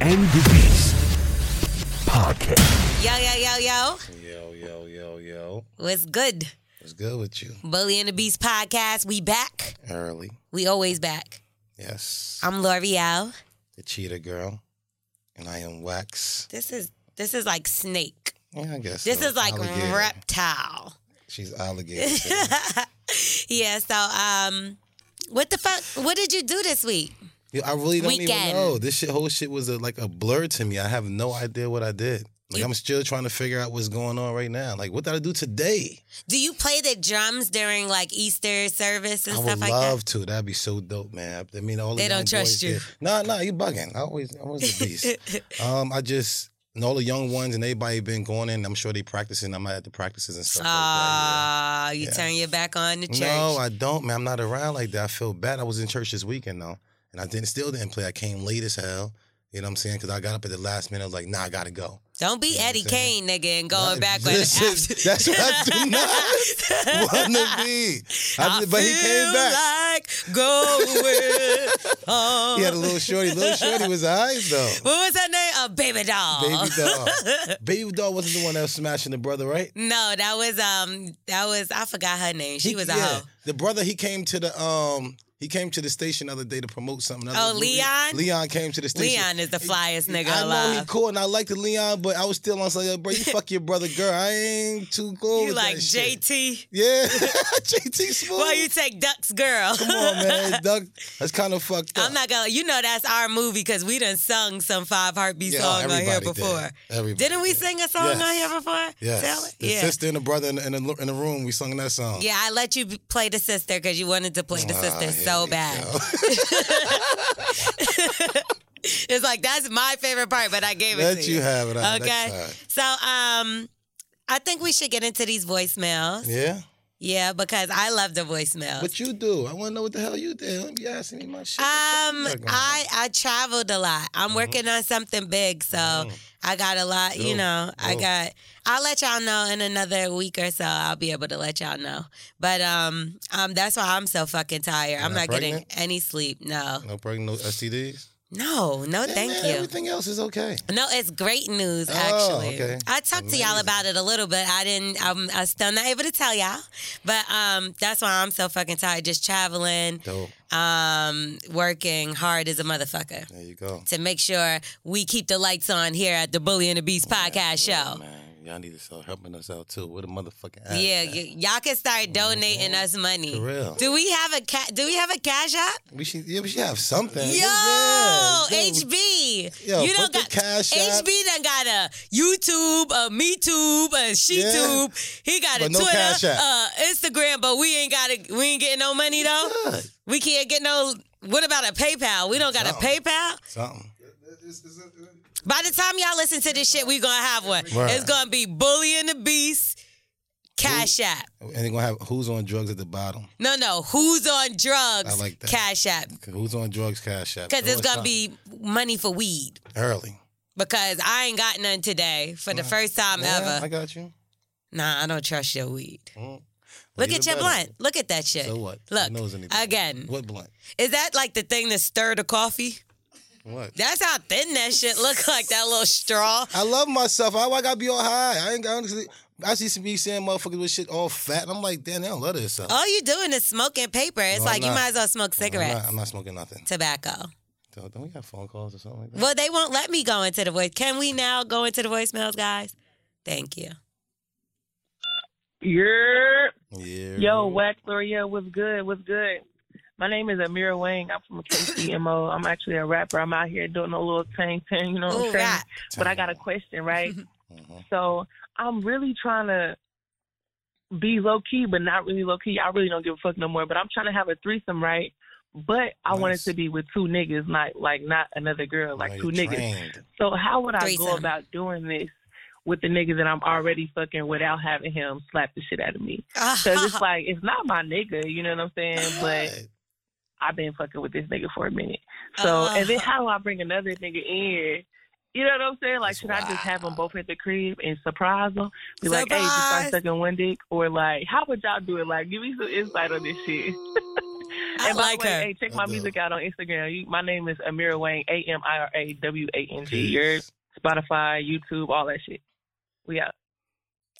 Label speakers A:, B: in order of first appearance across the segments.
A: and the Beast podcast.
B: Yo, yo, yo, yo.
C: Yo, yo, yo, yo.
B: What's good?
C: What's good with you?
B: Bully and the Beast podcast. We back.
C: Early.
B: We always back.
C: Yes.
B: I'm L'Oreal.
C: the cheetah girl. And I am Wax.
B: This is this is like snake.
C: Yeah, I guess.
B: This
C: so.
B: is like
C: Alligator.
B: reptile.
C: She's alligator. too.
B: Yeah, so um what the fuck what did you do this week?
C: Yo, I really don't
B: Weekend.
C: even know. This shit, whole shit was a, like a blur to me. I have no idea what I did. Like,
B: You-
C: I'm still trying to figure out what's going on right now. Like, what did I do today?
B: Do you play the drums during like Easter service and
C: I
B: stuff
C: would
B: like
C: love to. That'd be so dope, man. I mean, all the
B: They don't
C: young
B: trust
C: boys
B: you.
C: did- Nah, nah, you bugging. I always, I was a beast. um, I just and all the young ones and everybody been going in. I'm sure they practicing. I'm at the practices and
B: that?
C: stuff. like
B: Ah, you
C: Yeah.
B: turn your back on the
C: that,
B: church.
C: yeah. No, I don't, man. I'm not around like that. I feel bad. I was in church this weekend though, and I didn't still didn't play. I came late as hell. You know what I'm saying? Because I got up at the last minute. I was like, nah, I gotta go.
B: Don't be
C: what I'm
B: Eddie Kane,
C: saying?
B: nigga, and going
C: Nah,
B: back with
C: this is- That's what I do not want to be. I
B: I
C: just- but he came
B: feel
C: back.
B: Like going home.
C: He had a little shorty. Little shorty was eyes though.
B: What was her name? A baby doll.
C: Baby doll. Baby doll wasn't the one that was smashing the brother, right?
B: No, that was um, that was I forgot her name. She
C: He-
B: was a
C: yeah.
B: hoe.
C: The brother he came to the um he came to the station the other day to promote something.
B: Oh,
C: Another movie.
B: Leon?
C: Leon came to the station.
B: Leon is the flyest nigga
C: I know he
B: alive.
C: cool and I liked the Leon, but I was still on like, bro, you fuck your brother, girl. I ain't too cool.
B: You
C: with
B: like
C: that shit."
B: JT?
C: Yeah, JT Smooth.
B: Well, you take Duck's girl.
C: Come on, man, Duck. That's kind of fucked up.
B: I'm not gonna. You know that's our movie because we done sung some Five Heartbeat
C: Yeah,
B: song on here
C: everybody did.
B: before.
C: Everybody
B: Didn't we
C: did.
B: sing a song
C: Yes.
B: on here before? Tell
C: Yes,
B: it?
C: the
B: yeah.
C: sister and the brother in, in, the, in the room, we sung that song.
B: Yeah, I let you play the sister because you wanted to play the
C: Ah,
B: sister
C: here
B: so
C: we
B: bad.
C: go.
B: It's like that's my favorite part, but I gave it
C: Let
B: to
C: you have it. All right,
B: Okay.
C: next time.
B: So um I think we should get into these voicemails. Yeah,
C: Yeah.
B: because I love the voicemails.
C: What you do? I want to know what the hell you did. Don't be asking me my shit.
B: um
C: What the fuck you got going on?
B: I I traveled a lot. I'm working on something big, so I got a lot, you
C: Mm-hmm. Dope.
B: know. I
C: Dope.
B: got I'll let y'all know in another week or so. I'll be able to let y'all know. But um um that's why I'm so fucking tired. I'm not
C: not
B: getting
C: pregnant?
B: any sleep. No.
C: no pregnant, no STDs.
B: No, no, Oh. thank
C: man,
B: you.
C: Everything else is okay.
B: No, it's great news
C: Oh,
B: actually.
C: okay.
B: I talked to y'all about it a little bit. I didn't. I'm, I'm still not able to tell y'all, but um, that's why I'm so fucking tired. Just traveling,
C: Dope.
B: um, working hard as a motherfucker
C: There you go.
B: to make sure we keep the lights on here at the Bully and the Beast podcast show.
C: Man, y'all need to start helping us out too. What a motherfucking ass.
B: Yeah,
C: man.
B: y- y'all can start donating us money.
C: Mm-hmm. For real.
B: Do we have a ca- Do we have a cash app?
C: We should, yeah, we should have something.
B: Yo,
C: Yeah, yeah.
B: HB.
C: Yo,
B: you don't
C: put the
B: got
C: Cash App.
B: HB done got a YouTube, a MeTube, a SheTube. He got a
C: But no
B: Twitter,
C: Cash App.
B: uh, Instagram, but we ain't got a, we ain't getting no money though.
C: Good.
B: We can't get no what about a PayPal? We don't got a
C: No.
B: PayPal.
C: Something.
B: By the time y'all listen to this shit, we gonna have one.
C: Right.
B: It's gonna be Bully and the Beast, Cash App.
C: And they're gonna have who's on drugs at the bottom.
B: No, no, who's on drugs?
C: I like that.
B: Cash App.
C: 'Cause Who's on drugs? Cash app.
B: Because
C: Throw
B: it's
C: us
B: gonna be
C: something.
B: money for weed.
C: early.
B: because I ain't got none today for the first time
C: Yeah,
B: ever.
C: I got you.
B: nah, I don't trust your weed.
C: Mm.
B: Look at
C: Leave it
B: your
C: better.
B: blunt. Look at that shit.
C: So what? Who
B: Look
C: knows anything?
B: again.
C: What blunt?
B: Is that like the thing that stir the coffee?
C: What?
B: That's how thin that shit look like. That little straw.
C: I love myself. Why I gotta be all high? I ain't honestly. I see some me seeing motherfuckers with shit all fat. And I'm like, damn, they don't love this stuff.
B: All you doing is smoking paper. It's
C: No, I'm
B: like you
C: not.
B: might as well smoke
C: I'm,
B: cigarettes,
C: not, I'm not smoking nothing.
B: tobacco.
C: Don't, don't we have phone calls or something like that?
B: Well, they won't let me go into the voice. Can we now go into the voicemails, guys? Thank you.
D: Yeah.
C: Yeah.
D: Yo, Wax L'Oreal, what's good? What's good? My name is Amira Wang. I'm from KCMO. I'm actually a rapper. I'm out here doing a little tang tang, you know what
B: Ooh,
D: I'm saying?
B: rap.
D: But I got a question, right?
C: Mhm.
D: so I'm really trying to be low key, but not really low key. I really don't give a fuck no more. But I'm trying to have a threesome, right? But I want it
C: Nice.
D: to be with two niggas, not like not another girl, like
C: Now
D: two
C: you're
D: niggas.
C: trained.
D: So how would I go
B: Threesome.
D: about doing this with the nigga that I'm already fucking without having him slap the shit out of me?
B: Ah.
D: Because it's like it's not my nigga, you know what I'm saying? But
C: Right.
D: I've been fucking with this nigga for a minute. So
B: Ah.
D: and then how do I bring another nigga in? You know what I'm saying? Like,
C: That's
D: should I just have them
C: wild.
D: both at the crib and surprise them? Be like, hey, just start
B: Surprise.
D: sucking one dick, or like, how would y'all do it? Like, give me some insight on this shit.
B: I
D: and by
B: like
D: the way,
B: her.
D: hey, check
C: I
D: my
C: do.
D: music out on Instagram. You, my name is Amira Wang, A M I R A W A N G.
C: Peace.
D: Yours. Spotify, YouTube, all that shit. We out.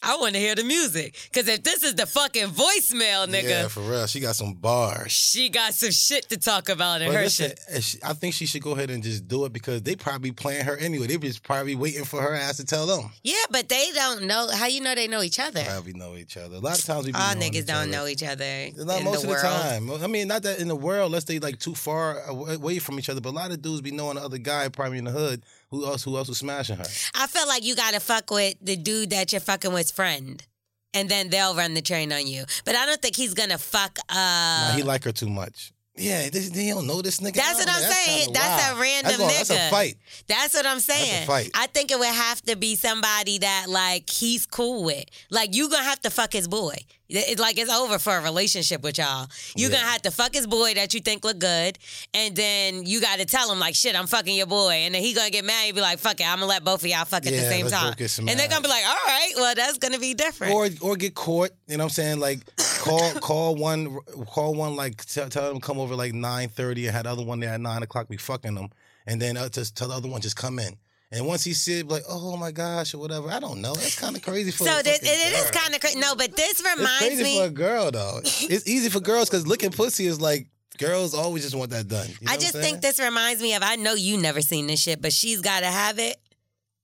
B: I want to hear the music. Because if this is the fucking voicemail, nigga,
C: Yeah, for real. She got some bars.
B: she got some shit to talk about in
C: But
B: her
C: listen,
B: shit.
C: if she- I think she should go ahead and just do it because they probably playing her anyway. They just probably waiting for her ass to tell them.
B: Yeah, but they don't know. How you know they know each other?
C: Probably know each other. A lot of times we be
B: All
C: knowing
B: niggas
C: each
B: don't
C: other.
B: know each other
C: Not
B: in
C: most
B: the
C: of the
B: world.
C: time. I mean, not that in the world, unless they like too far aw- away from each other. But a lot of dudes be knowing the other guy probably in the hood who else who else was smashing her.
B: I feel like you gotta fuck with the dude that you're fucking with's friend. And then they'll run the train on you. But I don't think he's gonna fuck uh
C: nah, he like her too much. Yeah, this, they don't know this nigga.
B: That's
C: now,
B: what I'm
C: man. That's
B: saying.
C: kinda
B: That's a
C: wild.
B: random
C: that's a- That's
B: nigga.
C: a fight.
B: That's what I'm
C: a
B: saying.
C: fight.
B: I think it would have to be somebody that like he's cool with. Like you gonna have to fuck his boy. It's like it's over for a relationship with y'all. You
C: Yeah.
B: gonna have to fuck his boy that you think look good, and then you got to tell him like shit, I'm fucking your boy, and then he gonna get mad. He be like, fuck it, I'm gonna let both of y'all fuck at the
C: Yeah,
B: same
C: let's
B: time,
C: both get some
B: and they're
C: ass.
B: gonna be like, all right, well that's gonna be different.
C: Or or get caught. You know what I'm saying? Like call call one call one like tell, tell them come over like nine thirty and had the other one there at nine o'clock. We fucking them, and then uh, just tell the other one just come in. And once he said like, oh my gosh or whatever, I don't know. That's kind of crazy for.
B: so
C: a
B: this,
C: fucking
B: it is
C: girl.
B: kind of crazy. No, but this
C: It's
B: reminds
C: crazy
B: me.
C: for a girl though. It's easy for girls because looking pussy is like girls always just want that done. You know
B: I
C: what
B: just
C: I'm
B: think this reminds me of I know you never seen this shit, but she's gotta have it.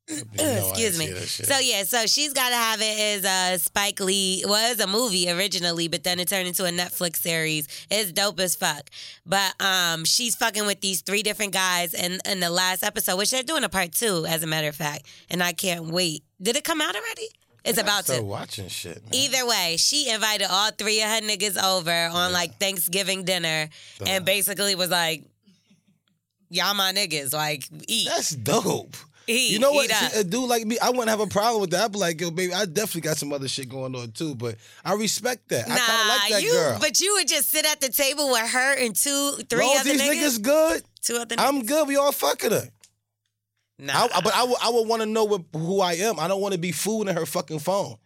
C: saying? You know I ain't
B: Excuse me.
C: see that shit.
B: So yeah, so she's gotta have it is uh Spike Lee was a movie originally, but then it turned into a Netflix series. It's dope as fuck. But um she's fucking with these three different guys in in the last episode, which they're doing a part two, as a matter of fact. And I can't wait. Did it come out already? It's about
C: Start
B: to.
C: watching shit. Man.
B: Either way, she invited all three of her niggas over on like Thanksgiving dinner and basically was like, Y'all my niggas, like eat.
C: That's dope.
B: He-
C: you know
B: he
C: what? uh,
B: done.
C: See, a dude like me, I wouldn't have a problem with that. I'd be like, yo, baby, I definitely got some other shit going on too, but I respect that. I kind of like that
B: you,
C: girl.
B: but you would just sit at the table with her and two, three
C: Long as
B: other
C: these
B: niggas,
C: niggas good,
B: two other niggas.
C: I'm good. We all fucking her.
B: nah.
C: I, I- but I would I would want to know what, who I am. I don't want to be fooling her fucking phone.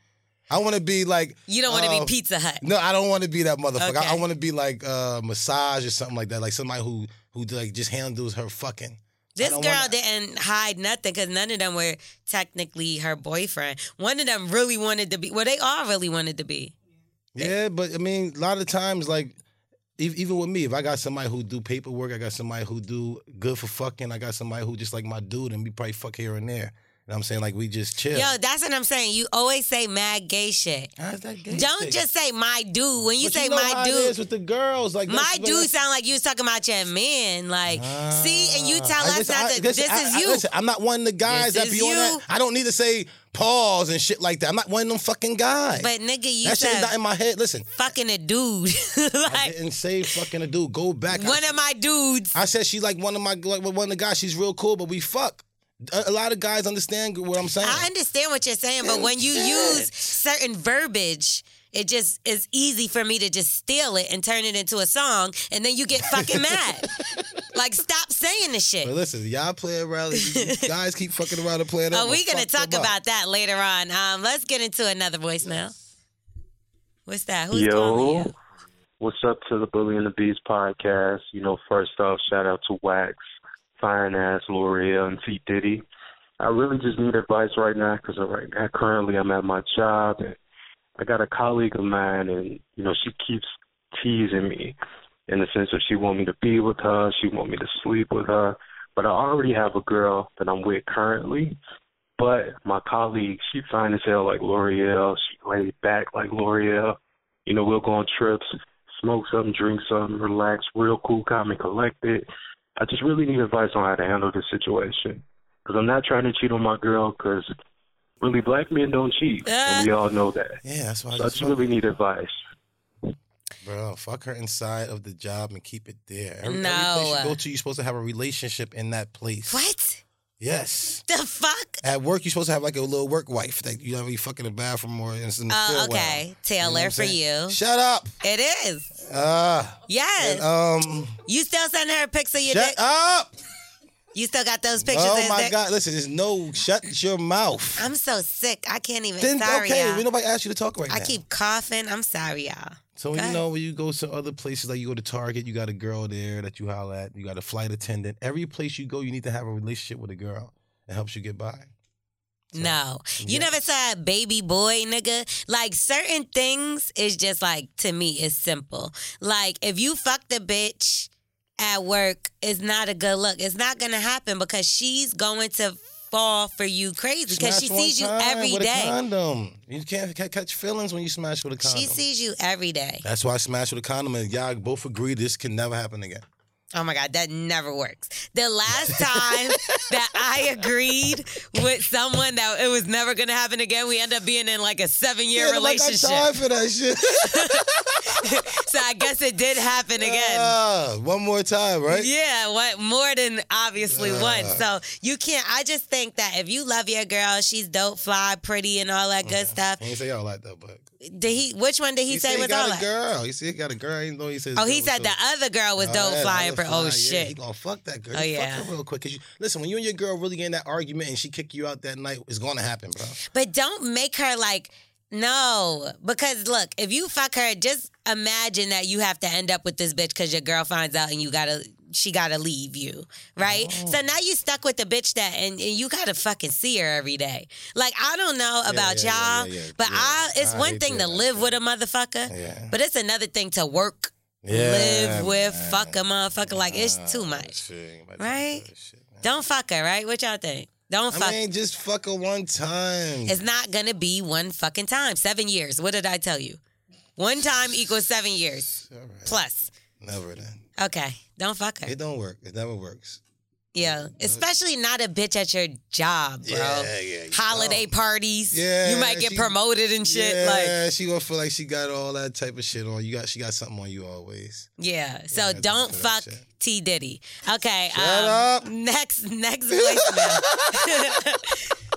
C: I want to be like
B: you don't want to
C: uh,
B: be Pizza Hut.
C: No, I don't want to be that motherfucker.
B: Okay.
C: I, want to be like uh, massage or something like that, like somebody who who like just handles her fucking.
B: This girl
C: don't wanna-
B: didn't hide nothing because none of them were technically her boyfriend. One of them really wanted to be. Well, they all really wanted to be. Eh.
C: Yeah, but I mean, a lot of times, like ev- even with me, if I got somebody who do paperwork, I got somebody who do good for fucking, I got somebody who just like my dude, and we probably fuck here and there. You know what I'm saying? Like we just chill.
B: Yo, that's what I'm saying. You always say mad gay shit.
C: How's that gay
B: Don't
C: shit?
B: just say my dude. When you
C: But
B: say
C: know
B: my
C: how it
B: dude,
C: is with the girls, like
B: my
C: that's-
B: dude sound like you was talking about your man. Like, see, and you tell
C: I-
B: us
C: listen,
B: not
C: I-
B: to.
C: listen,
B: this
C: I-
B: is
C: I-
B: you.
C: listen, I'm not one of the guys
B: This
C: that be
B: is
C: on that.
B: you.
C: I don't need to say pause and shit like that. I'm not one of them fucking guys.
B: but nigga, you
C: that shit is
B: said
C: not in my head. Listen,
B: fucking a dude.
C: I
B: like
C: didn't say fucking a dude. Go back. I-
B: one of my dudes.
C: I said she's like one of my like one of the guys. She's real cool, but we fuck. A, a lot of guys understand what I'm saying.
B: I understand what you're saying, but when you
C: Shit.
B: use certain verbiage, it just is easy for me to just steal it and turn it into a song, and then you get fucking mad. like, stop saying the shit.
C: but listen, y'all play around. you guys keep fucking around and playing.
B: Are Oh, we gonna talk about that later on? Um, let's get into another voicemail. What's that? Who's calling
E: Yo,
B: you?
E: what's up to the Bully and the Beast podcast? You know, first off, shout out to Wax, Fine Ass, L'Oreal, and T Diddy. I really just need advice right now because right now, currently I'm at my job and I got a colleague of mine, and you know she keeps teasing me in the sense that she want me to be with her, she want me to sleep with her. But I already have a girl that I'm with currently. But my colleague, she fine as hell like L'Oreal. She laid back like L'Oreal. You know, we'll go on trips, smoke something, drink something, relax, real cool, calm and collected. I just really need advice on how to handle this situation. Because I'm not trying to cheat on my girl because really black men don't cheat. And we all know that.
C: Yeah, that's why I
E: So I
C: just
E: just really need advice.
C: Bro, fuck her inside of the job and keep it there. Every, every
B: No.
C: place you go to, you're supposed to have a relationship in that place.
B: What
C: Yes.
B: the fuck?
C: At work, you're supposed to have like a little work wife that you have you fucking in the bathroom or in in the
B: Oh,
C: stairwell.
B: okay.
C: You know what
B: Taylor
C: I'm
B: for
C: saying?
B: you.
C: Shut up.
B: It is.
C: Ah.
B: Yes.
C: and, um.
B: you still sending her pics of your
C: Shut
B: dick?
C: up.
B: You still got those pictures of
C: Oh
B: his
C: my
B: dick?
C: God. Listen, there's no. Shut your mouth.
B: I'm so sick. I can't even.
C: then
B: sorry,
C: okay,
B: y'all.
C: we nobody asked you to talk right
B: I
C: now.
B: keep coughing. I'm sorry, y'all.
C: So
B: Go
C: you
B: ahead.
C: know when you go to other places, like you go to Target, you got a girl there that you holler at, you got a flight attendant. Every place you go, you need to have a relationship with a girl. It helps you get by.
B: No. You
C: Yeah.
B: never saw a baby boy, nigga. Like certain things is just like to me it's simple. Like if you fuck the bitch at work, it's not a good look. It's not gonna happen because she's going to fall for you crazy because she
C: Smash one
B: sees you
C: time
B: every
C: with A
B: day.
C: condom. You can't ca- catch feelings when you smash with a condom.
B: She sees you every day.
C: That's why I smash with a condom, and y'all both agree this can never happen again.
B: Oh my God, that never works. The last time that I agreed with someone that it was never gonna happen again, we end up being in like a seven year
C: Yeah, like,
B: relationship.
C: I tried for that shit.
B: so I guess it did happen again.
C: Ah, one more time, right?
B: Yeah, what more than obviously one. So you can't. I just think that if you love your girl, she's dope, fly, pretty, and all that good stuff.
C: He ain't say all like that, but
B: Did he? Which one did he, say
C: said
B: was
C: got
B: all
C: a
B: that?
C: girl. He said he got a girl. I didn't know he said. his
B: Oh, he
C: girl was
B: said
C: so-
B: the other girl was
C: Oh,
B: dope,
C: yeah,
B: flying.
C: let
B: For,
C: her
B: oh
C: fly. Yeah,
B: shit.
C: he gonna fuck that girl.
B: Oh,
C: He
B: yeah.
C: fuck her real quick. 'Cause you, listen, when you and your girl really get in that argument and she kick you out that night, it's gonna happen, bro.
B: But don't make her like, no. Because look, if you fuck her, just imagine that you have to end up with this bitch because your girl finds out and you gotta she gotta leave you. Right?
C: Oh.
B: So now you stuck with the bitch that and, and you gotta fucking see her every day. Like I don't know about
C: yeah, yeah,
B: y'all,
C: yeah, yeah.
B: but
C: Yeah.
B: I it's
C: I
B: one
C: hate
B: thing to
C: that.
B: live with a motherfucker,
C: Yeah.
B: but it's another thing to work. live with fuck a motherfucker like it's too much. Right? Don't fuck her, right? What y'all think? Don't fuck
C: I mean, just fuck her one time.
B: It's not gonna be one fucking time. Seven years. What did I tell you? One time equals seven years plus.
C: Never then.
B: Okay, don't fuck her.
C: It don't work. It never works.
B: Yeah, especially not a bitch at your job, bro.
C: Yeah, yeah, you
B: Holiday parties.
C: Yeah,
B: you might get
C: she-
B: promoted and shit. Like,
C: yeah, she gonna feel like she got all that type of shit on. You got she got something on you always.
B: yeah. So
C: don't
B: don't
C: do
B: fuck
C: that shit.
B: T Diddy. Okay. Shut
C: up.
B: Next, next voicemail.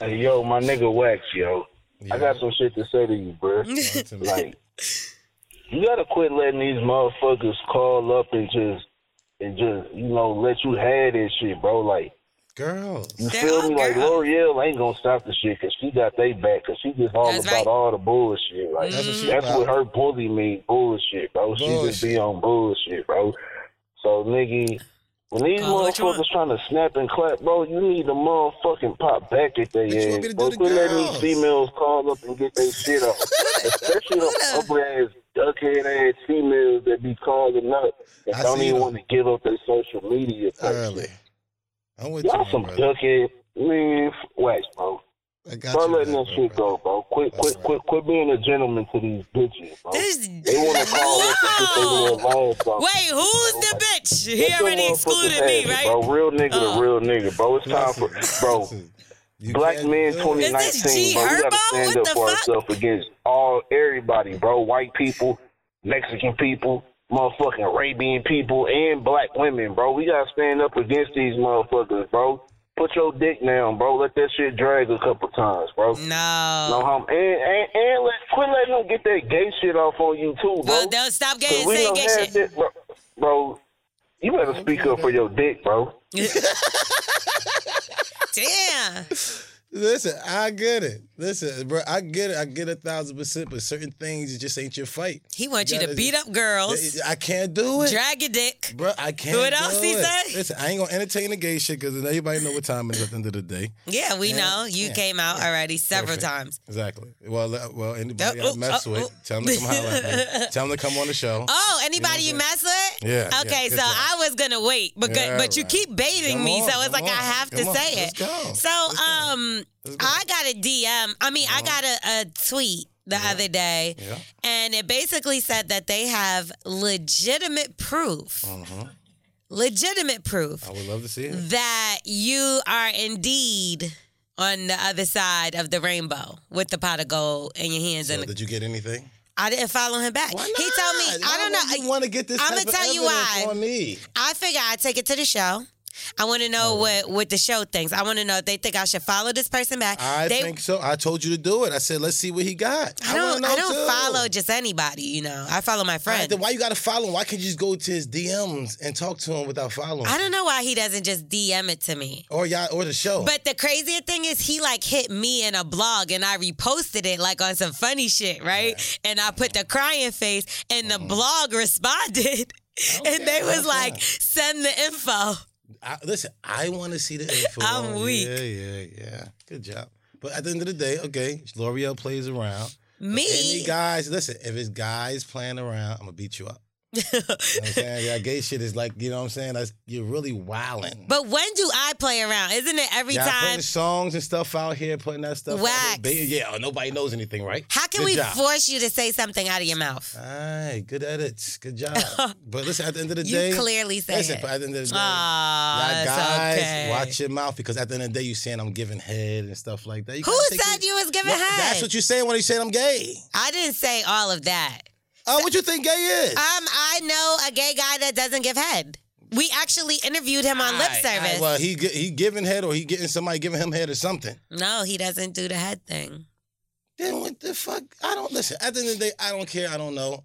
E: Hey, yo, my nigga Wax, yo.
C: Yeah.
E: I got some shit to say to you, bruh.
C: Talk to me.
E: like you gotta quit letting these motherfuckers call up and just and just you know let you have this shit, bro. Like
C: Girls.
E: you
B: They're
E: feel
B: all
E: me? Like
B: girls.
E: L'Oreal ain't gonna stop the shit because she got they back because she just all
B: That's
E: about
B: right.
E: all the bullshit. Like
C: That's what she
E: that's
C: about.
E: what her bully mean, bullshit, bro. She just be
C: Bullshit.
E: on bullshit, bro. So nigga. When these
B: Call what you want.
E: motherfuckers trying to snap and clap, bro, you need to motherfucking pop back at their
C: But you want
E: ass.
C: me to
E: Bro,
C: do the
E: quit letting these
C: girls.
E: females call up and get their shit off. Especially the
B: What
E: ugly ass, duckhead ass females that be calling up and
C: I
E: don't
C: see
E: even
C: them.
E: want to give up their social media. type
C: Early.
E: shit.
C: I'm with
E: Y'all
C: you,
E: some
C: my brother.
E: duckhead, man, f- wax, bro.
C: I got
E: Start
C: you,
E: letting
C: my
E: that shit go,
C: brother.
E: bro. Quit, quit, quit, quit being a gentleman to these bitches, bro.
B: This-
E: They want to call up and get their little lines off.
B: Wait, who's the bitch? He
E: Get your
B: already
E: motherfucking
B: excluded me,
E: asses,
B: right? Uh.
E: Bro, real nigga to real nigga, bro. It's time for, bro.
C: Listen, you
E: Black
C: can't
E: men
C: do it.
E: 2019,
B: Is this G
E: bro. We gotta
B: Herbo?
E: stand
B: What
E: up
B: the
E: for
B: fuck?
E: ourselves against all everybody, bro. White people, Mexican people, motherfucking Arabian people, and black women, bro. We gotta stand up against these motherfuckers, bro. Put your dick down, bro. Let that shit drag a couple times, bro.
B: No.
E: No harm. And, and, and let, quit letting them get that gay shit off on you, too, bro.
B: Well, don't stop getting
E: Cause we
B: saying
E: don't
B: gay
E: have
B: shit.
E: that- bro, bro, you better speak up for your dick, bro.
B: Damn.
C: Listen, I get it. Listen, bro, I get it. I get a thousand percent, but certain things it just ain't your fight.
B: He wants you to
C: gotta-
B: beat up girls,
C: I can't do it.
B: drag your dick.
C: Bro, I can't.
B: What else
C: do
B: he
C: it.
B: say?
C: Listen, I ain't gonna entertain the gay shit because everybody know what time it is at the end of the day.
B: Yeah, we know you came out already several
C: Perfect.
B: times.
C: Exactly. Well, uh, well, anybody
B: Oh,
C: I mess
B: oh,
C: with,
B: oh.
C: tell them to come holler at me. Tell them to come on the show.
B: Oh, anybody you, mess with?
C: Yeah, yeah,
B: Okay,
C: good
B: so
C: job.
B: I was gonna wait, but good-
C: Yeah,
B: but you
C: right.
B: keep baiting
C: Come
B: me,
C: on,
B: so it's
C: come
B: like I
C: on,
B: have to
C: come on,
B: say
C: let's
B: it.
C: go, Uh-huh.
B: So um, I got a DM. I mean, I got a, a tweet the other day,
C: Yeah.
B: and it basically said that they have legitimate proof.
C: Mm-hmm.
B: Legitimate proof
C: I would love to see it.
B: that you are indeed on the other side of the rainbow with the pot of gold in your hands.
C: So,
B: and
C: did you get anything?
B: I didn't follow him back.
C: Why
B: He told me,
C: not?
B: I don't
C: Why would
B: know.
C: You want to get this?
B: I'ma
C: type of
B: tell you
C: evidence
B: why.
C: On me.
B: I figure I take it to the show. I want to know what what the show thinks. I want to know if they think I should follow this person back.
C: I
B: they,
C: think so. I told you to do it. I said, let's see what he got.
B: I
C: wanna
B: don't.
C: know
B: I don't
C: too.
B: follow just anybody. You know, I follow my
C: All right,
B: friends.
C: then why you gotta follow him? Why can't you just go to his DMs and talk to him without following?
B: I don't know why he doesn't just DM it to me.
C: Or y'all, or the show.
B: But the crazier thing is, he like hit me in a blog, and I reposted it like on some funny shit, right? And I put the crying face, and
C: Uh-huh.
B: the blog responded, and they was like, "Send the info."
C: I, listen, I want to see the info.
B: I'm weak.
C: Yeah, yeah, yeah. Good job. But at the end of the day, okay, L'Oreal plays around.
B: Me,
C: Any guys, listen, if it's guys playing around, I'm gonna beat you up. You know what I'm saying? Yeah, gay shit is like, you know what I'm saying? That's, you're really wilding.
B: But when do I play around? Isn't it every
C: Y'all
B: time?
C: putting songs and stuff out here, putting that stuff. out there.
B: Wax.
C: Ba- yeah, oh, nobody knows anything, right?
B: How can
C: Good
B: we
C: job.
B: force you to say something out of your mouth?
C: All right, good edits, good job. but listen, at the end of the
B: You
C: day,
B: clearly said
C: listen.
B: it.
C: But at the end of the day,
B: Aw,
C: y'all
B: it's
C: guys,
B: okay.
C: watch your mouth because at the end of the day, you saying I'm giving head and stuff like that. You
B: Who
C: gotta take
B: said
C: your-
B: you was giving
C: Well,
B: head?
C: That's what you saying when you said I'm gay.
B: I didn't say all of that.
C: Oh, what you think gay is?
B: Um, I know a gay guy that doesn't give head. We actually interviewed him on lip
C: All right, all right,
B: service.
C: well, he gi- he giving head or he getting somebody giving him head or something.
B: no, he doesn't do the head thing.
C: Then what the fuck? I don't listen. At the end of the day, I don't care. I don't know.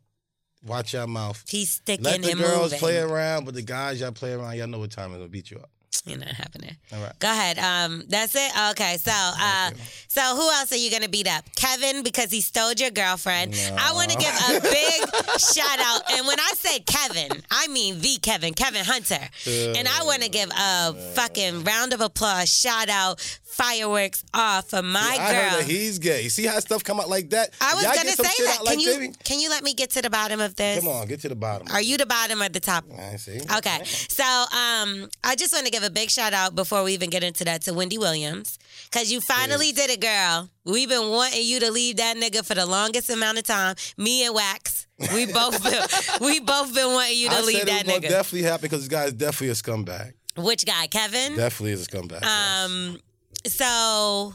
C: Watch your mouth.
B: He's sticking
C: Let the
B: and
C: girls
B: moving.
C: play around, but the guys y'all play around, y'all know what time it'll beat you up.
B: You're not happening.
C: All right.
B: Go ahead. Um, that's it. Okay. So, uh, so who else are you gonna beat up? Kevin because he stole your girlfriend. I want to give a big shout out. And when I say Kevin, I mean the Kevin, Kevin Hunter. and I want to give a fucking round of applause, shout out, fireworks off for my
C: I
B: girl.
C: heard that he's gay. See how stuff come out like that?
B: I was
C: Y'all
B: gonna
C: get
B: say
C: some shit
B: that.
C: out
B: Can
C: like
B: you
C: that.
B: can you let me get to the bottom of this?
C: Come on, get to the bottom.
B: Are you the bottom or the top?
C: I see.
B: Okay. So um, I just want to give a big shout out before we even get into that to Wendy Williams because you finally did it, girl. We've been wanting you to leave that nigga for the longest amount of time. Me and Wax, we both been, we both been wanting you to
C: I
B: leave
C: said
B: that
C: it was gonna
B: nigga.
C: definitely happen because this guy's definitely a scumbag.
B: Which guy, Kevin?
C: Definitely is a scumbag. yes.
B: um, so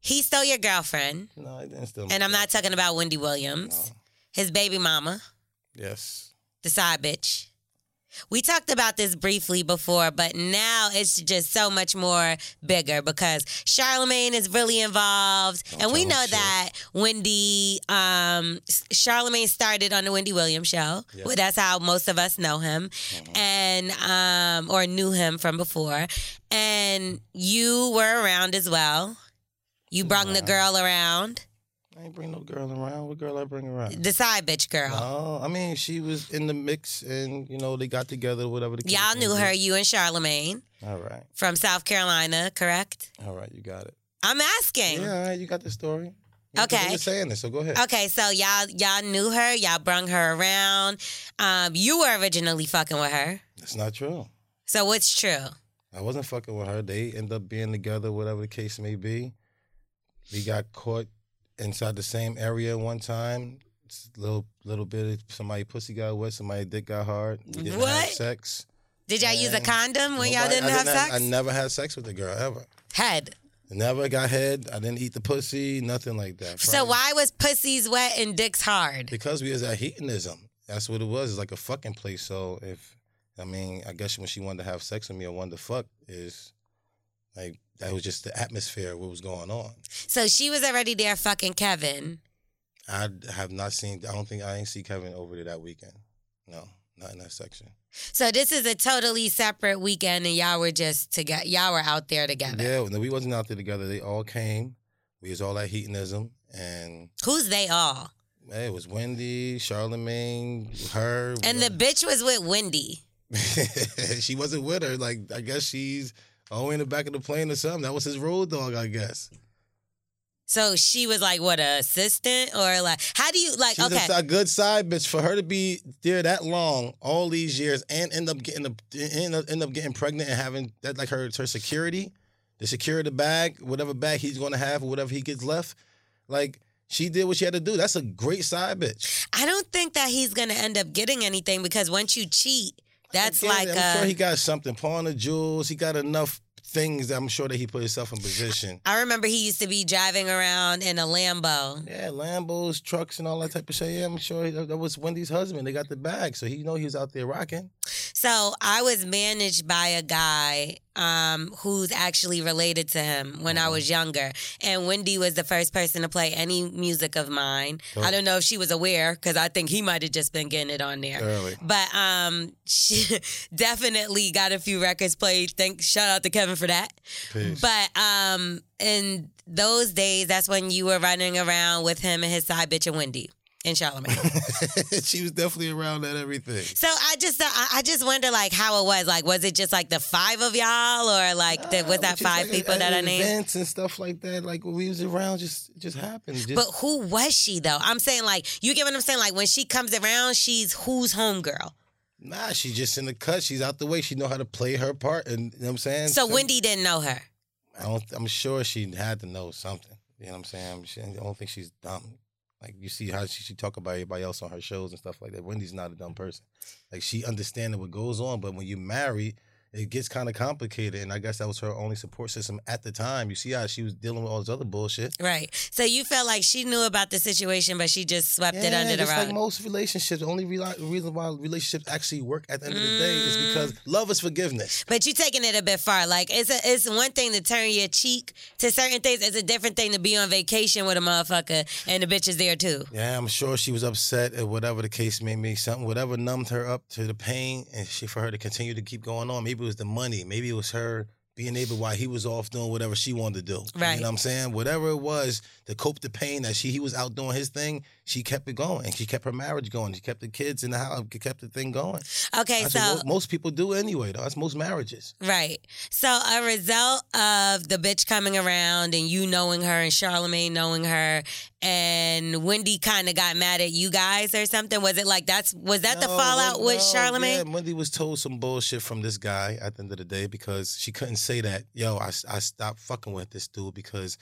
B: he stole your girlfriend,
C: no, I didn't still.
B: and I'm not talking about Wendy Williams, his baby mama.
C: Yes.
B: the side bitch. We talked about this briefly before, but now it's just so much more bigger because Charlemagne is really involved, and we know that Wendy, um, Charlemagne started on the Wendy Williams show. Well, that's how most of us know him, and um, or knew him from before. And you were around as well. You brought the girl around,
C: I ain't bring no girl around. What girl I bring around?
B: the side bitch girl.
C: Oh, I mean, she was in the mix, and you know they got together, whatever. The case
B: Y'all
C: may
B: knew
C: be.
B: her, you and Charlemagne.
C: All right,
B: from South Carolina, correct?
C: all right, you got it.
B: I'm asking.
C: Yeah, all right, you got the story.
B: Okay.
C: You're saying this, so go ahead.
B: Okay, so y'all y'all knew her, y'all brung her around. Um, you were originally fucking with her.
C: That's not true.
B: So what's true?
C: I wasn't fucking with her. They end up being together, whatever the case may be. We got caught inside the same area one time. It's a little little bit of somebody pussy got wet, somebody dick got hard. We didn't have
B: What?
C: sex.
B: Did y'all use a
C: Man,
B: condom when y'all
C: Nobody-
B: didn't
C: I
B: have sex?
C: I never had sex with a girl ever.
B: Head.
C: Never got head. I didn't eat the pussy. Nothing like that.
B: So
C: Probably
B: why was pussies wet and dicks hard?
C: Because we was at hedonism. That's what it was. It's like a fucking place. So if I mean, I guess when she wanted to have sex with me or wanted to fuck is like that was just the atmosphere. What was going on?
B: So she was already there fucking Kevin.
C: I have not seen. I don't think I ain't see Kevin over there that weekend. No, Not in that section.
B: So this is a totally separate weekend, and y'all were just together. Y'all were out there together.
C: Yeah, no, we wasn't out there together. They all came. We was all at hedonism, and
B: Who's they all?
C: hey, it was Wendy, Charlemagne, her,
B: And the bitch was with Wendy.
C: she wasn't with her. Like I guess she's oh in the back of the plane or something. That was his road dog, I guess.
B: So she was like, what, a assistant or like? How do you like?
C: She's
B: okay,
C: a, a good side bitch for her to be there that long, all these years, and end up getting a, end up, end up getting pregnant and having that like her her security, the security bag, whatever bag he's gonna have or whatever he gets left, like. She did what she had to do. That's a great side bitch.
B: I don't think that he's gonna end up getting anything because once you cheat, that's
C: Again,
B: like
C: I'm
B: uh,
C: sure he got something. Pawn the jewels. He got enough things. that I'm sure that he put himself in position.
B: I remember he used to be driving around in a Lambo.
C: Yeah, Lambos, trucks, and all that type of shit. Yeah, I'm sure that that was Wendy's husband. They got the bag, so he you know he was out there rocking.
B: So I was managed by a guy um, who's actually related to him when I
C: Mm-hmm.
B: was younger. And Wendy was the first person to play any music of mine. I don't know if she was aware because I think he might have just been getting it on there.
C: Early.
B: But um, she definitely got a few records played. Thank shout out to Kevin for that. But um, in those days, that's when you were running around with him and his side bitch and Wendy and Charlamagne.
C: she was definitely around that everything.
B: So I just I I just wonder like how it was like was it just like the five of y'all or like the, was that
C: Just
B: five
C: like
B: people
C: at-
B: that
C: at
B: I named?
C: Events and stuff like that. Like when we was around, just it just happened. Just,
B: But who was she though? I'm saying like you get what I'm saying like when she comes around she's who's homegirl.
C: nah, she's just in the cut. She's out the way. She know how to play her part. And you know what I'm saying.
B: So Wendy didn't know her.
C: I don't, I'm sure she had to know something. You know what I'm saying? She, I don't think she's dumb. Like you see how she, she talk about everybody else on her shows and stuff like that. Wendy's not a dumb person. Like she understands what goes on, but when you marry, it gets kind of complicated. And I guess that was her only support system at the time. You see how she was dealing with all this other bullshit.
B: Right. So you felt like she knew about the situation but she just swept it under the
C: just
B: rug.
C: like most relationships, the only rela- reason why relationships actually work at the end of the day is because love is forgiveness.
B: but you taking it a bit far. Like it's a, it's one thing to turn your cheek to certain things. It's a different thing to be on vacation with a motherfucker and the bitch is there too.
C: Yeah, I'm sure she was upset at whatever the case may be. Something, whatever numbed her up to the pain, and she for her to continue to keep going on. Maybe it was the money. Maybe it was her being able while he was off doing whatever she wanted to do.
B: Right.
C: You know what I'm saying? Whatever it was to cope the pain that she he was out doing his thing, she kept it going. She kept her marriage going. She kept the kids in the house. Kept the thing going.
B: Okay,
C: That's
B: so
C: what mo- most people do anyway. Though that's most marriages.
B: Right. So a result of the bitch coming around and you knowing her and Charlemagne knowing her and Wendy kind of got mad at you guys or something. Was it like that's was that the
C: No,
B: fallout
C: Wen-
B: with
C: no,
B: Charlemagne?
C: Yeah, Wendy was told some bullshit from this guy at the end of the day because she couldn't say that. Yo, I, I stopped fucking with this dude because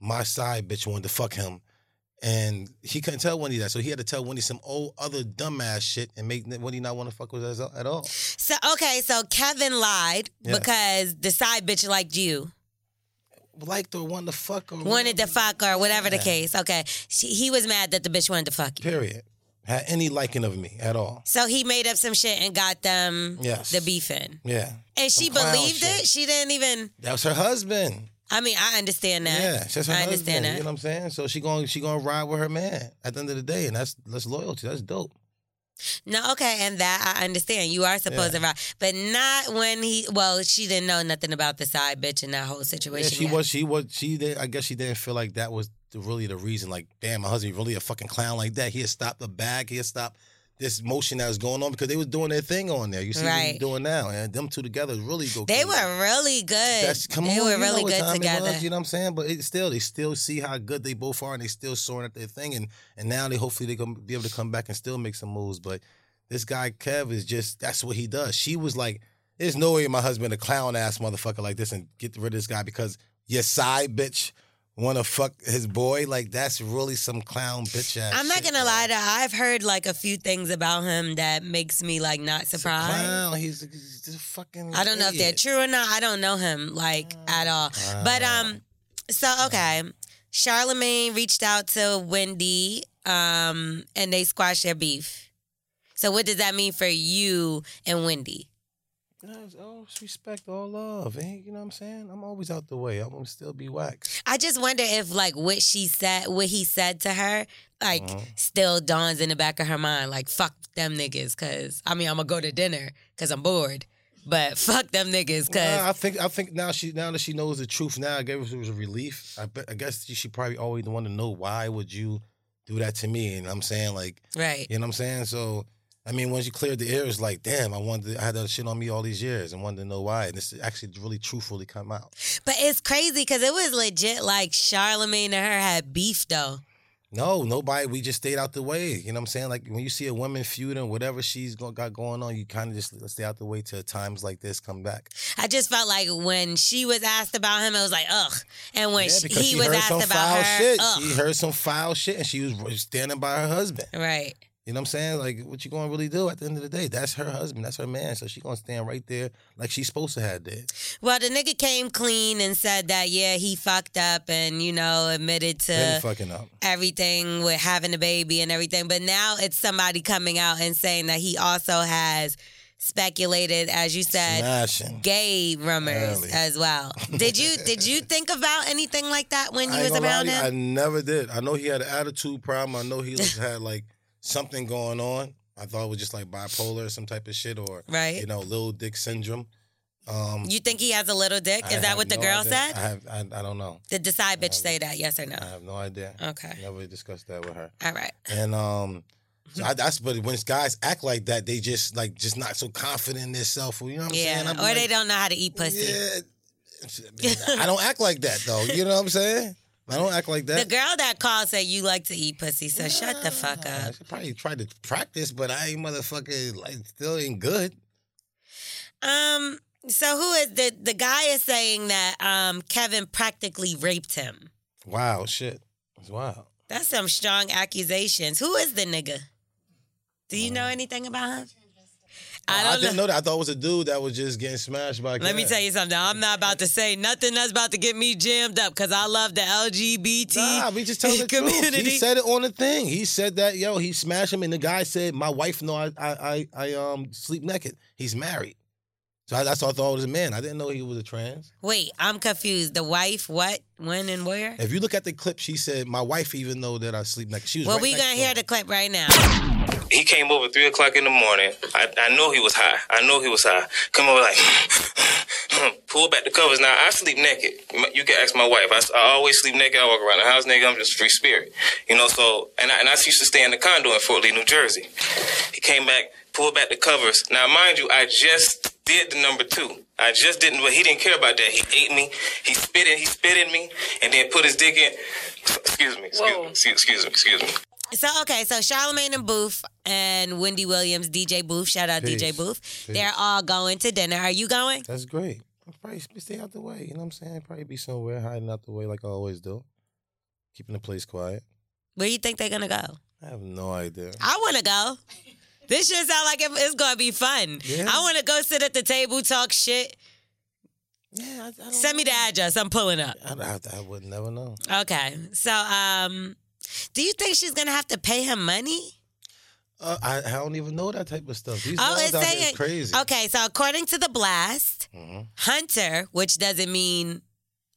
C: my side bitch wanted to fuck him. And he couldn't tell Wendy that. So he had to tell Wendy some old other dumbass shit and make Wendy not want to fuck with us at all.
B: So okay, so Kevin lied
C: Yeah.
B: because the side bitch liked you,
C: Liked or wanted to fuck or
B: wanted to
C: whatever.
B: fuck or whatever the
C: Yeah.
B: case. Okay, she, he was mad that the bitch wanted to fuck you.
C: Period. Had any liking of me at all.
B: So he made up some shit and got them
C: Yes.
B: the beef in.
C: Yeah.
B: And she
C: Some clown
B: believed it.
C: shit.
B: She didn't even.
C: That was her husband.
B: I mean, I understand that.
C: Yeah, it's just her
B: I understand
C: husband,
B: that.
C: You know what I'm saying? So she going she going to ride with her man at the end of the day, and that's that's loyalty. That's dope.
B: No, okay, and that I understand. You are supposed to rock, but not when he. Well, she didn't know nothing about the side bitch in that whole
C: Yeah,
B: situation.
C: she
B: yet.
C: was she was she did. I guess she didn't feel like that was the, really the reason. Like, damn, my husband really a fucking clown like that. He had stopped the bag. He had stopped this motion that was going on because they was doing their thing on there. You see what
B: Right.
C: they're doing now, and them two together really go.
B: They
C: crazy.
B: were really good.
C: That's, come
B: they
C: on,
B: were
C: you know
B: really
C: what
B: good
C: time it
B: together.
C: was, you know what I'm saying? But it still, they still see how good they both are, and they still soaring at their thing. And and now they hopefully they gonna be able to come back and still make some moves. But this guy Kev is just that's what he does. She was like, "There's no way my husband a clown ass motherfucker like this and get rid of this guy because your side bitch want to fuck his boy like that's really some clown bitch ass."
B: I'm not
C: shit,
B: gonna
C: bro.
B: lie to. I've heard like a few things about him that makes me like not
C: He's a
B: surprised.
C: Clown. He's, he's just a fucking.
B: I don't know if they're
C: idiot. Uh.
B: true or not. I don't know him like at all. But um, so okay, Charlemagne reached out to Wendy, um, and they squashed their beef. So what does that mean for you and Wendy?
C: It's all respect, all love. Ain't you know what I'm saying? I'm always out the way. I'm gonna still be whacked.
B: I just wonder if like what she said, what he said to her, like
C: Uh-huh.
B: still dawns in the back of her mind. Like fuck them niggas, cause I mean I'm gonna go to dinner, cause I'm bored. But fuck them niggas, cause
C: Nah, I think I think now she now that she knows the truth now, I guess it was a relief. I bet I guess she probably always wanted to know why would you do that to me? And I'm saying like
B: right,
C: You know what I'm saying? So, I mean, once you clear the air, it's like, damn, I wanted, to, I had that shit on me all these years, and wanted to know why. And this actually really truthfully come out.
B: but it's crazy because it was legit. Like Charlemagne and her had beef though.
C: No, nobody. We just stayed out the way. You know what I'm saying? Like when you see a woman feuding, whatever she's go- got going on, you kind of just stay out the way till times like this come back.
B: I just felt like when she was asked about him, it was like ugh, and when
C: Yeah,
B: she,
C: because
B: he
C: she
B: was
C: heard
B: asked
C: some
B: about
C: foul
B: her,
C: shit.
B: ugh,
C: She heard some foul shit, and she was standing by her husband.
B: right.
C: You know what I'm saying? Like, what you gonna really do at the end of the day? That's her husband. That's her man. So she gonna stand right there like she's supposed to have did.
B: Well, the nigga came clean and said that yeah, he fucked up and you know admitted to
C: Then fucking up.
B: everything with having a baby and everything. But now it's somebody coming out and saying that he also has speculated, as you said,
C: Smashing.
B: gay rumors
C: Early.
B: as well. Did you did you think about anything like that when you
C: I ain't
B: was
C: gonna lie
B: around
C: to you,
B: him?
C: I never did. I know he had an attitude problem. I know he just had like something going on. I thought it was just like bipolar or some type of shit or
B: Right.
C: you know, little dick syndrome. Um
B: you think he has a little dick?
C: I
B: Is that
C: have
B: what the
C: no
B: girl
C: idea.
B: said?
C: I have I, I don't know.
B: Did the side bitch say that? Yes or no?
C: I have no idea.
B: Okay.
C: Never discussed that with her.
B: All right.
C: And um so
B: Hmm.
C: I, that's but when guys act like that, they just like just not so confident in themselves. You know what I'm
B: Yeah.
C: saying? I'm
B: or they
C: like,
B: don't know how to eat pussy.
C: Yeah. I don't act like that though. You know what I'm saying? I don't act like that.
B: The girl that called said you like to eat pussy, so shut the fuck
C: I
B: up.
C: should probably try to practice, but I ain't motherfucking like still ain't good.
B: Um. So who is the the guy is saying that um Kevin practically raped him.
C: Wow, shit, it's wild.
B: That's some strong accusations. Who is the nigga? Do you know anything about him? I
C: Oh, I
B: don't
C: didn't
B: know.
C: know that. I thought it was a dude that was just getting smashed by.
B: Let me tell you something. I'm not about to say nothing that's about to get me jammed up because I love the LGBT
C: Nah, we just tell the truth.
B: community.
C: He said it on the thing. He said that yo, he smashed him, and the guy said, "My wife know I I I, I um sleep naked. He's married." So I, that's what I thought it was a man. I didn't know he was a trans.
B: Wait, I'm confused. The wife, what, when, and where?
C: If you look at the clip, she said, "My wife even know that I sleep naked." She was.
B: Well,
C: right
B: we
C: next
B: gonna
C: to
B: hear
C: him.
B: the clip right now.
F: He came over at three o'clock in the morning. I, I know he was high. I know he was high. Come over like, pull back the covers. Now I sleep naked. M- You can ask my wife. I, s- I always sleep naked. I walk around the house naked. I'm just a free spirit, you know. So and I, and I used to stay in the condo in Fort Lee, New Jersey. He came back, pulled back the covers. Now mind you, I just did the number two. I just didn't, but he didn't care about that. He ate me. He spit in. He spit in me, and then put his dick in. Excuse me. Excuse me. excuse- Excuse me. Excuse me.
B: So okay, so Charlemagne and Booth and Wendy Williams, DJ Booth, shout out DJ
C: Peace.
B: Booth. They're all going to dinner. Are you going?
C: That's great. I'll probably sp- stay out the way. You know what I'm saying? Probably be somewhere hiding out the way like I always do. Keeping the place quiet.
B: Where you think they're gonna go?
C: I have no idea.
B: I want to go. This shit sound like it- it's gonna be fun.
C: Yeah.
B: I want to go sit at the table, talk shit.
C: Yeah, I, I don't
B: Send me the address. I'm pulling up.
C: I, I- I would never know.
B: Okay. So, um, do you think she's gonna have to pay him money?
C: Uh, I, I don't even know that type of stuff. These oh, out here is crazy.
B: Okay, so according to the blast,
C: Mhm.
B: Hunter, which doesn't mean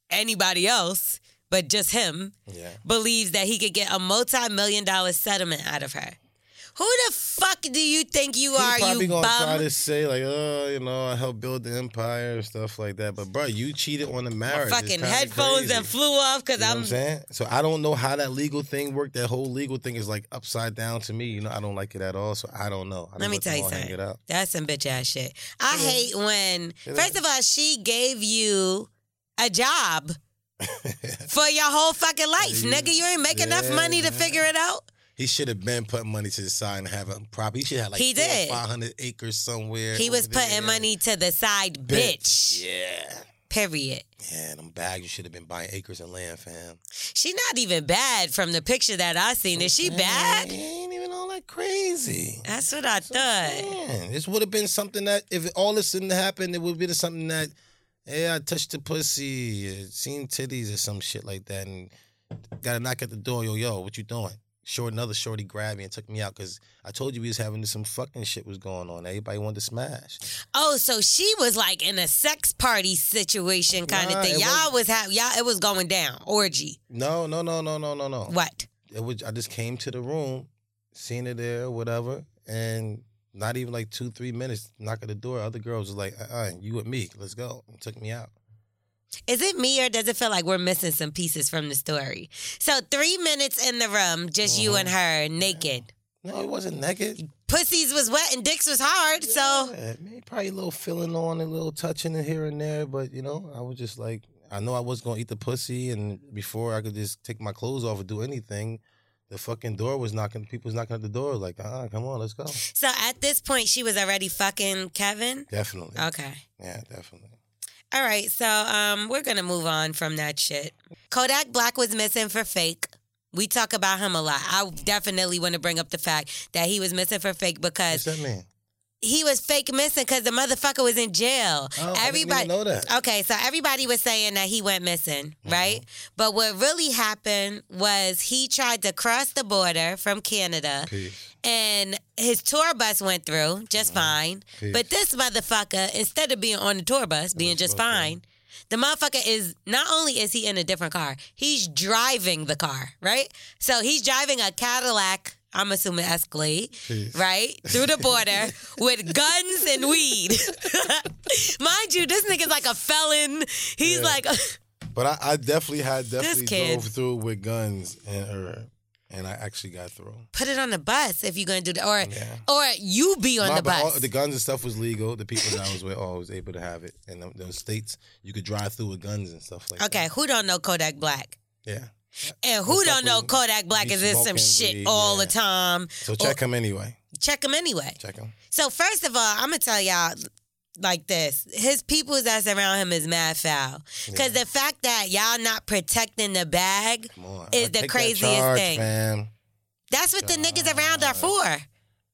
B: anybody else, but just him,
C: Yeah.
B: believes that he could get a multi-million dollar settlement out of her. Who the fuck do you think you
C: He's
B: are,
C: probably
B: you
C: gonna try
B: bum?
C: to say like, oh, you know, I helped build the empire and stuff like that. But bro, you cheated on the marriage. It's
B: Fucking
C: kinda
B: headphones
C: crazy.
B: that flew off because
C: You know what
B: I'm
C: I'm saying? So I don't know how that legal thing worked. That whole legal thing is like upside down to me. You know, I don't like it at all. So I don't know. I
B: Let
C: just
B: me
C: them
B: tell you
C: all hang
B: something.
C: It out.
B: That's some bitch ass shit. I hate when, first of all, she gave you a job for your whole fucking life. Nigga, you ain't make enough
C: Yeah,
B: money to
C: man.
B: figure it out.
C: He should have been putting money to the side and having property. He should have like
B: He did.
C: five hundred acres somewhere.
B: He was
C: over there.
B: putting money to the side, bitch.
C: Yeah,
B: Period.
C: yeah. Them bags. You should have been buying acres and land, fam.
B: She not even bad from the picture that I seen. Is she
C: It
B: bad?
C: ain't even all that crazy.
B: That's what I thought.
C: Man, this would have been something that if all this didn't happen, it would have been something that. Yeah, I touched the pussy, uh, seen titties or some shit like that, and got a knock at the door. Yo, yo, what you doing? short another shorty grabbed me and took me out because I told you we was having some fucking shit was going on. Everybody wanted to smash.
B: Oh, so she was like in a sex party situation kind
C: Nah,
B: of thing.
C: it
B: Y'all was ha- y'all it was going down orgy.
C: No, no, no, no, no, no, no.
B: What?
C: It was I just came to the room, seen her there, whatever, and not even like two, three minutes, knock at the door. Other girls was like, uh, uh you with me? Let's go. And took me out.
B: Is it me or does it feel like we're missing some pieces from the story? So three minutes in the room, just you and her, naked.
C: Uh-huh. No, it wasn't naked.
B: Pussies was wet and dicks was hard. So
C: Yeah, man, probably a little feeling on and a little touching in here and there, but you know, I was just like, I know I was gonna eat the pussy, and before I could just take my clothes off or do anything, the fucking door was knocking. People was knocking at the door, like, ah, come on, let's go.
B: so at this point she was already fucking Kevin.
C: Definitely.
B: Okay.
C: Yeah, definitely.
B: All right, so um, we're gonna move on from that shit. Kodak Black was missing for fake. We talk about him a lot. I definitely want to bring up the fact that he was missing for fake because
C: What's that mean?
B: he was fake missing because the motherfucker was in jail.
C: Oh, I didn't even know that. Mm-hmm.
B: Okay, so everybody was saying that he went missing, right? But what really happened was he tried to cross the border from Canada,
C: Peace.
B: and his tour bus went through just fine.
C: Mm-hmm. Peace.
B: But this motherfucker, instead of being on the tour bus, being just fine, the motherfucker is not only is he in a different car, he's driving the car, right? So he's driving a Cadillac. I'm assuming Escalade, right? Through the border with guns and weed. Mind you, this nigga's like a felon. He's like,
C: But I, I definitely had definitely
B: kid.
C: drove through with guns and her, and I actually got through.
B: put it on the bus if you're gonna do that, or
C: Yeah.
B: or you be on
C: My-
B: the bus.
C: but all- the guns and stuff was legal. The people that I was with all was able to have it, and them- those states you could drive through with guns and stuff like
B: okay,
C: that.
B: who don't know Kodak Black?
C: Yeah.
B: And who
C: Most
B: don't know
C: likely
B: Kodak Black
C: be
B: is in some
C: smoking
B: shit
C: weed,
B: all
C: yeah.
B: the time?
C: So check him anyway.
B: Check him anyway.
C: Check him.
B: So first of all, I'm gonna tell y'all like this: his people that's around him is mad foul. Cause the fact that y'all not protecting the bag,
C: Come on.
B: Is
C: I
B: the
C: take that
B: craziest
C: charge,
B: thing.
C: Fam.
B: that's what the niggas around are for.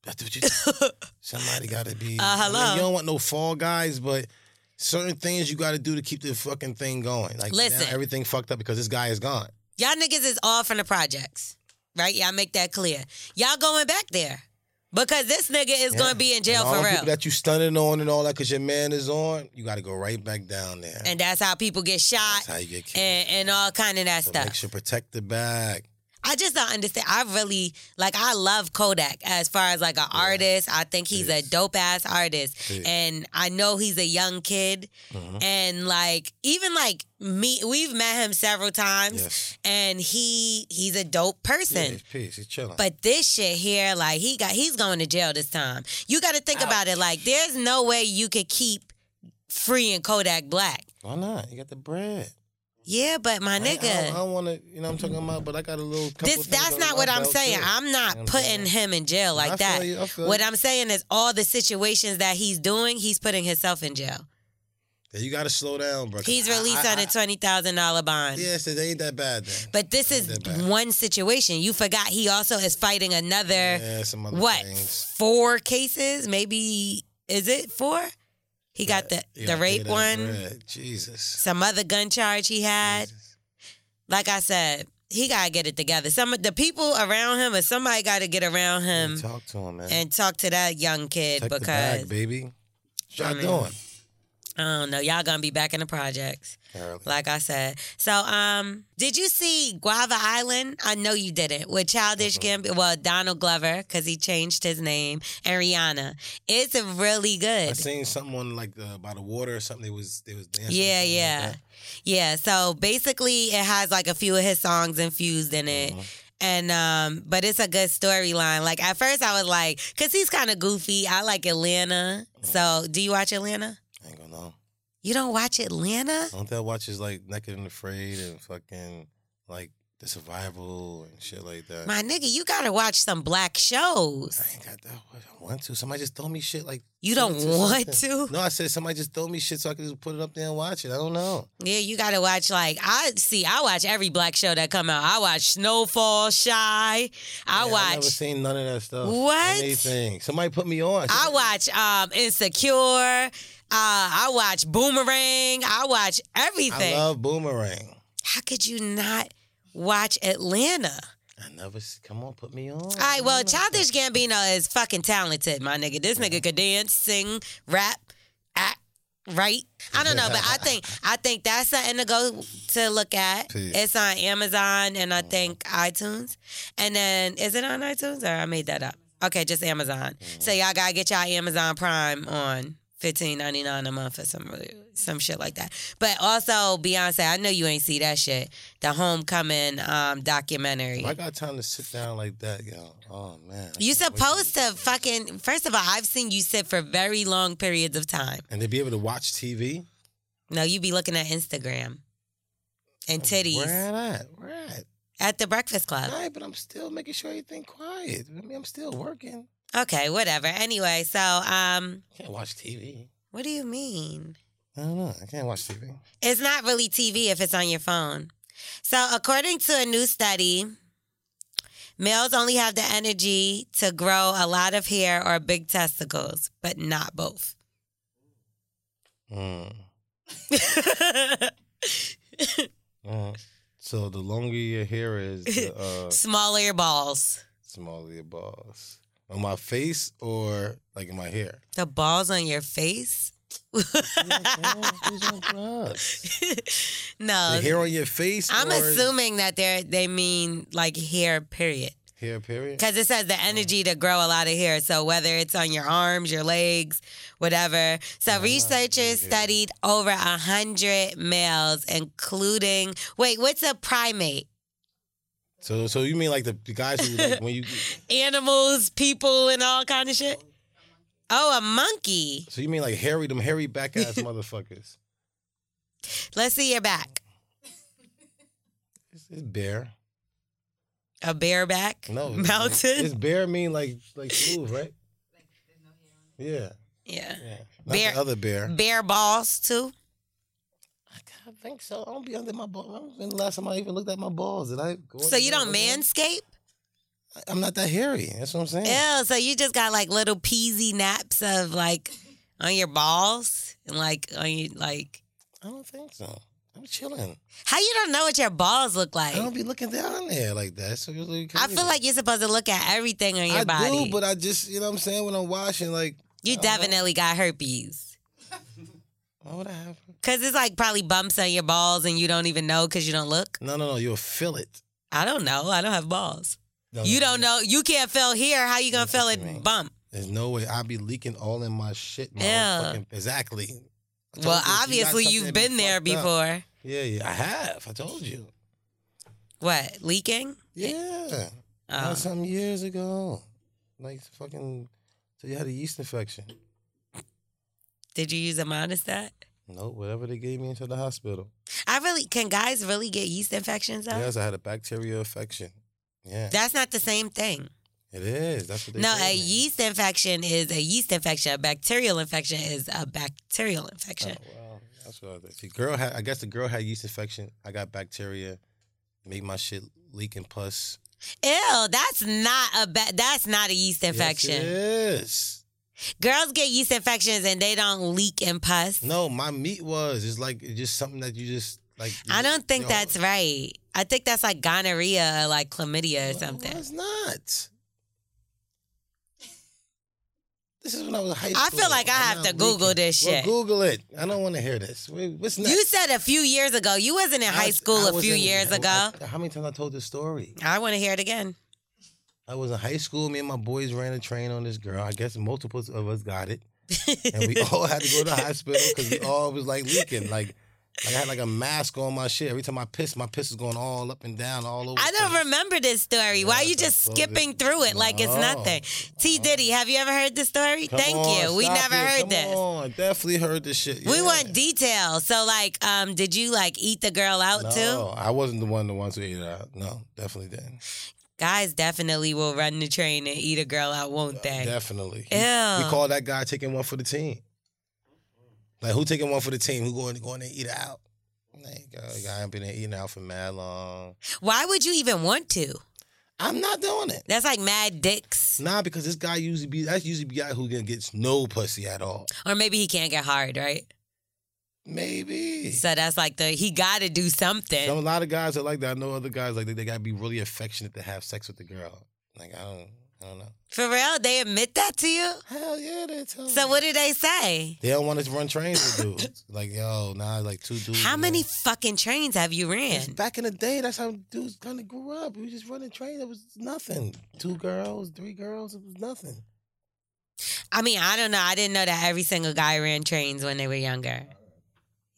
C: That's what you. somebody got to be. I mean,
B: Uh, hello.
C: you don't want no fall guys, but certain things you got to do to keep the fucking thing going. Like now
B: Listen.
C: everything fucked up because this guy is gone.
B: Y'all niggas is all from the projects, right? Y'all make that clear. Y'all going back there because this nigga is
C: Yeah.
B: gonna be in jail
C: And all
B: for
C: the
B: real.
C: People that you stunning on and all that because your man is on, you got to go right back down there.
B: and that's how people get shot
C: That's how you get killed.
B: and, and all kind of that
C: so
B: stuff.
C: make sure protect the bag.
B: I just don't understand. I really like. I love Kodak as far as like an artist. I think he's a dope ass artist, and I know he's a young kid.
C: Uh-huh.
B: And like even like me, we've met him several times,
C: Yes.
B: and he he's a dope
C: Yeah,
B: person.
C: he's peace. He's chilling.
B: But this shit here, like he got, he's going to jail this time. You got to think about it. Like, there's no way you could keep freeing Kodak Black.
C: why not? You got the bread.
B: Yeah, but my
C: I- I,
B: nigga,
C: don't, want to. You know what I'm talking about. But I got a little. couple
B: this
C: things
B: that's
C: under
B: not
C: my
B: what I'm
C: belt,
B: saying.
C: too.
B: I'm not
C: You know what I'm
B: putting
C: saying?
B: him in jail like
C: I feel
B: that.
C: you, I feel
B: what
C: you.
B: I'm saying is all the situations that he's doing, he's putting himself in jail.
C: Yeah, you got to slow down, bro. 'cause
B: He's
C: I- I-
B: released on
C: I-
B: a twenty thousand dollar bond.
C: Yeah, so they ain't that bad then.
B: But this is
C: Ain't that bad.
B: one situation. You forgot he also is fighting another
C: yeah, some other
B: what
C: things.
B: four cases maybe is it four he got the the
C: You gotta pay
B: rape
C: that
B: one
C: bread. Jesus.
B: some other gun charge he had like i said he gotta get it together some of the people around him or somebody gotta get around him
C: Talk to him, man.
B: and talk to that young kid
C: Check the
B: because Mm-hmm.
C: bag, baby. What y'all
B: I mean,
C: doing?
B: i don't know y'all gonna be back in the projects
C: Apparently.
B: like i said so um did you see guava island i know you didn't with
C: Uh-huh.
B: childish gambino well donald glover because he changed his name and rihanna it's really good
C: I seen someone like the, by the water or something. They was they was dancing. or
B: Yeah,
C: something like
B: yeah.
C: that.
B: yeah, so basically it has like a few of his songs infused in it.
C: Uh-huh.
B: And um but it's a good storyline. Like at first I was like cuz he's kind of goofy. I like Atlanta.
C: Uh-huh.
B: So, do you watch Atlanta?
C: I ain't gonna know.
B: You don't watch Atlanta?
C: Don't that watch is like Naked and Afraid and fucking like The Survival and shit like that.
B: My nigga, you got to watch some black shows.
C: Uh, I ain't got that. one. I want to. Somebody just throw me shit like.
B: You don't
C: something.
B: want to?
C: No, I said somebody just throw me shit so I can just put it up there and watch it. I don't know.
B: Yeah, you got to watch like I see I watch every black show that come out. I watch Snowfall, Shy. I
C: Yeah, I never
B: watch
C: seen none of that stuff.
B: What?
C: Anything. Somebody put me on.
B: I watch um, Insecure. Uh, I watch Boomerang. I watch
C: I
B: everything.
C: love Boomerang.
B: How could you not watch Atlanta?
C: I never. s- Come on, put me on.
B: All right, well, Childish Gambino is fucking talented, my nigga. This nigga could dance, sing, rap, act, write. I don't know, but I think I think that's something to go to look at.
C: Peace.
B: It's on Amazon and I think iTunes. And then is it on iTunes or I made that up? Okay, just Amazon. So y'all gotta get y'all Amazon Prime on. Fifteen ninety nine a month or some some shit like that. But also Beyonce, I know you ain't see that shit. The homecoming um, documentary.
C: If I got time to sit down like that, yo. Oh man. I
B: You
C: can't wait
B: supposed to fucking. First of all, I've seen you sit for very long periods of time.
C: And to be able to watch TV.
B: No, you be looking at Instagram and titties
C: Oh, Where at? Where at?
B: at the Breakfast Club.
C: All right, but I'm still making sure everything quiet. I mean, I'm still working.
B: Okay, whatever. Anyway, so um,
C: Can't watch TV.
B: what do you mean?
C: I don't know. I can't watch TV.
B: It's not really TV if it's on your phone. So, according to a new study, males only have the energy to grow a lot of hair or big testicles, but not both.
C: Mm. Mm. So the longer your hair is, the uh,
B: Smaller balls.
C: smaller your balls. On my face or like in my hair.
B: The balls on your face?
C: Who's on drugs?
B: no.
C: The hair on your face.
B: I'm
C: or
B: assuming that they are they mean like hair period.
C: Hair period. Oh.
B: Cuz it says the energy to grow a lot of hair, so whether it's on your arms, your legs, whatever. So researchers studied over a 100 males including Wait, what's a primate?
C: So so you mean like the, the guys who like when you
B: Animals, people and all kind of shit. Oh, a monkey.
C: so you mean like hairy them hairy back ass motherfuckers.
B: Let's see your back.
C: It's, it's bare.
B: A bareback?
C: No. it's-
B: Mountain?
C: It's bare mean like like smooth, right? Yeah.
B: yeah.
C: Yeah. Not
B: Bare-
C: the other bear.
B: Bare balls too?
C: I think so. I don't be under my balls. When the last time I even looked at my balls, did I? go
B: So
C: under
B: you
C: there?
B: don't manscape?
C: I'm not that hairy. That's what I'm saying.
B: Ew, so you just got like little peasy naps of like on your balls and like on your like
C: I don't think so. I'm chilling.
B: how you don't know what your balls look like?
C: I don't be looking down there like that. It's really
B: I
C: crazy.
B: feel like you're supposed to look at everything on your
C: I
B: body.
C: do, but I just you know what I'm saying when I'm washing like
B: you definitely got herpes.
C: why would I have?
B: Cause it's like probably bumps on your balls and you don't even know because you don't look.
C: No, no, no. You'll feel it.
B: I don't know. I don't have balls.
C: No,
B: You
C: no,
B: don't know. You can't feel here. How you gonna
C: That's what
B: feel
C: you
B: it
C: mean.
B: bump?
C: There's no way I'd be leaking all in my shit. My whole
B: Yeah.
C: fucking- exactly. I told
B: Well,
C: you, if you got
B: obviously
C: something
B: you've
C: that'd be
B: been there
C: fucked up-
B: before.
C: Yeah, yeah. I have. I told you.
B: What leaking?
C: Yeah. That
B: Oh.
C: was something years ago. Like fucking, so you had a yeast infection.
B: Did you use a monostat?
C: Nope, whatever they gave me into the hospital.
B: I really can guys really get yeast infections though?
C: Yes, I had a bacterial infection. Yeah,
B: That's not the same thing.
C: it is. That's what they
B: no,
C: told
B: a
C: me.
B: yeast infection is a yeast infection. A bacterial infection is a bacterial
C: Oh,
B: infection.
C: wow. That's what I think. See, girl had. I guess the girl had yeast infection. I got bacteria, made my shit leak and pus.
B: Ew, that's not a ba- that's not a yeast infection.
C: Yes, it is.
B: Girls get yeast infections and they don't leak and pus.
C: No, my meat was. It's like it's just something that you just like. you
B: I don't
C: just-
B: think
C: yo,
B: that's right. I think that's like gonorrhea or like chlamydia or
C: no,
B: something.
C: It's not. This is when I was in high school.
B: I feel like I
C: I'm
B: have
C: not
B: to Google this
C: Well,
B: shit.
C: Google it. I don't want to hear this. Wait, What's next?
B: You said a few years ago. You wasn't in
C: I
B: high
C: was-
B: school
C: I
B: a
C: was
B: few
C: in-
B: years
C: I-
B: ago.
C: I- how many times I told this story?
B: I want to hear it again.
C: I was in high school. Me and my boys ran a train on this girl. I guess multiple of us got it, and we all had to go to the hospital because we all was like leaking. Like, like I had like a mask on my shit. Every time I pissed, my piss was going all up and down, all over.
B: I
C: the
B: don't
C: place.
B: remember this story. Why are you
C: Yes, I
B: just
C: told
B: skipping
C: you.
B: through it like it's
C: No.
B: nothing? T Diddy, have you ever heard this story?
C: Come
B: Thank
C: on,
B: you. We
C: stop
B: never
C: it.
B: heard
C: Come
B: this.
C: On. Definitely heard this shit.
B: We
C: yeah.
B: want details. So like, um, did you like eat the girl out too?
C: No, I wasn't the one the ones who ate it out. No, definitely didn't.
B: Guys definitely will run the train and eat a girl out, won't they?
C: Definitely. He-
B: Ew.
C: We call that guy taking one for the team. Like who taking one for the team? Who going going there and eat it out? Like, uh, I ain't been there eating out for mad long.
B: Why would you even want to?
C: I'm not doing it.
B: That's like mad dicks.
C: Nah, because this guy usually be that's usually be guy who get- gets no pussy at all.
B: Or maybe he can't get hard, right?
C: Maybe.
B: So that's like the he got to do something.
C: Some, a lot of guys are like that. I know other guys like they, they gotta be really affectionate to have sex with the girl. Like I don't, I don't know.
B: For real, they admit that to you.
C: Hell yeah, they tell.
B: So
C: me.
B: what do they say?
C: They don't want us to run trains with dudes. like yo, nah, like two dudes.
B: How
C: you
B: many
C: know.
B: fucking trains have you
C: It's
B: ran?
C: Back in the day, that's how dudes kind of grew up. We was just running trains. It was nothing. Two girls, three girls. It was nothing.
B: I mean, I don't know. I didn't know that every single guy ran trains when they were younger.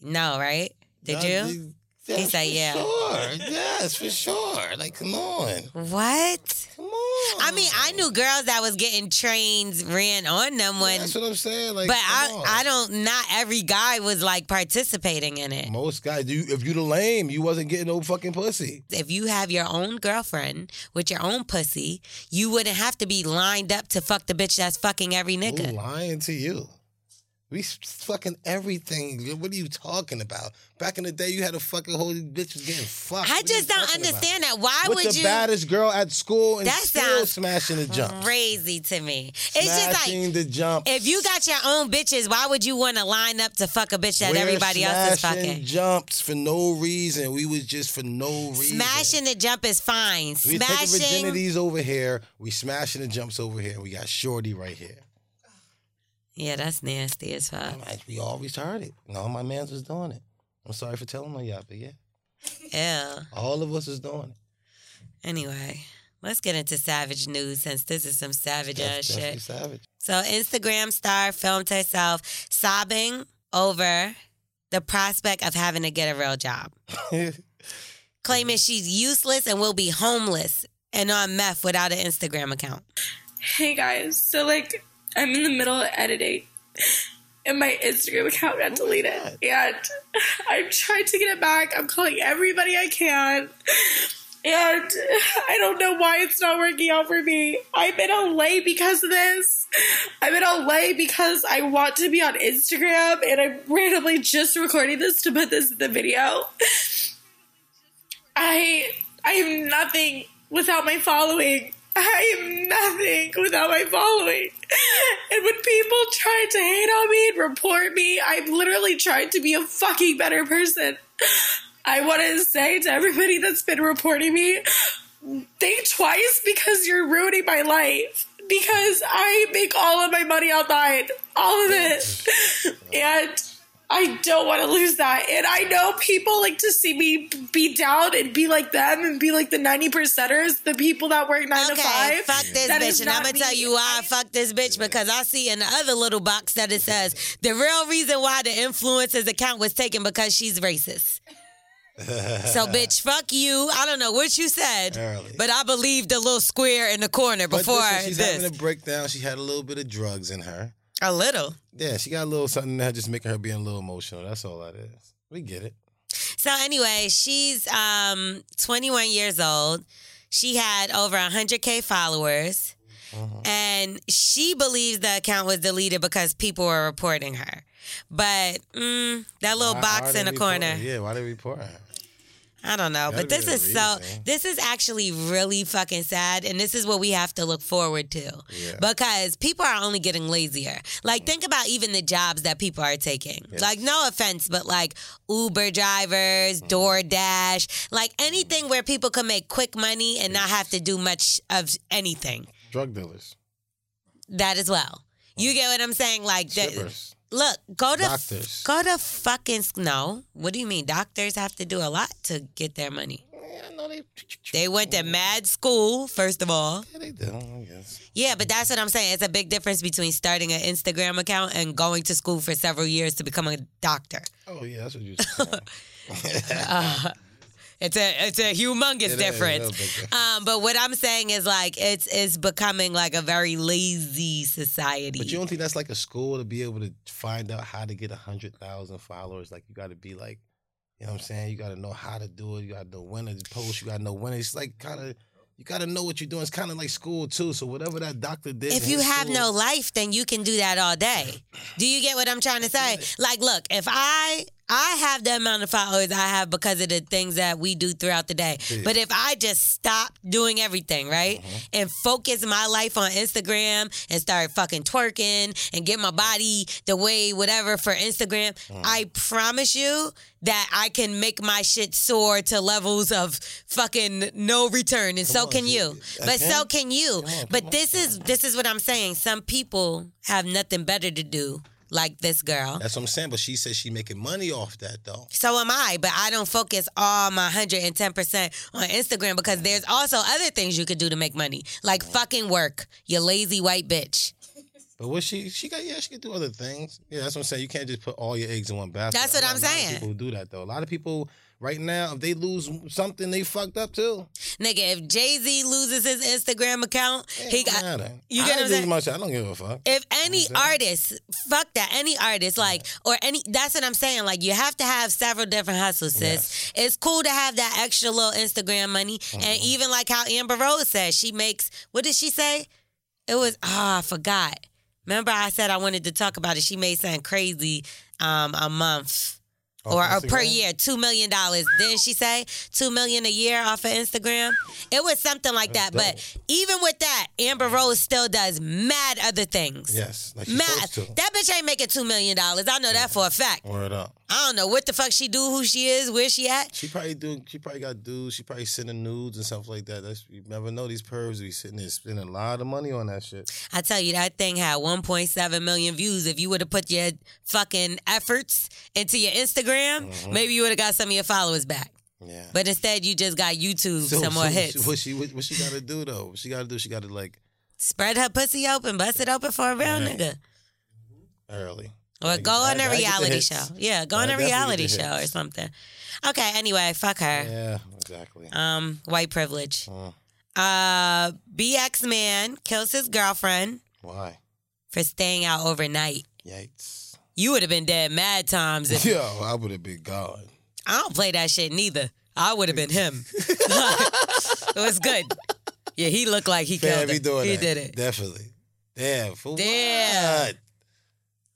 B: No, right? Did
C: Nah,
B: you?
C: they-
B: He said,
C: for
B: yeah.
C: Sure. Yes, for sure. Like, come on.
B: What?
C: Come on.
B: I mean, I knew girls that was getting trains ran on them when,
C: That's what I'm saying. Like,
B: but
C: come
B: I,
C: on.
B: I don't. Not every guy was like participating in it.
C: Most guys, you, if you the lame, you wasn't getting no fucking pussy.
B: If you have your own girlfriend with your own pussy, you wouldn't have to be lined up to fuck the bitch that's fucking every
C: Who
B: nigga.
C: lying to you? We s- fucking everything. What are you talking about? Back in the day, you had a fucking whole bitch was getting fucked.
B: I
C: What are you
B: just don't
C: talking about?
B: understand that. Why
C: With
B: would
C: the
B: you?
C: baddest girl at school and
B: That
C: still
B: sounds
C: smashing the jump.
B: crazy to me. It's just
C: Smashing
B: like
C: the jump.
B: If you got your own bitches, why would you want to line up to fuck a bitch that
C: We're
B: everybody else is
C: smashing
B: fucking?
C: Jumps for no reason. We was just for no reason.
B: Smashing the jump is fine.
C: We taking
B: Smashing.
C: virginities over here. We smashing the jumps over here. We got shorty right here.
B: Yeah, that's nasty as fuck.
C: I'm like, we always heard it. No, my man's was doing it. I'm sorry for telling on y'all, but yeah,
B: Ew.
C: all of us is doing it.
B: Anyway, let's get into savage news since this is some savage ass
C: That's definitely
B: shit.
C: savage.
B: So, Instagram star filmed herself sobbing over the prospect of having to get a real job, claiming she's useless and will be homeless and on meth without an Instagram account.
G: Hey guys, so like I'm in the middle of editing and my Instagram account got deleted. And I'm trying to get it back. I'm calling everybody I can. And I don't know why it's not working out for me. I'm in LA because of this. I'm in LA because I want to be on Instagram and I'm randomly just recording this to put this in the video. I I am nothing without my following. I am nothing without my following. And when people try to hate on me and report me, I'm literally trying to be a fucking better person. I want to say to everybody that's been reporting me, think twice because you're ruining my life. Because I make all of my money online, all of it. And I don't want to lose that. And I know people like to see me be down and be like them and be like the 90 percenters, the people that work nine to
B: Okay,
G: five.
B: fuck this
G: That is
B: bitch, and
G: not
B: I'm gonna
G: me.
B: tell you why I fuck this bitch because I see in the other little box that it says the real reason why the influencer's account was taken because she's racist. so bitch, fuck you. I don't know what you said,
C: Early.
B: but I believe the little square in the corner
C: But
B: before
C: listen, she's
B: this.
C: having a breakdown. She had a little bit of drugs in her.
B: a little.
C: Yeah, she got a little something that just making her being a little emotional. That's all that is. We get it.
B: So anyway, she's um 21 years old. She had over 100k followers,
C: Uh-huh.
B: and she believes the account was deleted because people were reporting her. But mm, that little
C: Why are
B: box
C: they
B: in the
C: reporting-
B: corner,
C: Yeah, why they report her?
B: I don't know. But
C: Gotta be
B: this
C: a
B: is so.
C: reason.
B: This is actually really fucking sad, and this is what we have to look forward to because people are only getting lazier. Like think about even the jobs that people are taking. Like no offense, but like Uber drivers, DoorDash, like anything where people can make quick money and not have to do much of anything.
C: Drug dealers,
B: That as well. You get what I'm saying? Like the-
C: shippers.
B: Look, go to
C: Doctors.
B: go to fucking no. What do you mean? Doctors have to do a lot to get their money.
C: Yeah, I know they.
B: They went to mad school, first of all.
C: Yeah, they do. I guess.
B: Yeah, but that's what I'm saying. It's a big difference between starting an Instagram account and going to school for several years to become a doctor. Uh,
C: Oh yeah, that's what you. Saying.
B: It's a it's a humongous
C: It is,
B: difference.
C: it is a big
B: Um, but what I'm saying is like it's it's becoming like a very lazy society.
C: But you don't think that's like a school to be able to find out how to get a hundred thousand followers? Like you got to be like, you know what I'm saying? You got to know how to do it. You got to know when to post. You got to know when it's like kind of. You got to know what you're doing. It's kind of like school too. So whatever that doctor did,
B: if
C: in
B: you
C: his
B: have
C: school-
B: no life, then you can do that all day. Do you get what I'm trying to say? Like, look, if I I have the amount of followers I have because of the things that we do throughout the day. But if I just stop doing everything, right, and focus my life on Instagram and start fucking twerking and get my body the way whatever for Instagram, I promise you that I can make my shit soar to levels of fucking no return. And so can you. But so can you. But this is this is what I'm saying. Some people have nothing better to do like this girl.
C: That's what I'm saying. But she says she making money off that though.
B: So am I, but I don't focus all my 110% on Instagram because there's also other things you could do to make money, like fucking work, you lazy white bitch.
C: But what she she got? Yeah, she can do other things. Yeah, that's what I'm saying. You can't just put all your eggs in one basket.
B: That's what
C: A lot-
B: I'm
C: a lot of
B: saying.
C: people do that though. A lot of people right now, if they lose something, they fucked up too.
B: Nigga, if Jay Z loses his Instagram account, he got. You get
C: You get
B: what I'm
C: I,
B: saying?
C: lose my shit. I don't give a fuck.
B: If any artist, fuck that, any artist, like, or any, that's what I'm saying. Like, you have to have several different hustles, sis. It's cool to have that extra little Instagram money. And even like how Amber Rose said, she makes, what did she say? It was, oh, I forgot. Remember, I said I wanted to talk about it. She made something crazy um, a month. Or, or per
C: Instagram?
B: year, two million dollars. Then she say two million a year off of Instagram. It was something like that. But even with that, Amber Rose still does mad other things.
C: Yes, like she's
B: Mad.
C: supposed to.
B: That bitch ain't making two million dollars. I know that for a fact.
C: Word up.
B: I don't know what the fuck she do, who she is, where she at.
C: She probably do. She probably got dudes. She probably sending nudes and stuff like that. That's you never know. These pervs be sitting there spending a lot of money on that shit.
B: I tell you, that thing had 1.7 million views. If you would have put your fucking efforts into your Instagram, maybe you would have got some of your followers back.
C: Yeah.
B: But instead, you just got YouTube some more
C: so
B: hits.
C: What she what, what she got to do though? What she got to do? She got to like
B: Spread her pussy open, bust it open for a real
C: Right.
B: nigga.
C: early.
B: Or
C: Like,
B: go on
C: I-
B: a
C: I get the
B: reality
C: hits.
B: show. Yeah, go
C: I
B: on a
C: definitely get the
B: reality show or
C: hits.
B: something. Okay, anyway, fuck her.
C: Yeah, exactly.
B: Um, white privilege.
C: Mm.
B: Uh, BX man kills his girlfriend
C: Why?
B: for staying out overnight.
C: Yikes.
B: You would have been dead mad times if
C: Yo, I would have been gone.
B: I don't play that shit neither. I would have been him. it was good. Yeah, he looked like he
C: Fam,
B: killed
C: he
B: it.
C: doing
B: he
C: that.
B: did it.
C: Definitely. Damn. For
B: Damn.
C: What?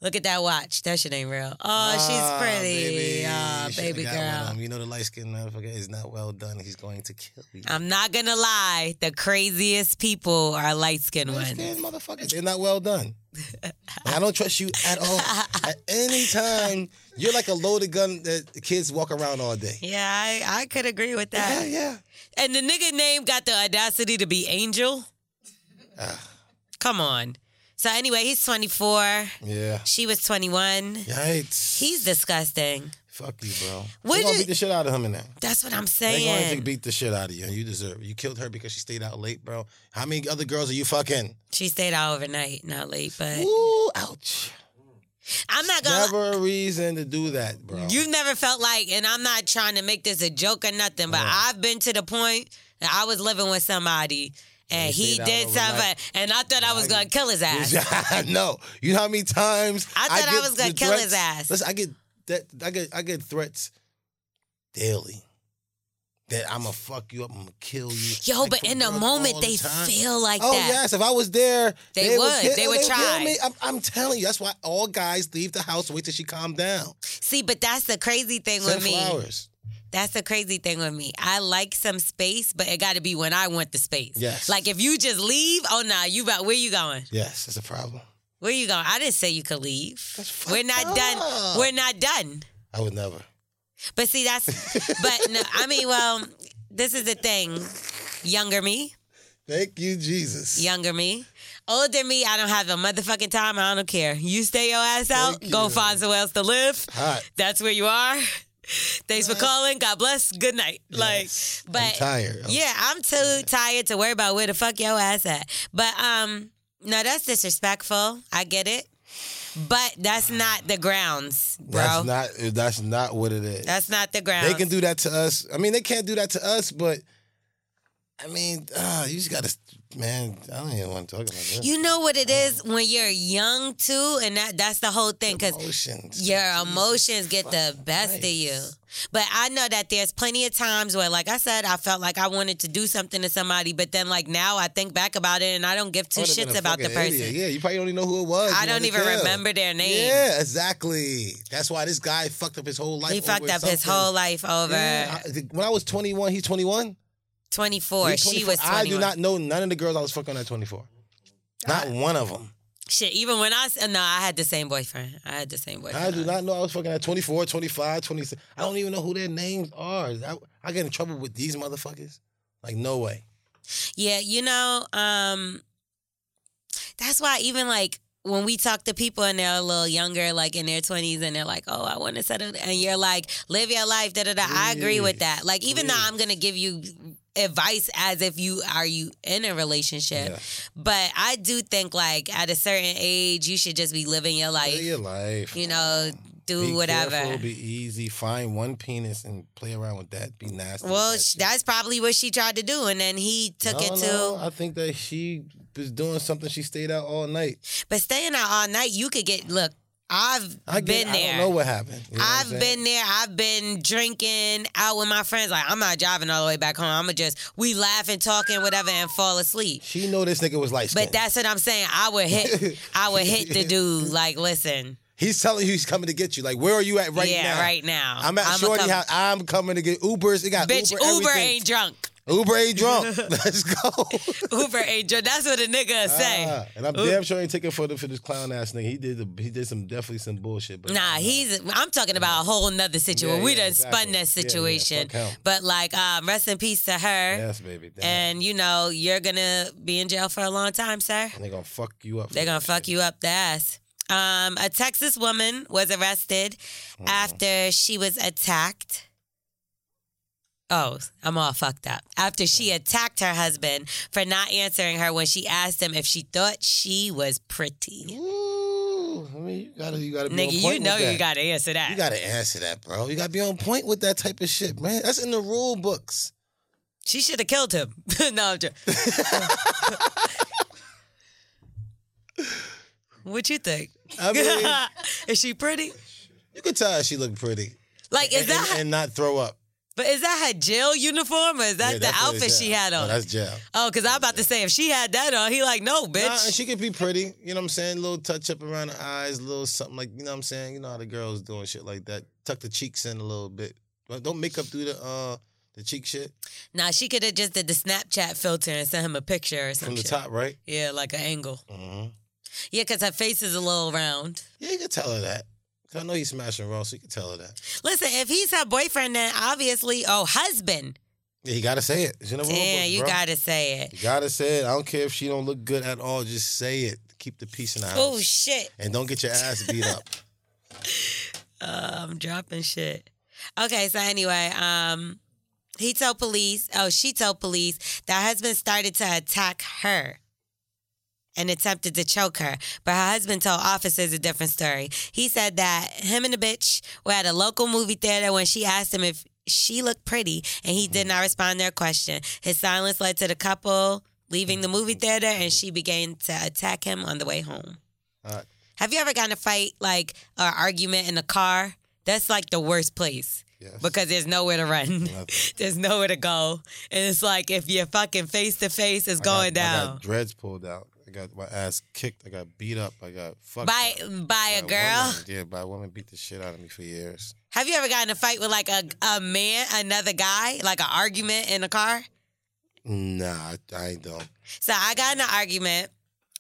B: Look at that watch. That shit ain't real. Oh,
C: Ah,
B: she's pretty.
C: Baby.
B: Oh,
C: You shoulda
B: baby
C: got one of
B: girl.
C: them. You know the light skinned motherfucker is not well done. He's going to kill you.
B: I'm not gonna lie. The craziest people are light skinned
C: Light
B: ones.
C: skinned motherfuckers. They're not well done. And I don't trust you at all. At any time, you're like a loaded gun that the kids walk around all day.
B: Yeah, I, I could agree with that.
C: Yeah, yeah.
B: And the nigga name got the audacity to be Angel.
C: Ah.
B: Come on. So anyway, he's 24.
C: Yeah.
B: She was 21.
C: Yikes.
B: He's disgusting.
C: Fuck you, bro.
B: What
C: We're gonna
B: did-
C: beat the shit out of him in that.
B: That's what I'm
C: They going to
B: saying.
C: beat the shit out of you. You deserve it. You killed her because she stayed out late, bro. How many other girls are you fucking?
B: She stayed out overnight, not late, but
C: Ooh, ouch.
B: I'm not gonna.
C: Never a reason to do that, bro.
B: You've never felt like, and I'm not trying to make this a joke or nothing, but
C: Uh-huh.
B: I've been to the point that I was living with somebody and
C: And you
B: he
C: stayed out
B: did something,
C: overnight.
B: and I thought I was gonna kill his ass.
C: no, you know how many times
B: I thought I
C: get
B: was gonna
C: the
B: kill his
C: threats-
B: ass.
C: Listen, I get that. I get I get threats daily. That I'm gonna fuck you up. I'm gonna kill you.
B: Yo,
C: Like,
B: but
C: from
B: in the
C: girls
B: moment
C: all
B: they
C: time.
B: feel like
C: oh
B: that.
C: yes, if I was there,
B: They would.
C: kill-
B: They would
C: kill
B: try.
C: me. I'm, I'm telling you, that's why all guys leave the house wait till she calm down.
B: See, but that's the crazy thing
C: Send
B: with me.
C: flowers.
B: That's the crazy thing with me. I like some space, but it got to be when I want the space.
C: Yes.
B: Like if you just leave, oh nah, you about where you going?
C: Yes, that's a problem.
B: Where you going? I didn't say you could leave.
C: fucked
B: We're not done.
C: up.
B: We're not done.
C: I would never.
B: But see, that's. but no, I mean, well, this is the thing. Younger me,
C: Thank you, Jesus.
B: younger me, older me. I don't have a motherfucking time. I don't care. You stay your ass out.
C: Thank
B: Go
C: you.
B: find somewhere else to live.
C: Hot.
B: That's where you are. Thanks for calling. God bless. Good night.
C: Yes.
B: Like, but
C: I'm tired.
B: yeah, I'm too tired to worry about where the fuck your ass at. But um, no, that's disrespectful. I get it, but that's not the grounds, bro.
C: That's not. That's not what it is.
B: That's not the grounds.
C: They can do that to us. I mean, they can't do that to us, but I mean, uh, you just gotta, man. I don't even want to talk about this.
B: You know what it is when you're young too, and that that's the whole thing because
C: Emotions.
B: your emotions get the best of you. But I know that there's plenty of times where, like I said, I felt like I wanted to do something to somebody, but then like now I think back about it and I don't give two
C: Would've been
B: shits
C: a
B: about the
C: fucking
B: person.
C: idiot. Yeah, you probably don't even know who it was.
B: I
C: You
B: don't
C: wanted
B: even
C: to kill.
B: remember their name.
C: Yeah, exactly. That's why this guy fucked up his whole life.
B: He fucked
C: over
B: up his
C: something.
B: whole life over
C: Yeah, I- the- when I was 21, he's 21.
B: 24.
C: He's
B: She was 21.
C: I do not know none of the girls I was fucking at 24. Not one of them.
B: Shit, even when I s- no, I had the same boyfriend. I had the same boyfriend.
C: I do not know I was fucking at 24, 25, 26. I don't even know who their names are. I, I get in trouble with these motherfuckers. Like, no way.
B: Yeah, you know, um that's why even like when we talk to people and they're a little younger, like in their twenties, and they're like, "Oh, I want to settle," and you're like, "Live your life." Da da da. I agree with that. Like, even though I'm gonna give you advice as if you are you in a relationship, but I do think like at a certain age, you should just be living your life.
C: Live your life.
B: You know, do
C: Be
B: whatever.
C: Careful, be easy. Find one penis and play around with that. Be nasty. with
B: well,
C: that
B: sh
C: shit.
B: that's probably what she tried to do, and then he took
C: No,
B: it to.
C: no, I think that she was doing something. She stayed out all night.
B: But staying out all night, you could get look. I've
C: I get,
B: been
C: I
B: there.
C: don't know what happened. You know what I'm
B: I've
C: saying?
B: been there. I've been drinking out with my friends. Like I'm not driving all the way back home. I'ma just we laughing, talking, whatever, and fall asleep.
C: She know this nigga was light skinned.
B: But that's what I'm saying. I would hit. I would hit the dude. Like, listen.
C: he's telling you he's coming to get you. Like, where are you at right
B: yeah,
C: now?
B: right now.
C: I'm at
B: I'ma
C: Shorty
B: come-
C: house. I'm coming to get Ubers. It got
B: Bitch,
C: Uber.
B: Uber,
C: everything.
B: ain't drunk.
C: Uber ain't drunk. Let's go.
B: Uber ain't drunk. That's what a nigga say.
C: Ah, and I'm damn sure he ain't taking for the for this clown ass nigga. He did the, he did some definitely some bullshit. But
B: Nah, he's. I'm talking about a whole nother situation.
C: Yeah,
B: we
C: yeah,
B: done spun
C: exactly.
B: that
C: Yeah, yeah,
B: situation.
C: fuck him.
B: but like, um, rest in peace to her.
C: yes, baby. Damn.
B: and you know you're gonna be in jail for a long time, sir.
C: And they gonna fuck you up.
B: They're gonna fuck you up the ass. Um, a Texas woman was arrested
C: Mm.
B: after she was attacked. Oh, I'm all fucked up. After she
C: Mm.
B: attacked her husband for not answering her when she asked him if she thought she was pretty.
C: Ooh, I mean, you gotta you gotta be on
B: Nigga,
C: point
B: you know
C: with that.
B: you gotta answer that.
C: You gotta answer that, bro. You gotta be on point with that type of shit, man. That's in the rule books.
B: she should have killed him. no, I'm joking. what you think?
C: I mean,
B: Is she pretty?
C: you could tell she looked pretty
B: Like, is
C: and,
B: that her-
C: and not throw up.
B: But is that her jail uniform or is that
C: Yeah,
B: the
C: that's what
B: outfit
C: it's
B: she
C: jail.
B: had
C: No,
B: on?
C: that's jail.
B: oh, because I'm about to say if she had that on, he like, no, bitch.
C: Nah, and she could be pretty. You know what I'm saying? Little touch up around the eyes, little something like you know what I'm saying. You know how the girls doing shit like that. Tuck the cheeks in a little bit. But don't make up through the uh the cheek shit
B: nah, she could have just did the Snapchat filter and sent him a picture or
C: from
B: something.
C: the top, right?
B: Yeah, like an angle.
C: Mm-hmm.
B: Yeah, because her face is a little round.
C: Yeah, you could tell her that. 'Cause I know he's smashing raw, so you can tell her that.
B: Listen, if he's her boyfriend, then obviously, oh, husband.
C: Yeah, you gotta say it. It's in the rule
B: Damn,
C: book,
B: you
C: bro.
B: gotta say it.
C: You gotta say it. I don't care if she don't look good at all. Just say it. Keep the peace in the house.
B: Oh shit,
C: and don't get your ass beat up.
B: I'm dropping shit. Okay, so anyway, um, he told police. Oh, she told police that her husband started to attack her. and attempted to choke her. But her husband told officers a different story. He said that him and the bitch were at a local movie theater when she asked him if she looked pretty, and he did not respond to her question. His silence led to the couple leaving the movie theater, and she began to attack him on the way home.
C: Alright.
B: Have you ever gotten in a fight, like an argument in a car? That's like the worst place.
C: Yes.
B: Because there's nowhere to run, there's nowhere to go, and it's like if you're fucking face to face, it's
C: I
B: going
C: got- I
B: down.
C: got dreads pulled out. I got my ass kicked. I got beat up. I got fucked
B: by
C: up.
B: by a
C: By
B: girl.
C: woman. Yeah, by a woman beat the shit out of me for years.
B: Have you ever gotten in a fight with like a a man, another guy, like an argument in a car?
C: Nah, I, I don't.
B: So I got in an argument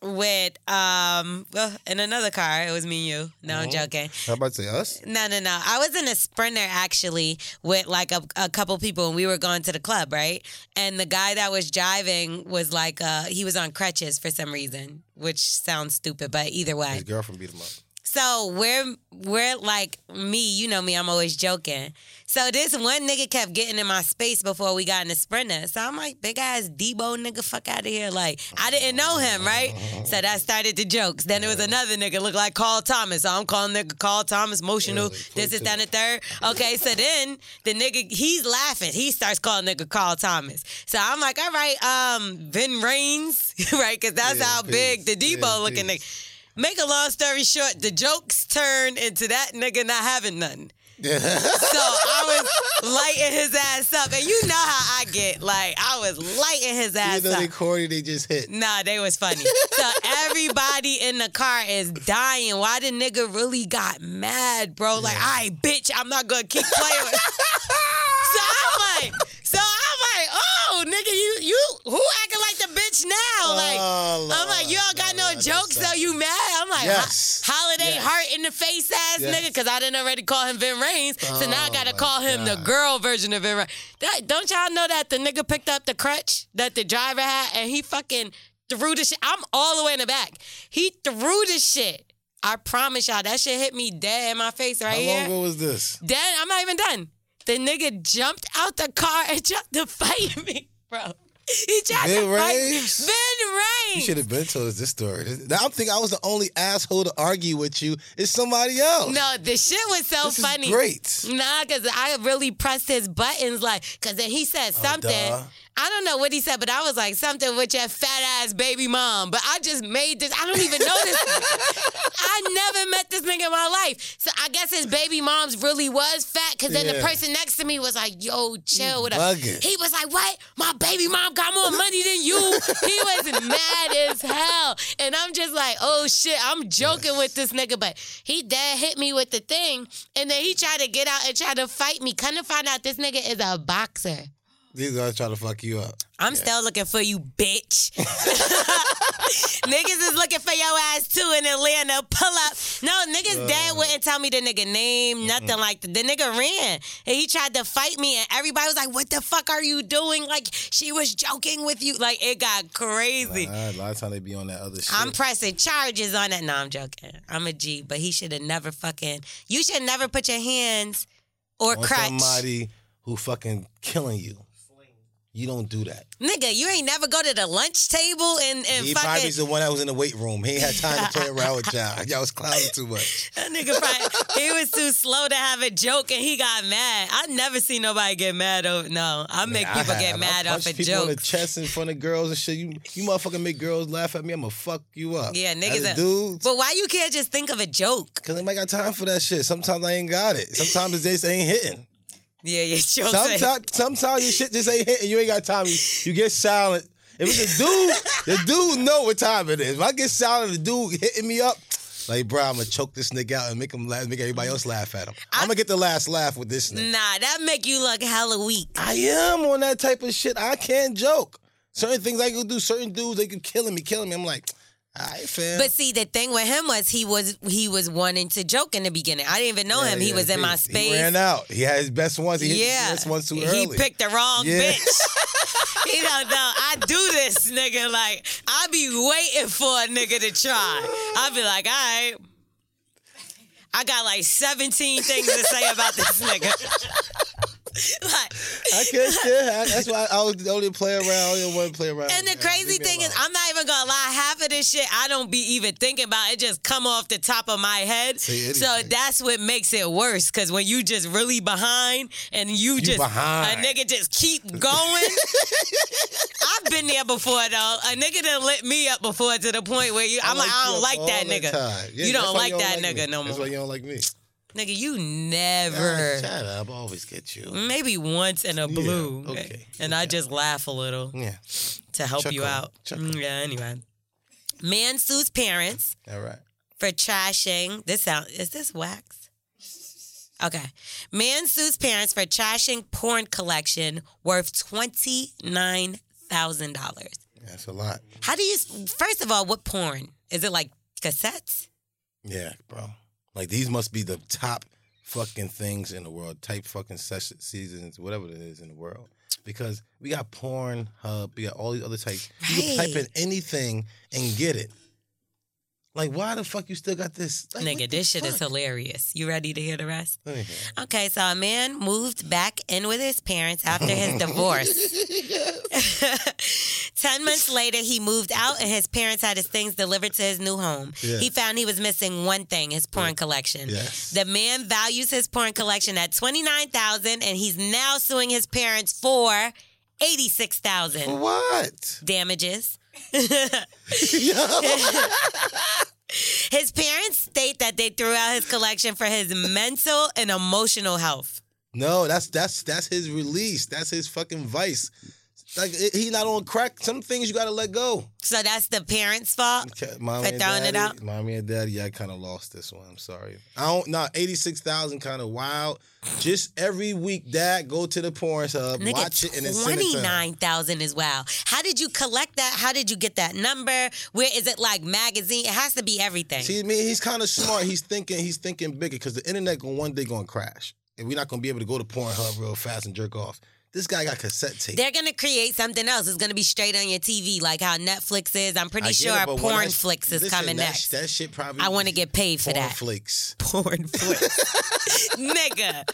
B: with um well in another car. It was me and you. No, I'm
C: Uh-huh.
B: joking.
C: How about to say us?
B: No, no, no. I was in a sprinter actually with like a, a couple people, and we were going to the club, right? And the guy that was driving was like, uh, he was on crutches for some reason, which sounds stupid, but either way.
C: His girlfriend beat him up.
B: So we're we're like me, you know me, I'm always joking. So this one nigga kept getting in my space before we got in the sprinter. So I'm like, big ass Debo nigga, fuck out of here. Like I didn't know him, right? So that started the jokes. Then there was another nigga look like Carl Thomas. So I'm calling nigga Carl Thomas emotional. this is down the third. Okay, so then the nigga he's laughing. He starts calling nigga Carl Thomas. So I'm like, all right, um, Vin Reigns, right? Cause that's
C: Yeah,
B: how
C: peace.
B: big the Debo
C: Yeah,
B: looking
C: peace.
B: nigga. Make a long story short, the jokes turned into that nigga not having none. So I was lighting his ass up, and you know how I get. Like I was lighting his ass
C: Even though
B: up.
C: they corny, they just hit.
B: Nah, they was funny. so everybody in the car is dying. Why the nigga really got mad, bro? Like, I bitch, I'm not gonna keep playing. with So I'm like, so I'm like, oh, nigga, you you who acting like the bitch now? Like,
C: Oh,
B: I'm like,
C: Lord.
B: you all got no
C: Lord,
B: jokes,
C: that's
B: so you mad? I'm like,
C: Yes.
B: ho- holiday
C: Yes.
B: heart in the face ass
C: Yes.
B: nigga, because I didn't already call him Vin Rains, so now I
C: Oh,
B: gotta
C: my
B: call him the
C: God.
B: girl version of Vin Rains. That, don't y'all know that the nigga picked up the crutch that the driver had and he fucking threw the shit? I'm all the way in the back. He threw the shit. I promise y'all, that shit hit me dead in my face right
C: How
B: here.
C: long ago was this?
B: Then I'm not even done. The nigga jumped out the car and tried to fight me, bro. He tried
C: Vin
B: to fight
C: Rames?
B: Vin
C: You
B: Rames.
C: should have been told us this story. This- I don't think I was the only asshole to argue with you. It's somebody else.
B: No, the shit was so
C: this
B: funny.
C: Is great.
B: Nah, cause I really pressed his buttons, like, cause then he said something.
C: Oh, duh.
B: I don't know what he said, but I was like something with your fat ass baby mom. But I just made this. I don't even know this. nigga. I never met this nigga in my life, so I guess his baby mom's really was fat. Cause then the
C: Yeah.
B: person next to me was like, "Yo, chill with
C: bugging.
B: He was like, "What? My baby mom got more money than you." he was mad as hell, and I'm just like, "Oh shit!" I'm joking with this nigga, but he dad hit me with the thing, and then he tried to get out and try to fight me. Come to find out, this nigga is a boxer.
C: These guys trying to fuck you up.
B: I'm still looking for you, bitch. niggas is looking for your ass too in Atlanta. Pull up. No, niggas dad wouldn't tell me the nigga name, nothing like that. The nigga ran. And he tried to fight me, and everybody was like, What the fuck are you doing? Like, she was joking with you. Like, it got crazy.
C: Nah, a lot of times they be on that other shit.
B: I'm pressing charges on that. No, I'm joking. I'm a G, but he should have never fucking. You should never put your hands or
C: on
B: crutch.
C: somebody who fucking killing you. You don't do that.
B: Nigga, you ain't never go to the lunch table and, and
C: he probably
B: fucking.
C: is the one that was in the weight room. He ain't had time to play around with y'all. Y'all was clowning too much.
B: That nigga probably, he was too slow to have a joke and he got mad. I never see nobody get mad over. No, I make
C: Man, I
B: people get
C: have.
B: mad
C: I
B: off
C: punched
B: a
C: people on the
B: joke.
C: chest in front of girls and shit. You, you motherfucking make girls laugh at me. I'ma fuck you up.
B: Yeah, niggas.
C: As a
B: are-
C: dude.
B: But why you can't just think of a joke?
C: Cause I got time for that shit. Sometimes I ain't got it. Sometimes it just ain't hitting.
B: Yeah, your jokes. ain't-
C: Sometimes, sometimes your shit just ain't hitting. You ain't got time. You, you get silent. If it's a dude, the dude know what time it is. If I get silent, the dude hitting me up. Like, bro, I'm gonna choke this nigga out and make him laugh, make everybody else laugh at him. I'm gonna get the last laugh with this nigga.
B: Nah, that make you look hella weak.
C: I am on that type of shit. I can't joke. Certain things I can do. Certain dudes they can killing me, killing me. I'm like, all right, fam.
B: But see, the thing with him was he was he was wanting to joke in the beginning. I didn't even know him. He
C: Yeah,
B: was in my
C: he-
B: space.
C: He ran out. He had his best ones. He hit
B: yeah,
C: his best ones too early.
B: he picked the wrong
C: Yeah.
B: bitch. he don't know. I do this, nigga. Like I be waiting for a nigga to try. I be like, all right. I got like 17 things to say about this nigga. like,
C: I can't stand that. That's why I was the only play around. I only one play around.
B: and the crazy thing is, I'm not even gonna lie. Half of this shit I don't be even thinking about. It just come off the top of my head.
C: Say anything.
B: So that's what makes it worse. Cause when you just really behind and you, just
C: behind.
B: a nigga just keep going. I've been there before though. A nigga done lit me up before to the point where you, I'm like, I don't like that nigga. you don't like that nigga no
C: That's why
B: more.
C: you don't like me.
B: Nigga, you
C: Ah,
B: never. Mm.
C: Shut up. I always get you.
B: Maybe once in a blue.
C: okay,
B: And I just laugh a little
C: Yeah.
B: to help you
C: Chuckle,
B: out.
C: chuckle.
B: Mm, Yeah, anyway. Man sues parents
C: All right.
B: for trashing. This sound is this wax? Okay. Man sues parents for trashing porn collection worth twenty nine thousand dollars.
C: That's a lot.
B: How do you first of all, what porn? Is it like cassettes?
C: Yeah, bro. Like these must be the top fucking things in the world. Type fucking session seasons, whatever it is in the world. Because we got porn hub, we got all these other types. You can type
B: Right.
C: in anything and get it. Like, why the fuck you still got this? Like,
B: Nigga,
C: what
B: this
C: the
B: shit is
C: fuck?
B: hilarious. You ready to hear the rest?
C: Let me hear.
B: Okay, so a man moved back in with his parents after his divorce. Ten months later, he moved out and his parents had his things delivered to his new home.
C: Yeah.
B: He found he was missing one thing his porn collection.
C: Yes.
B: The man values his porn collection at 29000 and he's now suing his parents for 86000
C: What?
B: damages.
C: Yo.
B: His parents state that they threw out his collection for his mental and emotional health.
C: No, that's that's that's his release. That's his fucking vice. Like it- he not on crack. Some things you gotta let go.
B: So that's the parents' fault.
C: Okay, Uh, Mommy
B: For
C: and
B: throwing
C: daddy,
B: it out?
C: mommy and daddy, I kind of lost this one. I'm sorry. I don't. Nah, eighty six thousand kind of wild. Just every week, dad go to the porn hub, watch it, and then send it to
B: twenty
C: him.
B: nine thousand is wow. How did you collect that? How did you get that number? Where is it? Like magazine? It has to be everything.
C: See, I mean, he's kind of smart. He's thinking. He's thinking bigger because the internet going one day gonna crash, and we're not gonna be able to go to Pornhub real fast and jerk off. This guy got cassette tape.
B: They're gonna create something else. It's gonna be straight on your TV, like how Netflix is. I'm pretty
C: I get
B: sure
C: it, but when I-
B: Pornflix is
C: listen,
B: coming
C: that,
B: next.
C: That shit probably.
B: I want to get paid for that.
C: Pornflix.
B: Pornflix, nigga.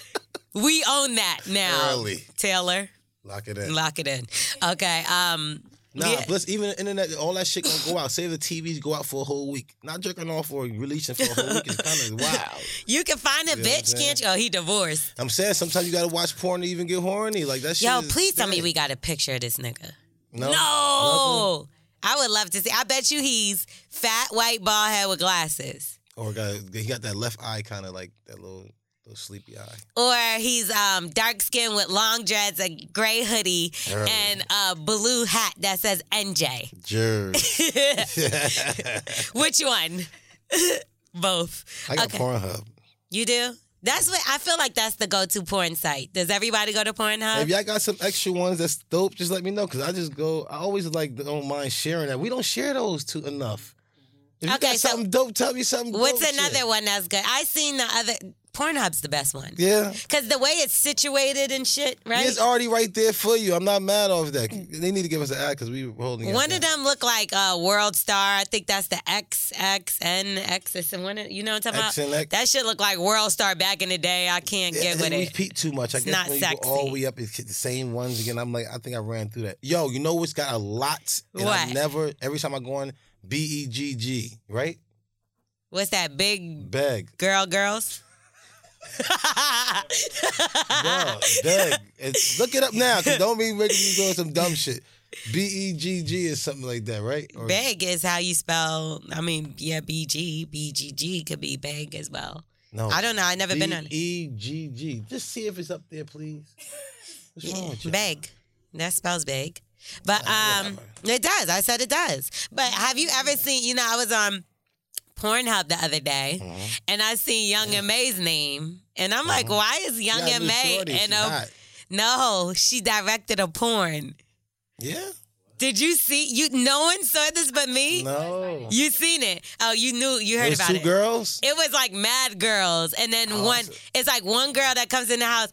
B: We own that now.
C: Early.
B: Taylor,
C: Lock it in.
B: lock it in. Okay. Um.
C: Nah,
B: Yeah.
C: plus even the internet, all that shit gonna go out. Say the TVs go out for a whole week. Not jerking off or releasing for a whole week is kind of wild.
B: You can find a bitch, can't you? Oh, he divorced.
C: I'm saying sometimes you gotta watch porn to even get horny. Like that shit.
B: Yo,
C: is
B: please tell me
C: dead.
B: we got a picture of this nigga.
C: no.
B: No. I would love to see. I bet you he's fat, white, bald head with glasses.
C: Or got he got that left eye kind of like that little little sleepy eye.
B: Or he's um, dark skinned with long dreads, a gray hoodie,
C: Girl.
B: and a blue hat that says NJ.
C: Jerk.
B: Which one? Both.
C: I got
B: Okay.
C: Pornhub.
B: You do? That's what I feel like that's the go to porn site. Does everybody go to Pornhub?
C: If y'all got some extra ones that's dope, just let me know. Cause I just go, I always like don't mind sharing that. We don't share those two enough. If you
B: Okay,
C: got
B: so
C: something dope, tell me something
B: What's
C: dope,
B: another
C: shit.
B: one that's good? I seen the other Pornhub's the best one.
C: Yeah.
B: Cause the way it's situated and shit, right?
C: It's already right there for you. I'm not mad off that. They need to give us an ad because we were holding.
B: One of them look like uh, World Star. I think that's the XXNX. It's one of, you know what I'm talking about?
C: XNX.
B: That shit look like World Star back in the day. I can't
C: Yeah, I
B: get
C: think
B: with
C: we
B: it.
C: peep too much. I
B: It's
C: guess
B: not
C: when you go all
B: sexy.
C: the way up, it's the same ones again. I'm like, I think I ran through that. Yo, you know what's got a lot? And I
B: What?
C: never. Every time I go on B E G G, right?
B: What's that big
C: Beg,
B: girl girls?
C: Bro, beg. It's, look it up now. Cause don't be making me doing some dumb shit. B E G G is something like that, right? Or-
B: Big is how you spell. I mean, yeah, BG, BGG could be big as well.
C: No,
B: I don't know. I've never been on
C: B
B: it.
C: E G G. Just see if it's up there, please. What's wrong with you?
B: Big. That spells big. But um it does. I said it does. But have you ever seen, you know, I was on Pornhub the other day
C: Uh-huh.
B: and I seen Young and May's name. And I'm like, why is Young
C: Yeah,
B: and
C: new
B: May
C: shorty,
B: and
C: she
B: a
C: hot.
B: No, she directed a porn.
C: Yeah.
B: Did you see you no one saw this but me?
C: No.
B: You seen it. Oh, you knew you heard
C: There's
B: about
C: two
B: it.
C: girls. Oh,
B: It was like mad girls, and then one. It's like one girl that comes in the house.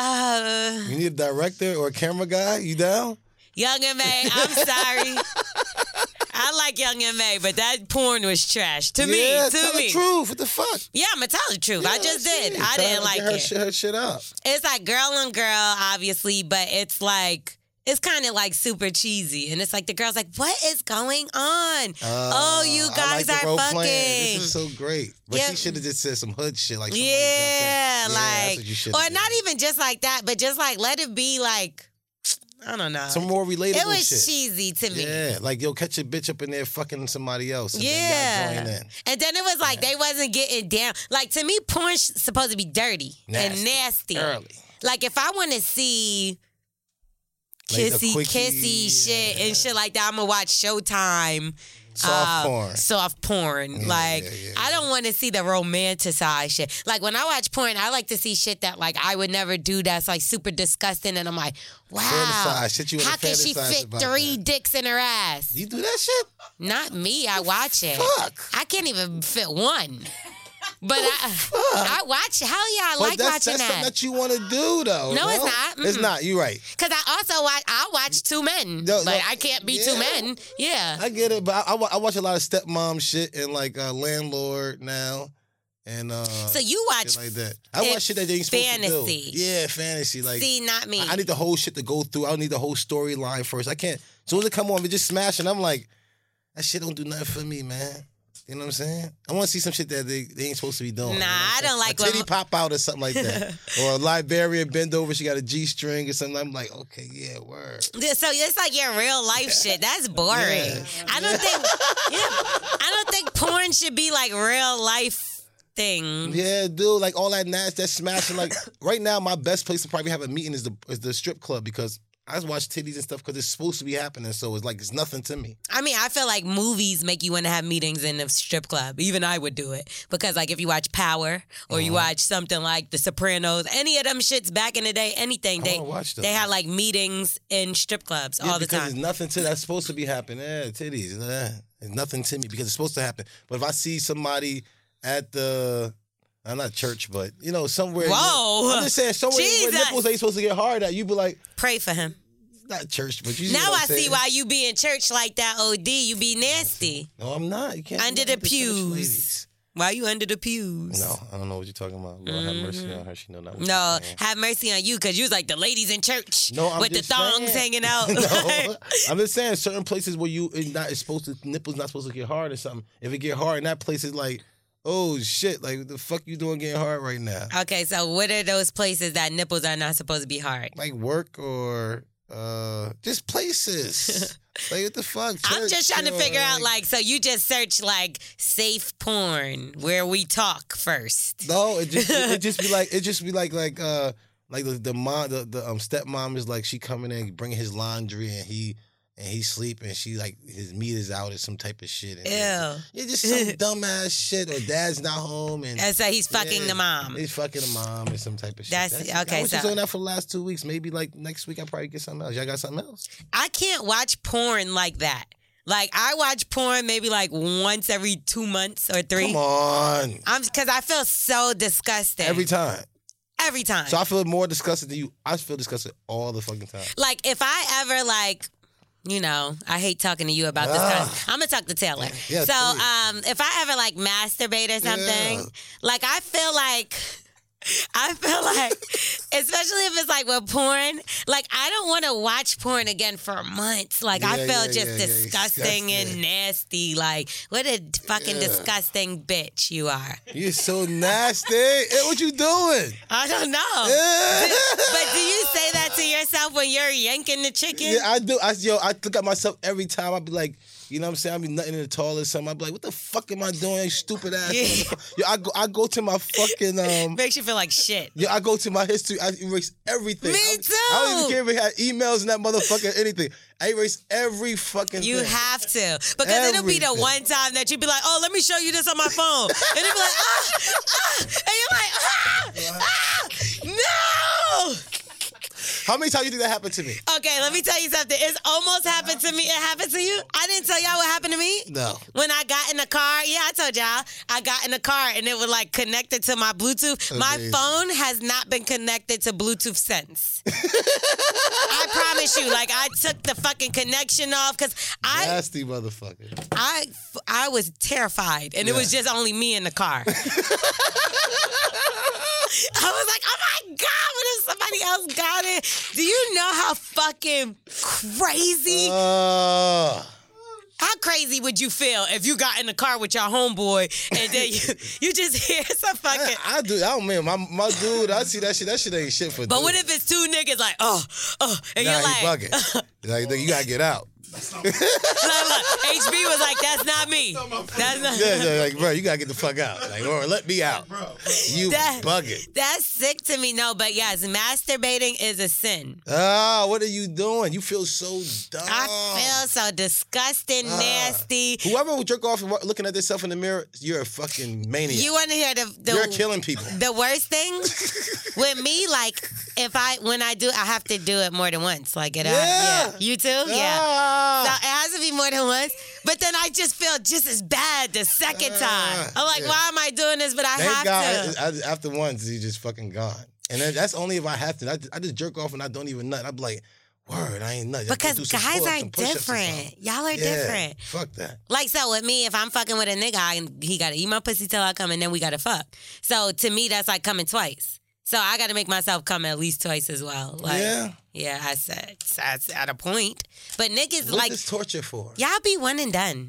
B: Nah,
C: You need a director or a camera guy. You down?
B: Young and May, I'm sorry. I like Young and May, but that porn was trash to
C: yeah,
B: me. To
C: tell
B: me.
C: the truth. What the fuck?
B: Yeah, I'm gonna tell the truth. I
C: Yeah,
B: just did.
C: shit.
B: I
C: Tell her
B: didn't
C: to
B: like
C: get her
B: it.
C: Shit, her shit up.
B: It's like girl on girl, obviously, but it's like. It's kind of like super cheesy, and it's like the girl's like, "What is going on? oh, you
C: Uh, Ah, I
B: guys
C: like the
B: are
C: role
B: fucking."
C: playing. This is so great. But
B: Yeah.
C: she should have just said some hood shit. Like, somebody
B: Yeah,
C: jumped in. yeah, that's
B: like
C: what you should.
B: or not even just like that, but just like let it be like I don't know.
C: some more relatable
B: it was
C: shit.
B: cheesy to me.
C: Yeah, like yo, catch your bitch up in there fucking somebody else. And then y'all
B: Yeah.
C: join in.
B: And then it was like they wasn't getting down. Like to me, porn's supposed to be dirty and
C: Nasty.
B: nasty.
C: Early.
B: Like if I want to see
C: Like the
B: kissy
C: quickie,
B: kissy shit
C: yeah.
B: and shit like that, I'm gonna watch Showtime.
C: Soft
B: uh,
C: porn.
B: Soft porn. like,
C: yeah, yeah,
B: I don't want to see the romanticized shit. Like, when I watch porn, I like to see shit that, like, I would never do that's, like, super disgusting. And I'm like, wow.
C: Fantasize. Shit you wanna
B: how can she
C: fantasize
B: fit
C: about
B: three
C: that.
B: dicks in her ass?
C: You do that shit?
B: Not me. I watch it.
C: Fuck. Oh,
B: I can't even fit one. But I, I watch. Hell yeah, I
C: But
B: like
C: that's,
B: watching
C: that's something
B: that.
C: that you want to do, though.
B: No, it's not.
C: It's
B: Mm-mm.
C: not. You're right.
B: Cause I also watch. I watch two men.
C: No, no.
B: like I can't be two
C: Yeah.
B: men. Yeah.
C: I get it, but I, I, wa- I watch a lot of stepmom shit and like uh, landlord now, and uh,
B: so you watch.
C: shit like that. I watch
B: it's
C: shit that they ain't supposed
B: fantasy.
C: to do. Yeah, fantasy. Like
B: see, not me.
C: I, I need the whole shit to go through. I don't need the whole storyline first. I can't. As soon as it come on, it just smash, and I'm like, that shit don't do nothing for me, man. You know what I'm saying? I want to see some shit that they, they ain't supposed to be doing. you
B: Nah,
C: know what I'm
B: I don't
C: saying?
B: like
C: Oh, a
B: when
C: titty
B: mo-
C: pop out or something like that, or a librarian bend over. She got a G string or something. I'm like, okay, yeah, word.
B: Yeah, So it's like your real life shit. That's boring. I don't think. Yeah, I don't think porn should be like real life thing.
C: Yeah, dude, like all that nasty, that smashing. Like right now, my best place to probably have a meeting is the is the strip club because I just watch titties and stuff because it's supposed to be happening. So it's like it's nothing to me.
B: I mean, I feel like movies make you want to have meetings in a strip club. Even I would do it because, like, if you watch Power or you
C: Uh-huh.
B: watch something like The Sopranos, any of them shits back in the day, anything
C: I
B: they
C: wanna watch those.
B: they had like meetings in strip clubs
C: Yeah,
B: all the
C: because
B: time.
C: it's nothing to that's supposed to be happening. Yeah, titties. eh, it's nothing to me because it's supposed to happen. But if I see somebody at the uh, not church, but you know somewhere.
B: Whoa.
C: I'm just saying somewhere where
B: Jesus.
C: nipples ain't supposed to get hard at. You be like,
B: Pray for him.
C: it's not church, but you. see
B: now
C: what
B: I
C: I'm
B: see
C: saying.
B: why you be in church like that, OD. You be nasty.
C: No, I'm not. You can't do
B: Under the
C: that with church
B: pews.
C: ladies.
B: Why you under the pews? Mm-hmm.
C: No, I don't know what you're talking about. Lord have mercy on her. She know not. What
B: No,
C: she's saying.
B: have mercy on you because you was like the ladies in church
C: No, I'm
B: with the
C: just
B: thongs
C: saying.
B: hanging out.
C: no, I'm just saying certain places where you it's not it's supposed to nipples not supposed to get hard or something. If it get hard in that place, it's like, oh shit, like what the fuck you doing getting hard right now?
B: okay, so what are those places that nipples are not supposed to be hard?
C: Like work or uh just places. like what the fuck?
B: I'm just
C: Church
B: trying to
C: or,
B: figure out, like, so you just search like safe porn where we talk first.
C: no, it just it, it just be like it just be like like uh like the the mom the, the um stepmom is like she coming in bringing his laundry and he. And he's sleeping. She like his meat is out or some type of shit. And
B: Ew.
C: Yeah, just some dumbass shit, or dad's not home, and
B: And so he's fucking
C: Yeah,
B: the mom.
C: He's fucking the mom and some type of shit.
B: That's- okay,
C: I was just
B: so-
C: doing that for the last two weeks. Maybe like next week, I probably get something else. Y'all got something else?
B: I can't watch porn like that. Like, I watch porn maybe like once every two months or three.
C: Come on,
B: I'm because I feel so disgusted
C: every time.
B: Every time.
C: So I feel more disgusted than you. I feel disgusted all the fucking time.
B: like if I ever like you know, I hate talking to you about this. Kind of, I'm gonna talk to Taylor.
C: Ah. Yeah,
B: so,
C: please.
B: um, if I ever like masturbate or something,
C: Yeah.
B: like I feel like, I feel like, especially if it's like with porn, like I don't want to watch porn again for months. Like I
C: Yeah,
B: feel
C: yeah,
B: just
C: yeah, yeah,
B: disgusting and
C: disgusting.
B: nasty. Like what a fucking disgusting bitch you are.
C: You're so nasty. Hey, what you doing?
B: I don't know. But do you say that to yourself when you're yanking the chicken?
C: Yeah, I do. I yo, I look at myself every time. I be like, you know what I'm saying? I be nothing in the tall or something. I be like, what the fuck am I doing? You stupid ass.
B: Yeah.
C: motherfucker. Yo, I go, I go to my fucking um.
B: Makes you feel like shit.
C: Yo, I go to my history. I erase everything.
B: Me
C: I, I don't even
B: too.
C: care if it had emails and that motherfucker anything. I erase every fucking.
B: You
C: thing.
B: have to because it'll be the
C: Everything.
B: one time that you'd be like, "Oh, let me show you this on my phone," and it'd be like, "Ah, ah," and you're like, "Ah, ah, no."
C: How many times you think that happened to me?
B: Okay, let me tell you something. It's almost happened to me. It happened to you. I didn't tell y'all what happened to me.
C: No.
B: When I got in the car, yeah, I told y'all. I got in the car and it was like connected to my Bluetooth. My
C: Amazing.
B: phone has not been connected to Bluetooth since. I promise you. Like I took the fucking connection off because I
C: Nasty motherfucker.
B: I I was terrified, and it was just only me in the car. I was like, oh my god, what if somebody else got it? Do you know how fucking crazy?
C: Uh,
B: how crazy would you feel if you got in the car with your homeboy and then you, you just hear some
C: I,
B: fucking.
C: I do. I don't mean my my dude. I see that shit. That shit ain't shit for.
B: But
C: dude.
B: what if it's two niggas like, oh, oh, and
C: Nah,
B: you're
C: he
B: like,
C: bugging. like nigga, you gotta get out.
B: like, look, HB was like, that's not me. That's not.
C: Yeah, yeah, like bro, you gotta get the fuck out. Like or let me out. You
B: That-
C: bugging.
B: That's sick to me. No, but yes, masturbating is a sin.
C: Ah, what are you doing? You feel so dumb.
B: I feel so disgusting,
C: Ah.
B: nasty.
C: Whoever would jerk off and wa- looking at themselves in the mirror, you're a fucking maniac.
B: You want to hear the the,
C: You're killing people.
B: the worst thing with me? Like if I when I do, I have to do it more than once. Like it, uh,
C: Yeah.
B: yeah. You too, yeah.
C: Ah.
B: So it has to be more than once. But then I just feel just as bad the second time. I'm like,
C: Ah. yeah.
B: why am I doing this? But I have
C: Thank God.
B: to.
C: I- I- after once, you just fucking gone. And then, that's only if I have to. I, I just jerk off and I don't even nut. I'm like, word, I ain't nut. I go
B: Because
C: do some
B: guys
C: pull-ups
B: are
C: and push-ups or something.
B: different. Y'all are
C: Yeah,
B: different.
C: Fuck that.
B: Like so with me, if I'm fucking with a nigga, I, he gotta eat my pussy till I come, and then we gotta fuck. So to me, that's like coming twice. So I gotta make myself come at least twice as well. Like,
C: Yeah.
B: yeah, I said that's at a point. But niggas
C: What
B: like
C: is torture for?
B: y'all be one and done.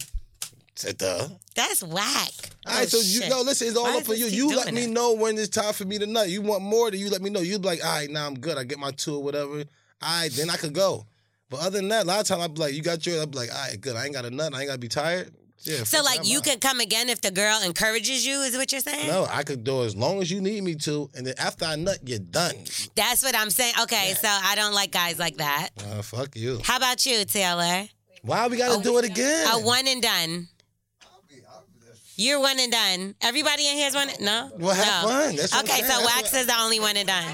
C: Said duh.
B: That's whack.
C: All right,
B: Oh,
C: so you
B: shit.
C: no, listen, it's all
B: Why
C: up
B: does
C: for
B: it
C: you.
B: keep
C: You let
B: doing
C: me
B: it?
C: know when it's time for me to nut. You want more, then you let me know. You'd be like, all right, now I'm good. I get my two or whatever. All right, then I could go. But other than that, a lot of time I'd be like, you got yours. I'd be like, all right, good. I ain't got a nut. I ain't got to be tired. Yeah.
B: So
C: fuck
B: like
C: that,
B: you
C: I'm
B: could come again if the girl encourages you, is what you're saying?
C: out. No, I could do as long as you need me to, and then after I nut, you're done.
B: That's what I'm saying. Okay, so I don't like guys like that.
C: Uh, fuck you.
B: How about you, Taylor?
C: Why we
B: Oh,
C: gotta do it again?
B: A one and done. You're one and done. Everybody in here is one. No.
C: Well, have
B: no.
C: fun. That's what I'm
B: okay,
C: saying.
B: so
C: That's
B: Wax
C: what-
B: is the only one and done.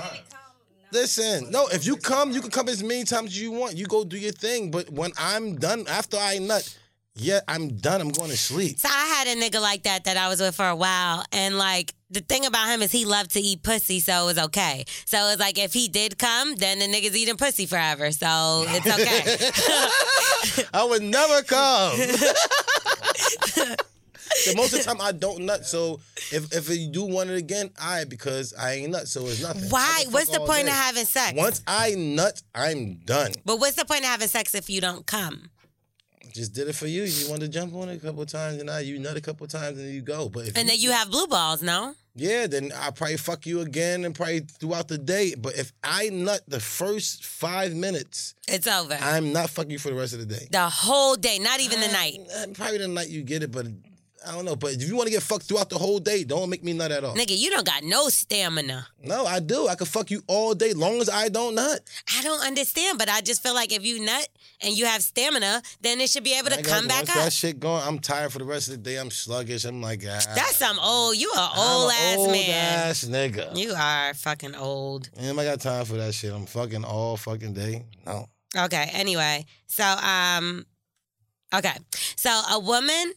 C: Listen, no, if you come, you can come as many times as you want. You go do your thing. But when I'm done, after I nut, yeah, I'm done. I'm going to sleep.
B: So I had a nigga like that that I was with for a while, and like the thing about him is he loved to eat pussy, so it was okay. So it was like if he did come, then the niggas eating pussy forever, so it's okay.
C: I would never come. the most of the time I don't nut, so if if you do want it again, I because I ain't nut, so it's nothing. I
B: Why?
C: can
B: What's
C: fuck
B: the
C: all
B: point
C: day.
B: of having sex?
C: Once I nut, I'm done.
B: But what's the point of having sex if you don't come?
C: Just did it for you. You want to jump on it a couple times, and now you nut a couple times, and then you go. But if
B: And
C: you-
B: then you have blue balls, no?
C: yeah, then I probably fuck you again, and probably throughout the day. But if I nut the first five minutes,
B: It's over.
C: I'm not fucking you for the rest of the day.
B: the whole day, not even the night.
C: Uh, Probably the night you get it, but I don't know. But if you want to get fucked throughout the whole day, don't make me nut at all.
B: Nigga, you don't got no stamina.
C: No, I do. I could fuck you all day long as I don't nut.
B: I don't understand, but I just feel like if you nut and you have stamina, then it should be able to
C: Like,
B: come
C: once
B: back up.
C: that shit gone, I'm tired for the rest of the day. I'm sluggish. I'm like, ah,
B: That's some old. You a
C: I'm
B: old
C: a
B: ass
C: old
B: man.
C: ass nigga.
B: You are fucking old.
C: Damn, I got time for that shit. I'm fucking all fucking day. No.
B: Okay. Anyway, so um, okay, so a woman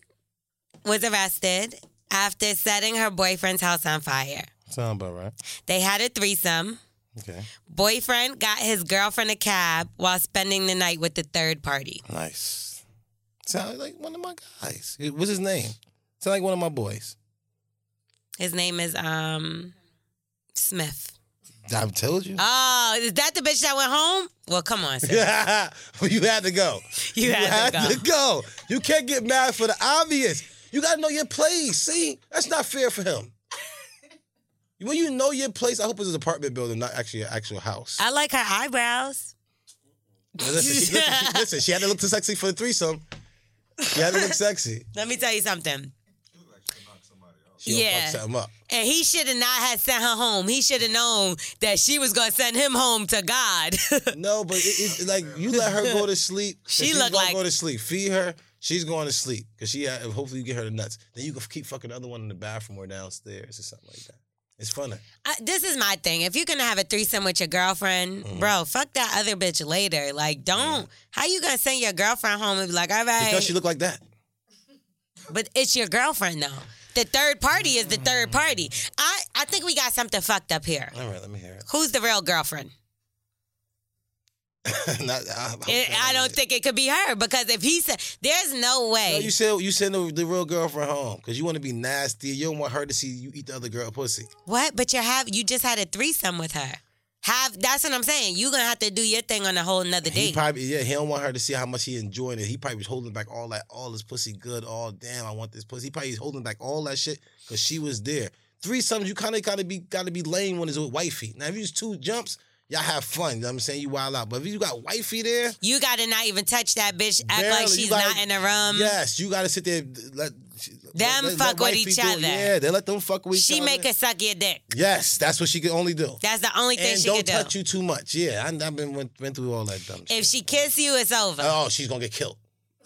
B: was arrested after setting her boyfriend's house on fire.
C: Sound about right.
B: They had a threesome.
C: Okay.
B: Boyfriend got his girlfriend a cab while spending the night with the third party.
C: Nice. Sound like one of my guys. What's his name? Sound like one of my boys.
B: His name is um Smith.
C: I've told you.
B: Oh, is that the bitch that went home? Well, come on, sis.
C: well, you had to go.
B: You had to
C: had go. You can't get mad for the obvious. You gotta know your place. See, that's not fair for him. When you know your place, I hope it's an apartment building, not actually an actual house.
B: I like her eyebrows.
C: listen, she, listen, she, listen, she had to look too sexy for the threesome. She had to look sexy.
B: Let me tell you something.
C: She gonna
B: Yeah.
C: fuck something up.
B: And he should have not had sent her home. He should have known that she was gonna send him home to God.
C: No, but it, it's like you let her go to sleep. 'cause
B: She
C: she's
B: look
C: gonna
B: like-
C: go to sleep. Feed her. She's going to sleep because she. uh, Hopefully, you get her the nuts. Then you can keep fucking the other one in the bathroom or downstairs or something like that. It's funner.
B: I, this is my thing. If you're gonna have a threesome with your girlfriend,
C: Mm-hmm.
B: bro, fuck that other bitch later. Like, don't. How you gonna send your girlfriend home and be like, all right?
C: Because she look like that.
B: But it's your girlfriend though. The third party is the third party. I, I think we got something fucked up here.
C: All right, let me hear it.
B: Who's the real girlfriend?
C: Not- I,
B: It, I don't think it could be her because if he said, there's no
C: No,
B: way.
C: you send you send the, the real girlfriend home because you want to be nasty. You don't want her to see you eat the other girl pussy.
B: what? But you have you just had a threesome with her. Have that's what I'm saying. You're gonna have to do your thing on a whole nother
C: He
B: date.
C: probably yeah. He don't want her to see how much he enjoying it. He probably was holding back all that. All this pussy good. All damn, I want this pussy. He probably is holding back all that shit because she was there. Three sums you kind of gotta be gotta be lame when it's with wifey. Now if you just two jumps, y'all have fun. You know what I'm saying you wild out. But if you got wifey there,
B: you gotta not even touch that bitch, act
C: Barely.
B: like
C: You
B: she's
C: gotta-
B: not in the room.
C: Yes, you gotta sit there. Let
B: Them fuck with
C: wifey
B: each
C: do it.
B: other.
C: Yeah, they let them fuck with each
B: she
C: other.
B: make her suck your dick.
C: Yes, that's what she can only do.
B: That's the only thing
C: and
B: she
C: don't
B: can
C: touch
B: do.
C: you too much. Yeah, I, I've been went, went through all that dumb shit.
B: If she kiss you, it's over.
C: oh, she's gonna get killed.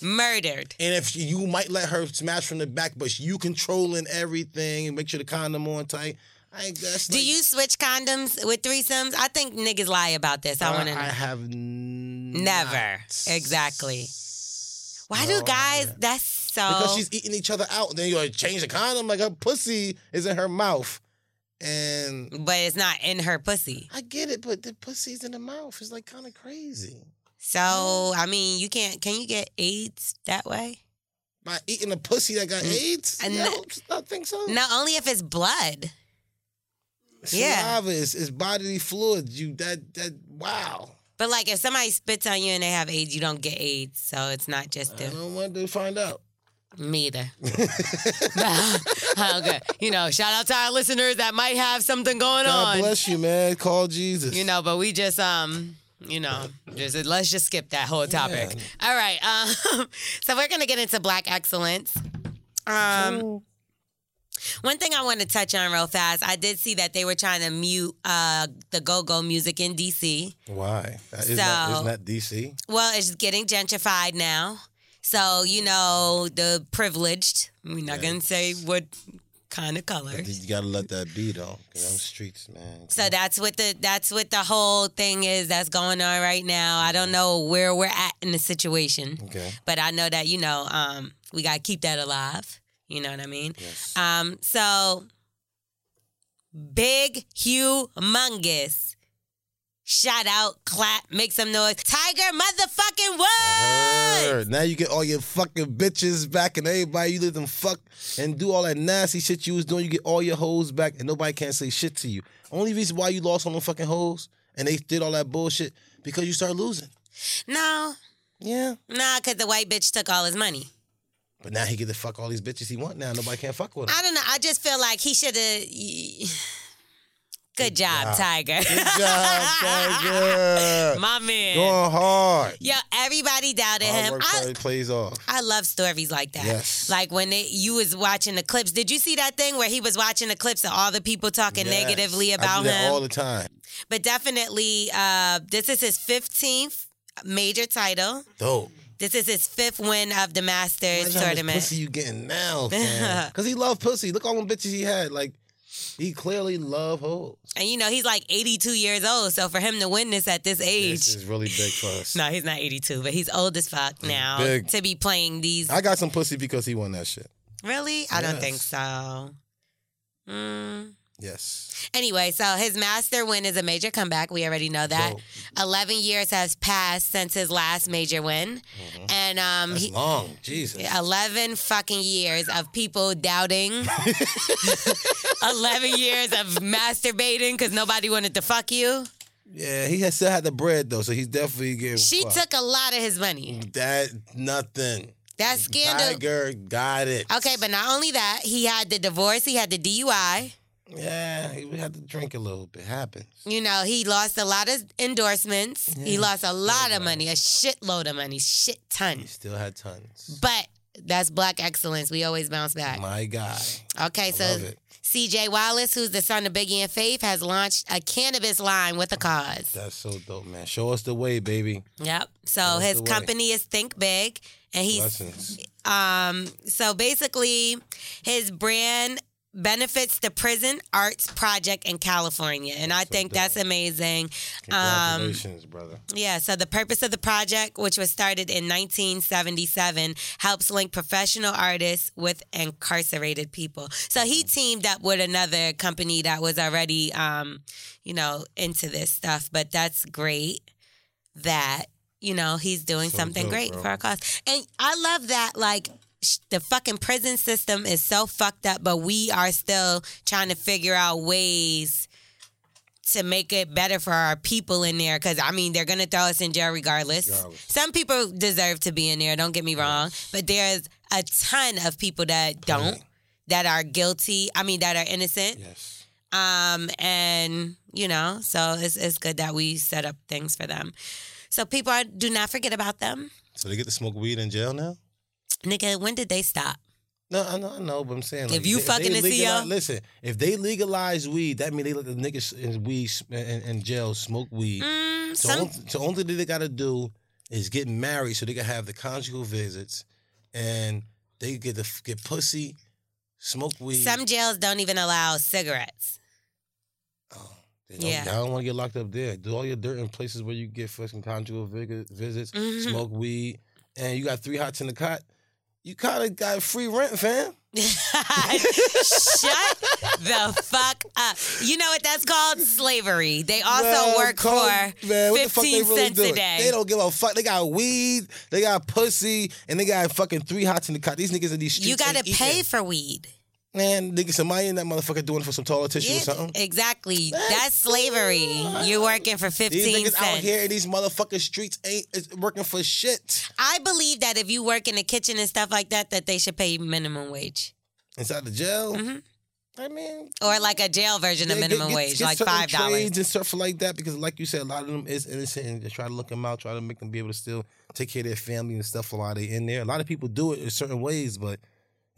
B: Murdered.
C: And if she- you might let her smash from the back, but you controlling everything and make sure the condom on tight. I guess.
B: Do you switch condoms with threesomes? I think niggas lie about this. I want to know.
C: Uh, I have n-
B: Never.
C: not.
B: Exactly. Why
C: No,
B: do
C: I
B: guys?
C: haven't.
B: That's so.
C: Because she's eating each other out. Then you like, change the condom. Like her pussy is in her mouth, and
B: but it's not in her pussy.
C: I get it, but the pussy's in the mouth. It's like kind of crazy.
B: So I mean, you can't. Can you get AIDS that way?
C: By eating a pussy that got AIDS?
B: And
C: no,
B: that-
C: I don't think so.
B: No, only if it's blood. yeah.
C: Saliva is, is bodily fluid. You that that wow.
B: But like, if somebody spits on you and they have AIDS, you don't get AIDS. So it's not just
C: I
B: the
C: don't want to find out.
B: me either. okay, you know, shout out to our listeners that might have something going
C: God
B: on.
C: bless you, man. Call Jesus.
B: You know, but we just um, you know, just let's just skip that whole topic. All right. Um, so we're gonna get into black excellence. Um one thing I want to touch on real fast, I did see that they were trying to mute uh, the go-go music in DC.
C: why? That is
B: So-
C: not, isn't that DC?
B: Well, it's getting gentrified now. So, you know, the privileged, we're not going to say what kind of color.
C: You gotta let that be though. Cause I'm streets, man.
B: So that's what the that's what the whole thing is that's going on right now. I don't know where we're at in the situation.
C: Okay.
B: But I know that, you know, um, we gotta keep that alive. You know what I mean? Um, so big humongous. Shout out, clap, make some noise. Tiger motherfucking Woods!
C: Word. Now you get all your fucking bitches back and everybody you let them fuck and do all that nasty shit you was doing. You get all your hoes back and nobody can't say shit to you. Only reason why you lost all them fucking hoes and they did all that bullshit because you started losing.
B: No,
C: Yeah.
B: nah, cause the white bitch took all his money.
C: But now he get to fuck all these bitches he want now. Nobody can fuck with him.
B: I don't know. I just feel like he should have. Good
C: Ah.
B: job, Ah, Tiger.
C: Good job, Tiger.
B: My man.
C: Going hard.
B: Yo, everybody doubted
C: Hard
B: him.
C: work
B: I,
C: probably plays off.
B: I love stories like that.
C: Yes.
B: Like when they, you was watching the clips. Did you see that thing where he was watching the clips of all the people talking
C: Yes.
B: negatively
C: I
B: about
C: do that
B: him?
C: all the time.
B: but definitely, uh, this is his 15th major title.
C: Dope.
B: This is his fifth win of the Masters
C: Imagine how much
B: tournament.
C: pussy you getting now, fam. Because he loved pussy. Look all them bitches he had. Like, he clearly loved hoes.
B: And you know, he's like 82 years old. So for him to win this at this age.
C: This is really big for us.
B: No, he's not 82, but he's old as fuck now
C: big.
B: to be playing these.
C: I got some pussy because he won that shit.
B: really? I don't
C: Yes.
B: think so. Mm.
C: Yes.
B: Anyway, so his master win is a major comeback. We already know that.
C: Dope.
B: 11 years has passed since his last major win. And um,
C: Mm-hmm. That's
B: he,
C: long. Jesus.
B: 11 fucking years of people doubting. 11 years of masturbating because nobody wanted to fuck you.
C: Yeah, he had still had the bread, though, so he's definitely getting.
B: She
C: fucked.
B: took a lot of his money.
C: that nothing.
B: That scandal.
C: Tiger got it.
B: Okay, but not only that, he had the divorce, he had the DUI.
C: Yeah, he had to drink a little bit. Happens.
B: You know, he lost a lot of endorsements. He lost a lot of money, a shitload of money, shit
C: He
B: tons.
C: still had tons.
B: But that's black excellence. We always bounce back.
C: My guy.
B: Okay, so
C: love it.
B: CJ Wallace, who's the son of Biggie and Faith, has launched a cannabis line with a cause.
C: That's so dope, man. Show us the way, baby.
B: Yep. So
C: That's
B: his
C: the way.
B: company is Think Big, and he's
C: Blessings.
B: Um, so basically, his brand benefits the Prison Arts Project in California, and I think that's amazing. Um,
C: Congratulations, brother.
B: yeah, so the purpose of the project, which was started in 1977, helps link professional artists with incarcerated people. So he teamed up with another company that was already, um, you know, into this stuff. But that's great that, you know, he's doing
C: So
B: something
C: dope,
B: great
C: bro.
B: for our cause. And I love that, like, sh- the fucking prison system is so fucked up, but we are still trying to figure out ways to make it better for our people in there because I mean they're gonna throw us in jail regardless.
C: Regardless.
B: Some people deserve to be in there, don't get me wrong, but there's a ton of people that don't, that are guilty. I mean that are innocent.
C: Yes.
B: Um, and you know, so it's it's good that we set up things for them. So people are, do not forget about them,
C: So they get to smoke weed in jail now?
B: nigga. When did they stop?
C: No, I know, I know, but I'm saying like,
B: If you
C: they-
B: fucking
C: they
B: a CEO?
C: legalize- listen. If they legalize weed, that means they let the niggas in weed s- in, in jail smoke weed.
B: Mm,
C: so,
B: some-
C: only, so only thing they gotta do is get married, so they can have the conjugal visits, and they get to f- get pussy, smoke weed.
B: some jails don't even allow cigarettes.
C: They don't-
B: Yeah.
C: I don't want to get locked up there. Do all your dirt in places where you get fucking conjugal vig- visits,
B: Mhm.
C: smoke weed, and you got three hots in the cot. You kind of got free rent, fam.
B: Shut the fuck up. You know what that's called? Slavery. They also
C: Man,
B: work
C: come-
B: for
C: man, what the fuck they
B: 15
C: really
B: cents a
C: doing?
B: day.
C: They don't give a fuck. They got weed, they got pussy, and they got fucking three hots in the cot. These niggas in these streets.
B: you gotta
C: ain't eating.
B: pay for weed.
C: Man, nigga, somebody in that motherfucker doing it for some toilet tissue or
B: Yeah,
C: something.
B: exactly. That's slavery. You're working for 15
C: These niggas
B: cents.
C: out here in these motherfucking streets ain't is working for shit.
B: I believe that if you work in the kitchen and stuff like that, that they should pay minimum wage.
C: Inside the jail.
B: Mm-hmm.
C: I mean,
B: Or like a jail version of
C: Yeah, get-
B: minimum
C: get-
B: wage,
C: get
B: like
C: certain
B: five dollars.
C: trades and stuff like that. Because, like you said, a lot of them is innocent, and just try to look them out, try to make them be able to still take care of their family and stuff while they in there. A lot of people do it in certain ways, but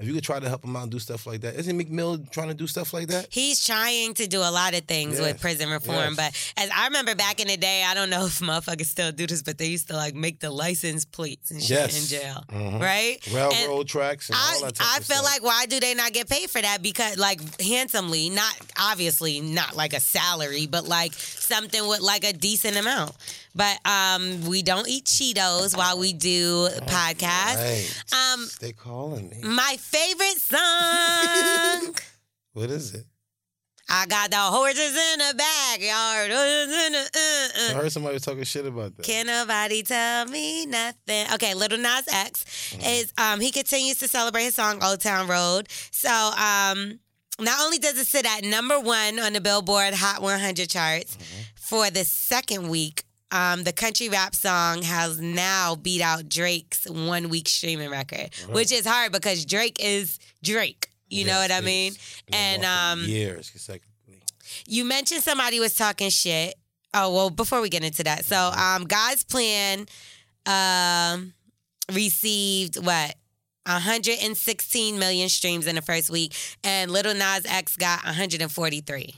C: if you could try to help them out and do stuff like that, isn't McMill trying to do stuff like that?
B: He's trying to do a lot of things with
C: Yes,
B: prison reform, but as I remember back in the day, I don't know if motherfuckers still do this, but they used to like make the license plates and shit
C: Yes.
B: in jail,
C: Mhm.
B: right? And-
C: Railroad tracks and all
B: I,
C: that. Type
B: I
C: of
B: feel
C: stuff.
B: like why do they not get paid for that? Because like handsomely, not obviously not like a salary, but like something with like a decent amount. But um, we don't eat Cheetos while we do podcasts.
C: Oh, Right.
B: Um,
C: they calling me.
B: my favorite song.
C: What is it?
B: I got the horses in the backyard. Horses in the, uh,
C: I
B: uh.
C: heard somebody was talking shit about that.
B: Can nobody tell me nothing? Okay, Little Nas X
C: Uh-huh.
B: is um he continues to celebrate his song Old Town Road. So um not only does it sit at number one on the Billboard Hot 100 charts
C: Uh-huh.
B: for the second week, um, the country rap song has now beat out Drake's one week streaming record, which is hard because Drake is Drake. You know
C: Uh-huh. Yes,
B: what I
C: it
B: mean?
C: is. Been
B: And,
C: going for
B: um,
C: years consecutively.
B: You mentioned somebody was talking shit. Oh well, before we get into that, so
C: Mm-hmm.
B: um, God's plan um received what 116 million streams in the first week, and Little Nas X got 143.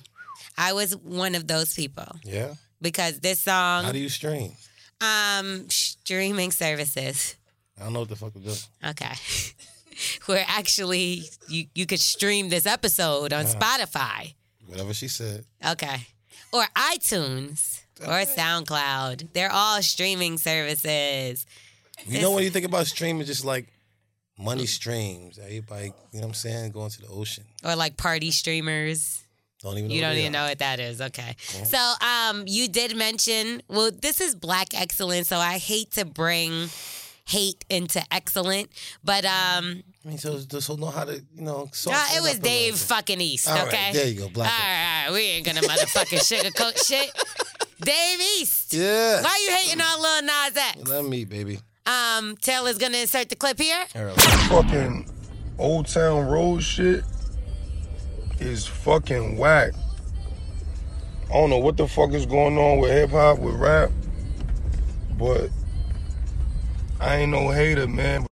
B: I was one of those people
C: Yeah.
B: because this
C: How
B: song,
C: do you stream?
B: um, streaming services.
C: I don't know what the fuck to do.
B: Okay. Where actually you, you could stream this episode
C: Uh-huh.
B: on Spotify.
C: Whatever she said.
B: Okay. Or iTunes or SoundCloud. They're all streaming services.
C: You know when you think about streaming, just like money streams. Everybody, you know what I'm saying, going to the ocean.
B: Or like party streamers.
C: Don't even.
B: You
C: know
B: don't
C: they
B: even know
C: are.
B: what that is. Okay. So um you did mention, well, this is black excellence, so I hate to bring hate into excellent. But um
C: I mean, so just don't know how to, you know. soften
B: uh, it
C: up
B: was
C: a
B: Dave
C: little bit.
B: fucking East,
C: All right,
B: okay?
C: there you go, black
B: All right, all right, we ain't gonna motherfucking sugarcoat shit. Dave East.
C: Yeah.
B: Why you hating on Lil Nas X?
C: Let me, baby.
B: Um, Taylor's gonna insert the clip here.
C: All right.
H: fucking old town road shit is fucking whack. I don't know what the fuck is going on with hip hop, with rap, but I ain't no hater, man. But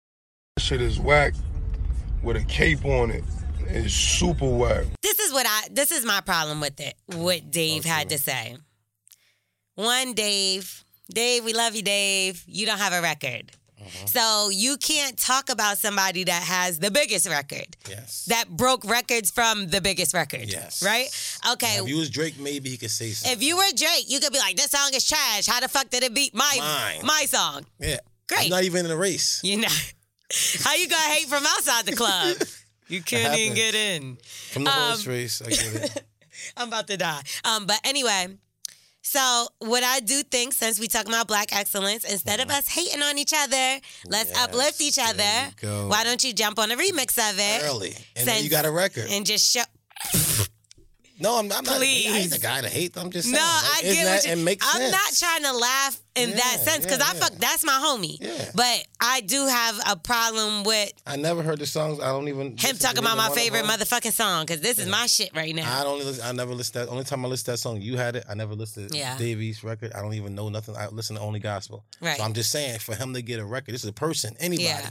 H: that shit is whack with a cape on it. It's super whack.
B: this is what I this is my problem with it. What Dave had to say. One, Dave, Dave, we love you, Dave. You don't have a record.
C: Uh-huh.
B: So you can't talk about somebody that has the biggest record.
C: Yes.
B: That broke records from the biggest record.
C: Yes.
B: Right? Okay.
C: if you was Drake, maybe he could say something.
B: if you were Drake, you could be like, this song is trash. How the fuck did it beat my
C: Mine.
B: my song?
C: yeah.
B: Great.
C: I'm not even in a race.
B: You know. How you gonna hate from outside the club? you can't even
C: happens.
B: get in.
C: From the horse race, I get it.
B: Um, I'm about to die. Um, but anyway, so what I do think, since we talk about black excellence, instead of us hating on each other, let's uplift each other.
C: Mm. you go.
B: Why don't you jump on a remix of it
C: Early, and then
B: Since-
C: you got a record.
B: and just show?
C: no, I'm, I'm not. I
B: Please.
C: ain't the guy to hate. I'm just saying.
B: No,
C: like,
B: I get
C: isn't
B: what
C: that-
B: you.
C: It makes
B: I'm
C: sense.
B: not trying to laugh in that
C: Yeah,
B: sense because
C: yeah,
B: I fuck.
C: yeah.
B: That's my homie.
C: Yeah.
B: But I do have a problem with
C: I never heard the songs. I don't even.
B: him
C: listen to
B: talking
C: neither
B: about my
C: one of
B: favorite
C: them.
B: motherfucking song because this is my shit right now.
C: I don't. Listen, I never listen. That only time I listen that song, you had it. I never listened to
B: Yeah.
C: Davies record. I don't even know nothing. I listen to only gospel.
B: Right.
C: So I'm just saying, for him to get a record, this is a person, anybody.
B: Yeah.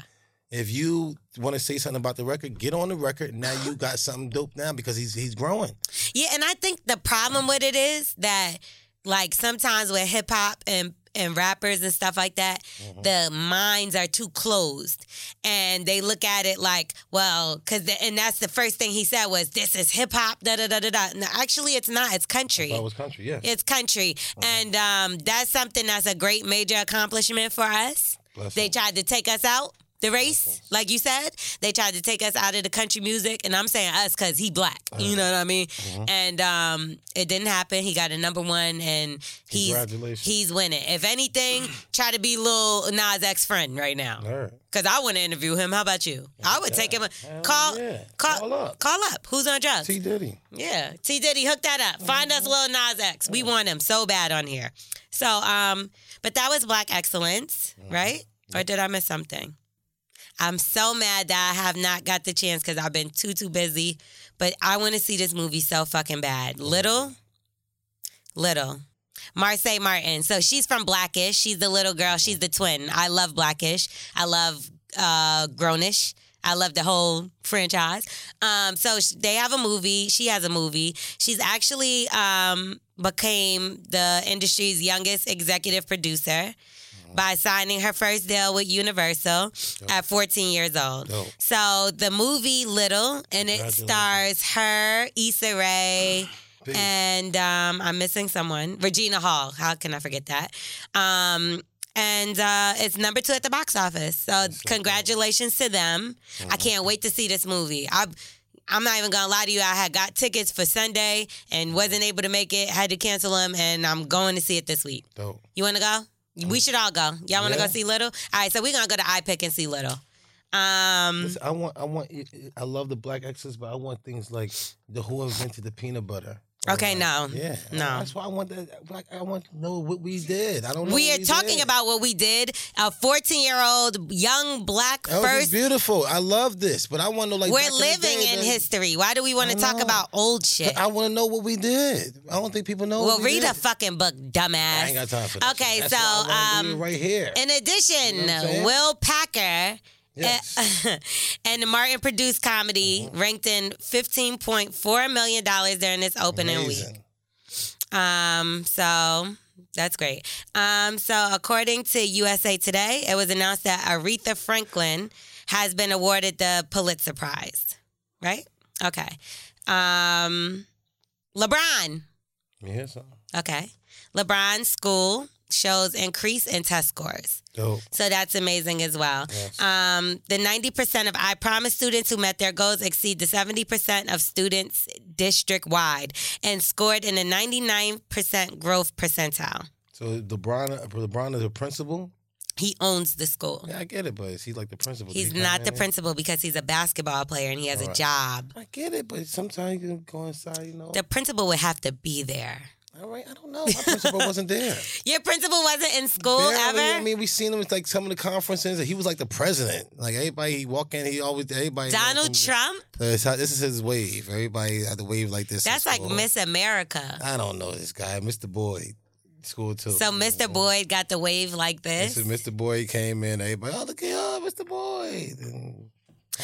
C: If you want to say something about the record, get on the record. Now you got something dope now because he's he's growing.
B: Yeah, and I think the problem with it is that like sometimes with hip hop and and rappers and stuff like that, the minds are too closed, and they look at it like, well, because and that's the first thing he said was, "This is hip hop." Da da da da da. No, actually, it's not. It's country.
C: That was country, yeah.
B: It's country,
C: Uh-huh.
B: and um, that's something that's a great major accomplishment for us.
C: Bless
B: they tried to take us out the race, like you said. They tried to take us out of the country music, and I'm saying us because he black.
C: Uh-huh.
B: You know what I mean? And um, it didn't happen. He got a number one, and he's
C: Congratulations.
B: he's winning. If anything, try to be little Nas X friend right now.
C: All right.
B: Cause I want to interview him. How about you? I would take him. A, call,
C: yeah.
B: call,
C: Call up.
B: call up. Who's on drugs?
C: T Diddy.
B: Yeah, T Diddy, hook that up. Find us Lil Nas X. We want him so bad on here. So, um, but that was Black Excellence, right? Or did I miss something? I'm so mad that I have not got the chance because I've been too too busy. But I want to see this movie so fucking bad. Little, little. Marseille Martin. So she's from Blackish. She's the little girl. She's the twin. I love Blackish. I love uh, Grownish. I love the whole franchise. Um, so sh- they have a movie. She has a movie. She's actually um, became the industry's youngest executive producer by signing her first deal with Universal at 14 years old.
C: Dope.
B: So the movie Little, and it
C: Congratulations.
B: stars her, Issa Rae,
C: Big.
B: and um, I'm missing someone. Regina Hall. How can I forget that? Um, and uh, it's number two at the box office. So congratulations to them.
C: Uh-huh.
B: I can't wait to see this movie. I, I'm not even gonna lie to you. I had got tickets for Sunday and wasn't able to make it. Had to cancel them, and I'm going to see it this week.
C: Dope.
B: You want to go? We should all go. Y'all want to
C: Mm. Yeah.
B: go see Little? All right, so we're gonna go to iPick and see Little. Um,
C: Listen, I want, I want, it- it- I love the black excellence, but I want things like the who invented the peanut butter. Or
B: Okay,
C: like-
B: no.
C: yeah,
B: No.
C: That's why I want that. Like, I want to know what Oh, we did. I don't. know
B: we
C: what
B: are talking
C: did.
B: about what we did. A 14 year old young black
C: That was
B: first.
C: beautiful. I love this, but I want to know like
B: We're
C: back in the
B: living
C: day,
B: in
C: man.
B: history. Why do we want
C: I
B: to talk
C: know.
B: about old shit?
C: I want to know what we did. I don't think people know.
B: well,
C: what we
B: read
C: did.
B: a fucking book, dumbass.
C: I ain't got time for that.
B: Okay,
C: shit.
B: so
C: That's why I wanna do
B: um,
C: it right here.
B: In addition,
C: You know what I'm saying?
B: Will Packer
C: Yes. Uh-huh.
B: eh, and the Martin produced comedy ranked in $15.4 million during its opening week.
C: Amazing.
B: Um, so that's great. Um, so according to USA Today, it was announced that Aretha Franklin has been awarded the Pulitzer Prize. Right? Okay. Um, LeBron.
C: You hear something?
B: Okay. LeBron's school shows increase in test scores.
C: Dope.
B: So that's amazing as well. Um, the 90% of I Promise students who met their goals exceed the 70% of students district wide and scored in the 99% growth percentile.
C: So LeBron, uh, LeBron is a principal.
B: He owns the school.
C: Yeah, I get it, but is he like the principal? Did
B: He's
C: he come
B: not
C: in
B: the
C: there?
B: principal because he's a basketball player and he has a
C: Right.
B: job.
C: I get it, but sometimes you can go inside. You know.
B: The principal would have to be there.
C: All right, I don't know. My principal wasn't there.
B: Your principal wasn't in school
C: Barely,
B: ever?
C: I mean, we seen him at like some of the conferences. And he was like the president. Like everybody, he walk in, he always everybody. knows him.
B: Donald Trump?
C: So it's how- this is his wave. Everybody had to wave like this. in
B: That's like
C: school.
B: Miss America.
C: I don't know this guy, Mr. Boyd, school too.
B: So Mr. Boyd got the wave like
C: This
B: this.
C: is Mr. Boyd came in. Everybody, oh look at oh, Mr. Boyd. And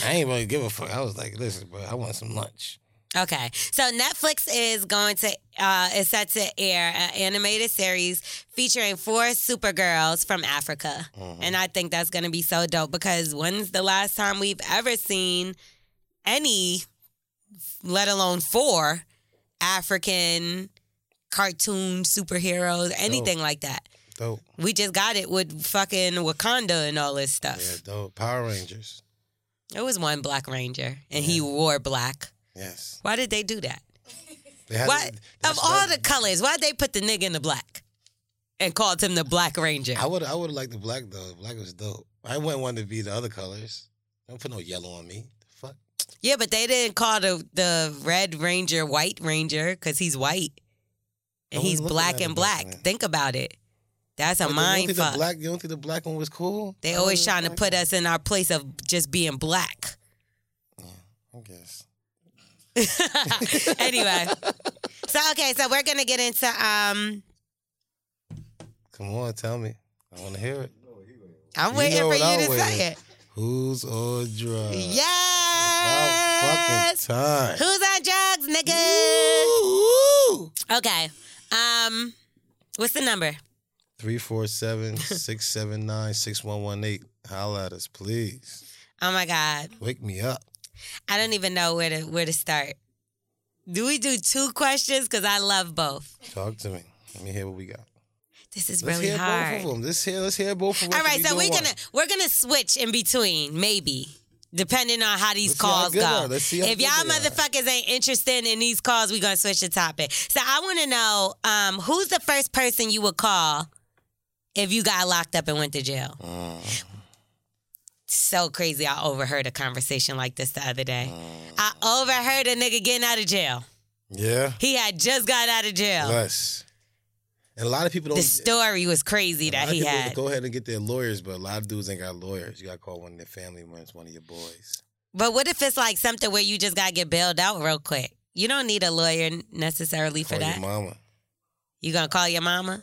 C: I ain't really give a fuck. I was like, listen, bro, I want some lunch.
B: Okay, so Netflix is going to uh, is set to air an animated series featuring four supergirls from Africa,
C: Mm-hmm.
B: and I think that's going to be so dope because when's the last time we've ever seen any, let alone four, African cartoon superheroes, anything
C: Oh.
B: like that?
C: Dope.
B: We just got it with fucking Wakanda and all this stuff.
C: Yeah, dope. Power Rangers.
B: There was one Black Ranger, and he wore black.
C: Yes.
B: Why did they do that?
C: They had
B: Why, of
C: that's-
B: all the
C: that-
B: colors, why'd they put the nigga in the black and called him the Black Ranger?
C: I would I would have liked the black though. Black was dope. I wouldn't want to be the other colors. Don't put no yellow on me. The fuck.
B: Yeah, but they didn't call the, the Red Ranger White Ranger because he's white
C: I
B: and
C: wasn't
B: he's
C: looking
B: black
C: at it
B: and
C: back
B: black.
C: then.
B: Think about it. That's a
C: But you
B: mind
C: don't think
B: fuck.
C: the black you don't think the black one was cool?
B: they
C: I
B: always
C: would've
B: trying to
C: liked
B: put
C: that.
B: us in our place of just being black.
C: I guess.
B: anyway, so okay, so we're gonna get into um.
C: Come on, tell me. I wanna hear it.
B: I'm
C: You
B: waiting
C: know
B: for
C: what
B: you to
C: I'm waiting.
B: say it.
C: Who's on drugs? About
B: Yes.
C: fucking time.
B: Who's on drugs, niggas?
C: Ooh, ooh.
B: Okay. Um, what's the number?
C: 347 679 6118. Holla at us, please.
B: Oh my God.
C: Wake me up.
B: I don't even know where to where to start. Do we do two questions? Because I love both.
C: Talk to me. Let me hear what we got.
B: This is
C: Let's
B: really
C: hear
B: hard.
C: both of them. Let's hear, let's hear both of them.
B: All right, so we're
C: doing
B: gonna we're gonna switch in between, maybe. Depending on how these
C: Let's see how
B: calls
C: good
B: go.
C: are. Let's see how
B: if
C: good
B: y'all
C: they are.
B: motherfuckers ain't interested in these calls, we gonna switch the topic. So I wanna know um, who's the first person you would call if you got locked up and went to jail?
C: one. Mm.
B: So crazy. I overheard a conversation like this the other
C: Oh.
B: day. I overheard a nigga getting out of jail.
C: Yeah.
B: He had just got out of jail.
C: Less. And a lot of people don't.
B: Oh. The story was crazy
C: a lot
B: that
C: of
B: he
C: people
B: had.
C: Go ahead and get their lawyers, but a lot of dudes ain't got lawyers. You got to call one of their family members, one of your boys.
B: But what if it's like something where you just gotta get bailed out real quick? You don't need a lawyer necessarily for
C: Call
B: that.
C: your mama.
B: You gonna call your mama?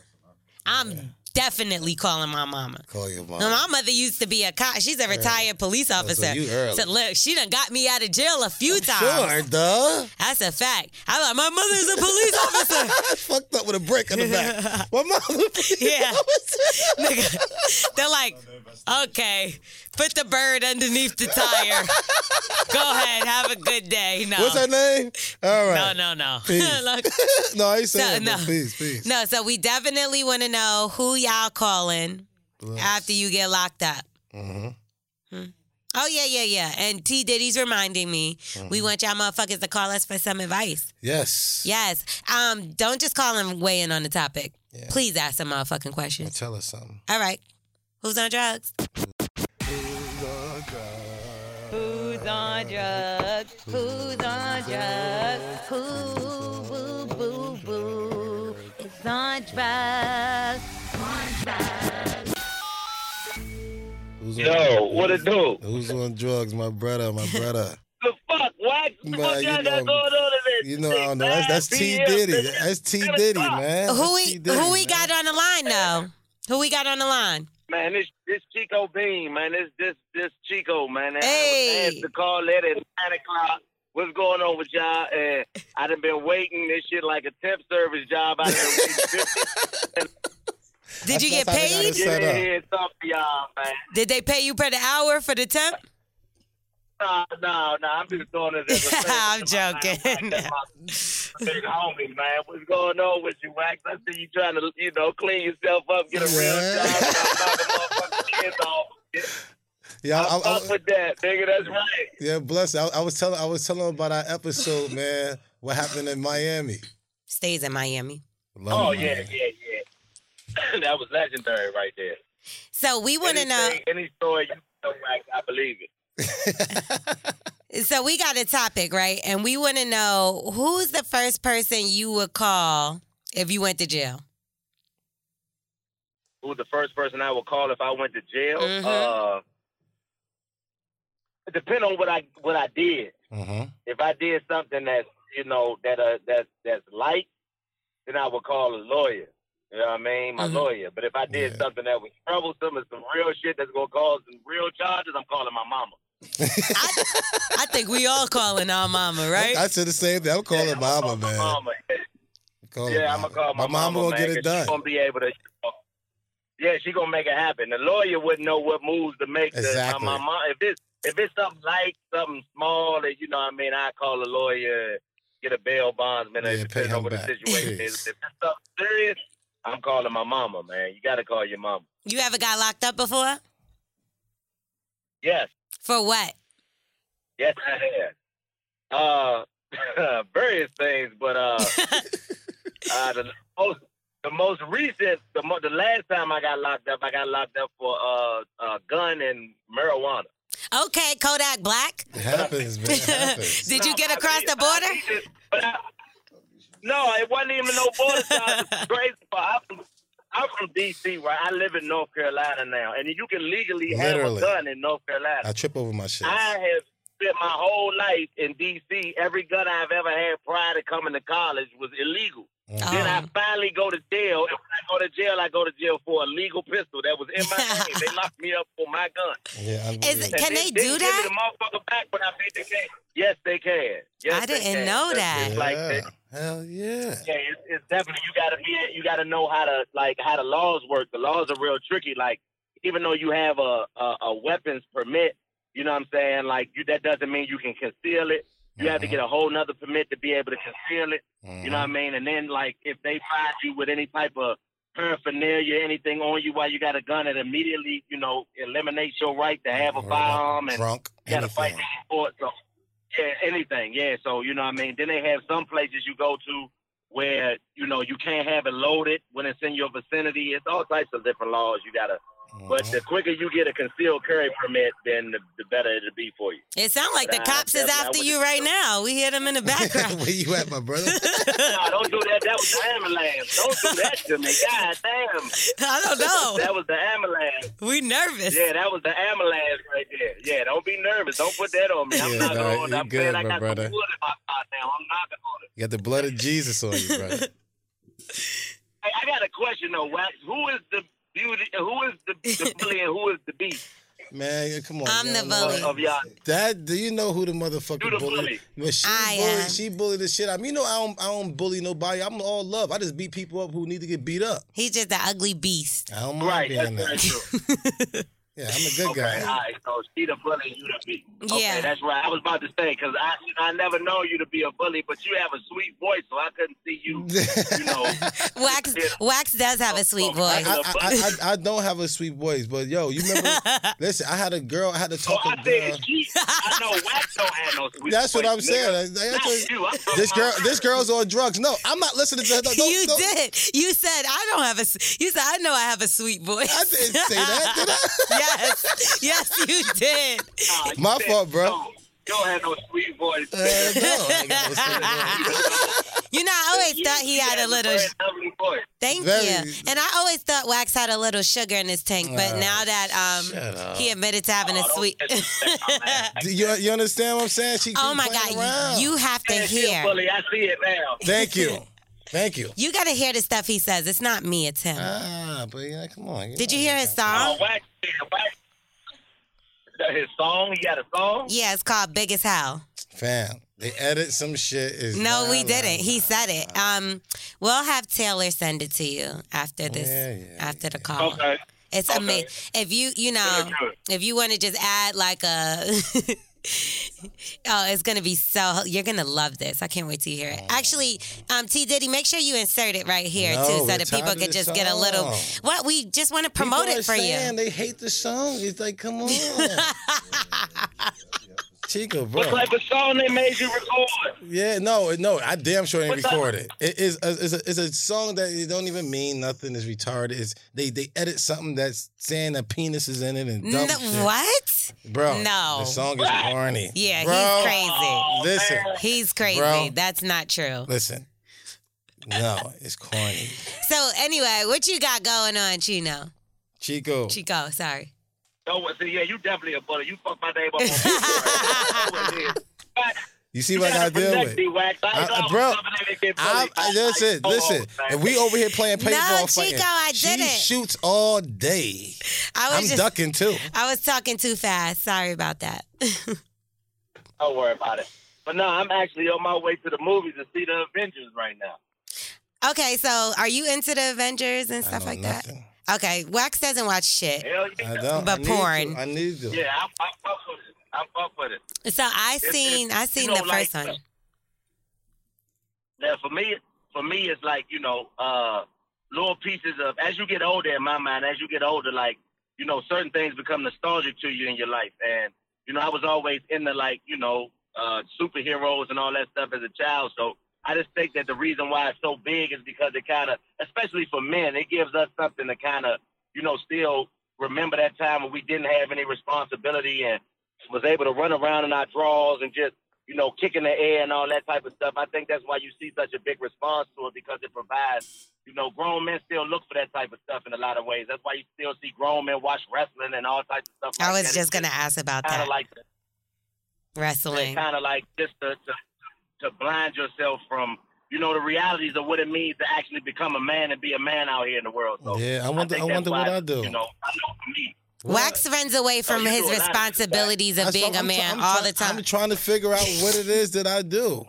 B: I'm definitely calling my mama.
C: Call your mama.
B: Now, my mother used to be a cop. She's a retired police officer.
C: you early.
B: So look, she done got me out of jail a few times.
C: Sure, duh.
B: That's a fact. I like my mother is a police officer.
C: I fucked up with a brick in the back. My mama.
B: Yeah. Nigga, they're like, okay, put the bird underneath the tire. Go ahead, have a good day. No,
C: What's her name? All
B: no,
C: right.
B: no, no.
C: Peace.
B: Look.
C: No, I ain't saying
B: No,
C: no,
B: no.
C: Please, please.
B: No, so we definitely want to know who y'all calling after you get locked up.
C: Mhm.
B: Oh yeah, yeah, yeah. And T Diddy's reminding me
C: Mm-hmm.
B: we want y'all motherfuckers to call us for some advice.
C: Yes.
B: Yes. Um, don't just call and weigh in on the topic.
C: Yeah.
B: Please ask some motherfucking questions.
C: Tell us something.
B: All right. Who's on drugs? Who's on drugs? Who's on drugs? Who boo boo boo is on drugs?
C: Who's
I: Yo, what it do?
C: Who's on drugs? My brother, my brother.
I: The fuck, what?
C: Man, you know- You know, I don't know. That's, that's T
I: Yeah,
C: Diddy.
I: bitch.
C: That's T Diddy, man.
B: Who
C: That's
B: we
C: T. Diddy,
B: who we
C: man.
B: got on the line though? Who we got on the line?
I: Man, this this Chico Bean, man, this this this Chico, man. I
B: Hey.
I: was asked to call it at nine o'clock. What's going on with y'all? And I done been waiting this shit like a temp service job. I done been waiting
B: Did you
C: That's
B: get
C: how they got
B: paid?
C: us
I: to get
C: set
I: in
C: up.
I: here and talk to y'all, man.
B: Did they pay you per the hour for the temp?
I: No, no, no, I'm just doing this as a service
B: I'm
I: to my-
B: joking.
I: my- my Big homie, man. What's going on with you, Wax? I see you trying to, you know, clean yourself up, get a real
C: Yeah.
I: job. Stop knocking motherfuckers' kids off.
C: Yeah, I,
I: I
C: I,
I: fuck with that, nigga. That's
C: Oh,
I: right.
C: yeah, bless. I, I was telling, I was telling about our episode, man. What happened in Miami?
B: Stays in Miami.
C: Love
I: Oh
C: Miami.
I: yeah, yeah, yeah. that was legendary right there.
B: So we want to know.
I: Anything- any story you tell, Wax, I believe it.
B: So we got a topic, right? And we want to know who's the first person you would call if you went to jail.
I: Who's the first person I would call if I went to jail?
B: Mhm.
I: Uh, it depend on what I what I did.
C: Mhm.
I: If I did something that's you know that uh, that that's light, then I would call a lawyer. You know what I mean? My
B: Mhm.
I: lawyer. But if I did
C: Yeah.
I: something that was troublesome and some real shit that's gonna cause some real charges, I'm calling my mama.
B: I, I think we all calling our mama, right?
C: I said the same thing. I'm calling
I: Yeah, I'ma
C: Mama,
I: call my
C: man.
I: mama.
C: Call her
I: Yeah, I'm
C: mama.
I: gonna call my,
C: Oh, mama.
I: mama,
C: gonna
I: man,
C: get it
I: 'cause
C: done.
I: She gonna be able to. Yeah, she gonna make it happen. The lawyer wouldn't know what moves to make. to-
C: Exactly.
I: my mom, if it's if it's something light, something small, that you know, what I mean, I call a lawyer, get a bail bondsman,
C: Yeah,
I: or
C: pay
I: depending
C: him
I: on what
C: back.
I: the situation is.
C: Jeez.
I: If it's something serious, I'm calling my mama, man. You gotta call your mama.
B: you ever got locked up before?
I: Yes,
B: For what?
I: yes, I have. Uh, various things, but uh, uh, the most the most recent, the mo- the last time I got locked up, I got locked up for uh, uh gun and marijuana.
B: Okay, Kodak Black.
C: It happens, man. It happens.
B: Did you
I: No,
B: get
I: I
B: across
I: mean,
B: the border?
I: I mean, but I- no, it wasn't even no border. signs. It's crazy, but I'm from, I'm from DC, right? I live in North Carolina now, and you can legally
C: Literally.
I: have a gun in North Carolina.
C: I trip over my shit.
I: I have spent my whole life in D.C. Every gun I've ever had prior to coming to college was illegal.
B: Uh-huh.
I: Then I finally go to jail. And when I go to jail, I go to jail for a legal pistol that was in my name. They locked me up for my gun.
C: Yeah,
B: Is it-
I: And
B: can they do
I: didn't give me
B: that?
I: the motherfucker back when I paid the case. Yes, they can. Yes,
B: I
I: they
B: didn't
I: can.
B: know
I: It's
B: that.
I: just Like they-
C: Hell yeah.
I: yeah, it's, it's definitely you gotta be you gotta know how to like how the laws work. The laws are real tricky. Like even though you have a a, a weapons permit, you know what I'm saying? Like you, that doesn't mean you can conceal it. You have to
C: Mm-hmm.
I: get a whole nother permit to be able to conceal it. You know what I mean? And then like if they find you with any type of paraphernalia, anything on you while you got a gun, it immediately you know eliminates your right to have a firearm and
C: Mm-hmm. Drunk.
I: you gotta fight
C: anything.
I: for it. So, yeah, anything. Yeah. So you know what I mean. Then they have some places you go to where you know you can't have it loaded when it's in your vicinity. It's all types of different laws you gotta.
C: Uh-huh.
I: But the quicker you get a concealed carry permit, then the, the better it'll be for you.
B: It sounds like the
I: Nah,
B: cops is
I: definitely, I
B: after
I: wouldn't-
B: you right now. We hear them in the background.
C: Where you at, my brother?
I: no, don't do that. That was the ambulance. Don't do that to me. God damn.
B: I don't know.
I: That was the ambulance.
B: We nervous.
I: Yeah, that was the ambulance right there. Yeah, don't be nervous. Don't put that on me. I'm
C: Yeah,
I: not
C: nah,
I: going.
C: you
I: I'm
C: good,
I: saying I
C: my
I: got
C: brother.
I: some wood in my pot now. I'm not going.
C: You got the blood of Jesus on you, brother.
I: Hey, I got a question though. Wax. Who is the beauty? Who is the, the bully and who is the beast
C: Man, come on.
B: I'm
C: yo.
B: the bully.
I: of y'all?
C: That do you know who the motherfucking
I: Who the
C: bully?
I: bully?
C: Well, she
B: I
C: bullied,
B: am.
C: she bullied the shit. I mean, you know, I don't, I don't bully nobody. I'm all love. I just beat people up who need to get beat up.
B: He's just an ugly beast.
C: I don't mind
I: Right. That's
C: being
I: very
C: that.
I: true.
C: Yeah, I'm a good
I: Okay, all
C: guy.
I: right. So she the bully, and you the beast.
B: Yeah.
I: Okay, that's right. I was about to say because I I never know you to be a bully, but you have a sweet voice, so I couldn't see you. You know.
B: Wax Wax does have a sweet
I: I-
B: voice.
C: I, I, I, I don't have a sweet voice, but yo, you remember? listen, I had a girl. I had to
I: So
C: talk
I: I
C: to a girl.
I: said she. I know Wax don't have no sweet
C: That's what
I: voice,
C: I'm saying.
I: nigga.
C: Like, I
I: Not
C: told you-
I: you. I'm talking
C: this girl,
I: about
C: this girl's on drugs. No, I'm not listening to her. Don't,
B: you
C: don't-
B: did. You said I don't have a. s- You said I know I have a sweet voice.
C: I didn't say that, did I?
B: yes, yes, you did.
I: her.
C: My
I: You
C: fault,
I: said,
C: bro.
I: No, you don't have no sweet voice.
C: Uh, no, I ain't got no sweet voice.
B: You know, I always thought he
I: You
B: had
I: have
B: a little.
I: very lovely voice.
B: Thank
C: Very-
B: you. And I always thought Wax had a little sugar in his tank, but now that
C: Uh, shut
B: um
C: up.
B: he admitted to having a
I: Oh, don't
B: sweet.
I: disrespect my man.
C: Do you, you understand what I'm saying? She
B: oh
C: keep
B: my
C: playing
B: God,
C: around.
B: you, you have to
I: Yeah, she a
B: hear.
I: bully. I see it now.
C: Thank you, thank you.
B: You got to hear the stuff he says. It's not me. It's him.
C: Ah, but yeah, come on.
B: Did you hear his
I: Oh,
B: song?
I: wax, yeah, wax. That His song, he got a song.
B: Yeah, it's called Big as Hell.
C: Fam, they edit some shit. Is
B: No, we didn't. He said it. Um, we'll have Taylor send it to you after this,
C: Yeah, yeah,
B: after the call.
I: Okay.
B: It's
I: Okay.
B: amazing. If you, you know,
I: Very good.
B: if you want to just add like a. Oh, it's gonna be so. You're gonna love this. I can't wait to hear it. Actually, um, T Diddy, make sure you insert it right here
C: Oh. No,
B: too,
C: we're
B: so that people
C: tired of
B: could
C: this
B: just get a little.
C: song.
B: What we just want to promote it for
C: saying
B: you.
C: They hate the song. It's like, come on, Chico, bro.
I: What type of song they made you record?
C: Yeah, no, no, I damn sure didn't
I: What's up?
C: record it. It is a, it's, a, it's a song that it don't even mean nothing. It's retarded. It's they they edit something that's saying that penis is in it and
B: No-
C: dumb shit.
B: what?
C: Bro,
B: No.
C: the song is horny.
B: Yeah,
C: Bro,
B: he's crazy.
C: Listen,
I: Oh,
B: He's crazy.
C: Bro.
B: That's not true.
C: listen. No, it's corny.
B: So anyway, what you got going on, Chino?
C: Chico,
B: Chico, sorry.
I: Oh, well, see, yeah, you definitely a bully. You fucked my name up. On purpose. Wax,
C: you see
I: you
C: what
I: gotta
C: I deal
I: protect
C: with.
I: me, Wax. I
C: I-
I: know
C: bro,
I: I'm coming in and get
C: I,
I: bullied.
C: I, listen,
I: I- I-
C: listen.
I: oh, man.
C: And we over here playing paintball
B: No,
C: fighting.
B: Chico, I
C: she
B: didn't.
C: shoots all day.
B: I
C: I'm
B: was just,
C: ducking too.
B: I was talking too fast. Sorry about that.
I: Don't worry about it. But no, I'm actually on my way to the movies to see the Avengers right now.
B: okay, so are you into the Avengers and stuff
C: know
B: like
C: nothing.
B: that? Okay, Wax doesn't watch shit.
I: Hell yeah.
C: I don't.
B: But
C: I need
B: porn.
C: To. I need to.
I: Yeah, I, I fuck with it. I fuck with it.
B: So I
I: It's-
B: seen
I: it's-
B: I seen
I: you know,
B: the first
I: like- uh,
B: one.
I: Now, for me, for me, it's like you know, uh, little pieces of. As you get older, in my mind, as you get older, like you know, certain things become nostalgic to you in your life. And you know, I was always into like you know, uh, superheroes and all that stuff as a child. So I just think that the reason why it's so big is because it kind of, especially for men, it gives us something to kind of, you know, still remember that time when we didn't have any responsibility and was able to run around in our drawers and just you know, kicking the air and all that type of stuff. I think that's why you see such a big response to it because it provides, you know, grown men still look for that type of stuff in a lot of ways. That's why you still see grown men watch wrestling and all types of stuff.
B: I
I: like
B: was
I: that.
B: just gonna ask about
I: kind
B: that
I: of like
B: wrestling.
I: kind of like just to, to to blind yourself from you know, the realities of what it means to actually become a man and be a man out here in the world. So
C: Yeah, I wonder-
I: think
C: I
I: that's
C: wonder what
I: why,
C: I do.
I: You know, I know for me,
B: Wax runs away from
I: you
B: his
I: doing that.
B: responsibilities of
C: That's
B: being
C: what
B: a
C: I'm try-
B: man
C: I'm
B: all
C: try-
B: the time.
C: I'm trying to figure out what it is that I do.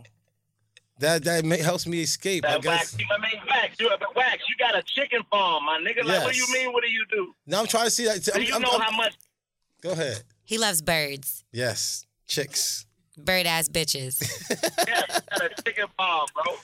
C: That that may, helps me escape. I
I: that wax,
C: guess.
I: I mean, wax, you have a wax, you got a chicken farm, my nigga. Like, what do you
C: Yes.
I: mean? What do you do?
C: Now I'm trying to see that.
I: Do you know how much?
C: Go ahead.
B: He loves birds,
C: Yes, chicks.
B: bird ass bitches.
I: got a chicken farm, bro.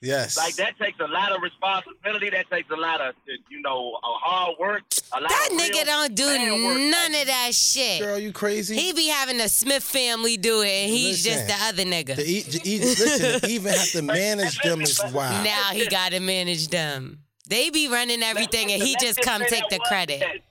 C: Yes.
I: Like that takes a lot of responsibility. That takes a lot of you know a hard work. A lot
B: That
I: of
B: nigga
I: real
B: don't do
I: man work.
B: none of that shit.
C: Girl, you crazy?
B: He be having the Smith family do it, and he's just
C: Listen.
B: the other nigga.
C: To eat, to eat, e, listen, to even have to manage them is wild.
B: Now he gotta manage them. They be running everything, and he
I: Let's
B: just come
I: say
B: take
I: that
B: the
I: was
B: credit.
I: the case.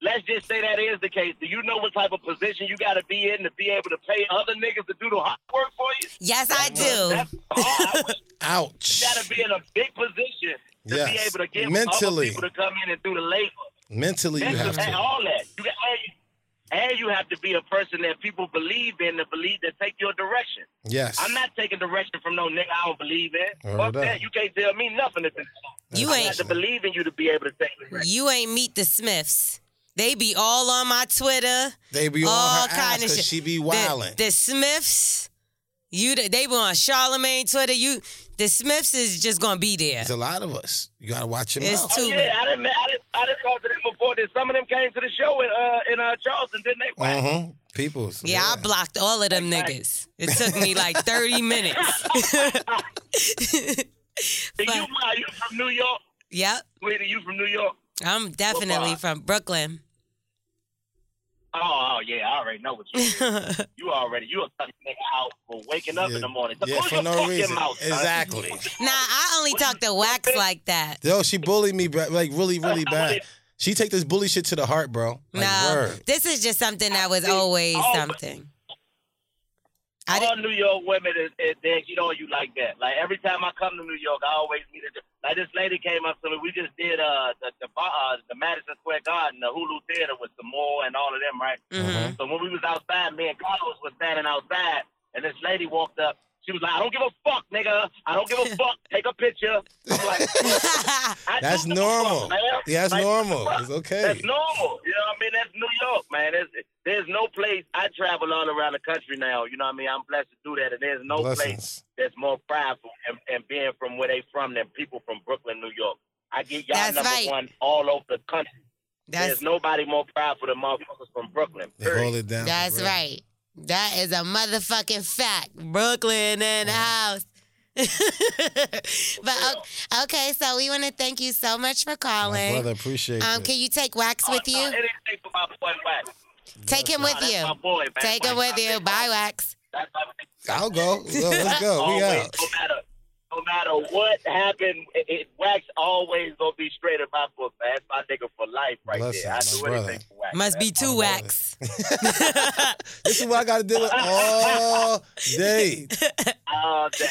I: Let's just say that is the case. Do you know what type of position you got to be in to be able to pay other niggas to do the hard work for you?
B: Yes, I
I: That's
B: do.
I: hard.
C: Ouch.
I: you got to be in a big position to be
C: Yes.
I: able to get
C: Mentally.
I: other people to come in and do the labor.
C: Mentally, you have
I: Mentally,
C: to.
I: all that. You got, and, and you have to be a person that people believe in, that believe that take your direction.
C: Yes.
I: I'm not taking direction from no nigga I don't believe in.
C: Word
I: Fuck
C: up.
I: that. You can't tell me nothing. If
B: You
I: I
B: ain't-
I: have to believe in you to be able to take direction.
B: You ain't meet the Smiths. They be all on my Twitter.
C: They be on
B: all
C: her ass
B: kind of
C: 'cause
B: shit.
C: she be
B: The-
C: wildin'.
B: The, Smiths, you the- they be on Charlemagne Twitter. You the Smiths is just gonna be there.
C: There's a lot of us. You gotta watch your
B: It's
C: mouth.
B: too-
I: Oh, yeah, I didn't, I didn't, I didn't talk to them before. That some of them came to the show in uh, in uh, Charleston, didn't they?
C: Uh huh. Peoples.
B: Yeah, I blocked all of them niggas. It took me like 30 minutes.
I: Are you, are you from New York?
B: Yep.
I: Wait, are you from New York?
B: I'm definitely
I: part?
B: from Brooklyn.
I: Oh, oh yeah, I already know what you. is. you already you a cut nigga out for waking up in the morning. So
C: Yeah,
I: close
C: for
I: your
C: no
I: fucking
C: reason.
I: mouth, son.
C: Exactly.
B: Nah, I only talk to wax like that.
C: Yo, she bullied me bro, like really, really bad. She take this bully shit to the heart, bro. Like,
B: no,
C: word.
B: this is just something that was
I: oh,
B: always something. I
I: All New York women is, is they get on you like that. Like every time I come to New York, I always meet a like this lady came up to me. We just did uh the the, bar- uh, the Madison Square Garden, the Hulu Theater with some more and all of them, right?
B: Mhm.
I: So when we was outside, me and Carlos was standing outside, and this lady walked up. She was like, "I don't give a fuck, nigga. I don't give a fuck. Take a picture." I'm like, I do
C: That's
I: give a fuck,
C: normal.
I: man.
C: Yeah, that's
I: Like,
C: normal. It's okay.
I: that's normal. You know what I mean? That's New York, man. There's, there's no place. I travel all around the country now. You know what I mean? I'm blessed to do that. And there's no place
C: Blessings.
I: that's more prideful and, and being from where they from than people from Brooklyn, New York. I get y'all
B: That's
I: number
B: right.
I: one all over the country.
B: That's
I: There's nobody more prideful than motherfuckers from Brooklyn.
C: They hold it down. for
B: that's
C: real.
B: right. That is a motherfucking fact. Brooklyn in the
C: Uh-huh.
B: house. but o- okay, so we want to thank you so much for
C: My brother,
B: calling.
C: appreciate
B: Um,
C: it.
B: can you take Wax with
I: Uh,
B: you?
I: anything for my boy Wax.
B: Take him
I: Nah,
B: with
I: that's
B: you.
I: my boy, man.
B: Take him
I: Like,
B: with you. Bye, Wax.
I: That's my big
C: I'll go. Yo, let's go.
I: always,
C: We out.
I: No matter, no matter what happened, it, it, Wax always gonna be straight in my book, man. That's my nigga for life, right
C: Bless
I: there.
C: him,
I: I
C: my
I: do
C: brother.
I: anything for Wax.
B: Must be two Wax.
C: This is what I gotta deal with all day.
I: All day.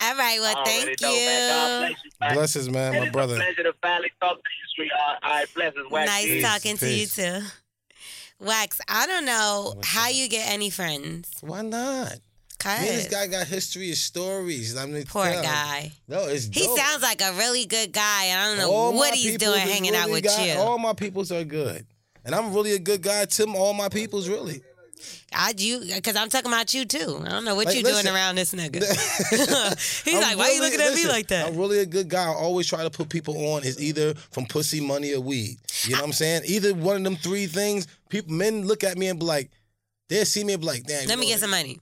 B: All right, well,
I: I already
B: thank
I: know, man.
B: you.
I: God bless you, man.
C: Blessings, man,
I: And
C: my
I: it's
C: brother.
I: A pleasure to finally talk to you, sweetheart. All right, blessings, Wax.
B: Nice
I: Peace.
B: talking
C: peace.
B: to you too. Wax, I don't know how you get any friends.
C: Oh Why not? Man, this
B: Cause
C: guy got history of stories. I mean,
B: poor
C: tell.
B: guy.
C: No, it's
B: He
C: dope.
B: sounds like a really good guy, and I don't know
C: All my
B: what he's
C: peoples
B: doing
C: is
B: hanging out
C: really
B: with
C: got-
B: you.
C: All my peoples are good, and I'm really a good guy to m- all my peoples. Really,
B: I you because I'm talking about you too. I don't know what
C: Like,
B: you
C: listen.
B: doing around this nigga. he's
C: I'm
B: like, why you
C: really-
B: looking at
C: listen,
B: me like that?
C: I'm really a good guy. I always try to put people on is either from pussy, money, or weed. You know what I'm saying? Either one of them three things. People, men look at me and be like, they see me and be like, damn.
B: Let me
C: you know,
B: get some money.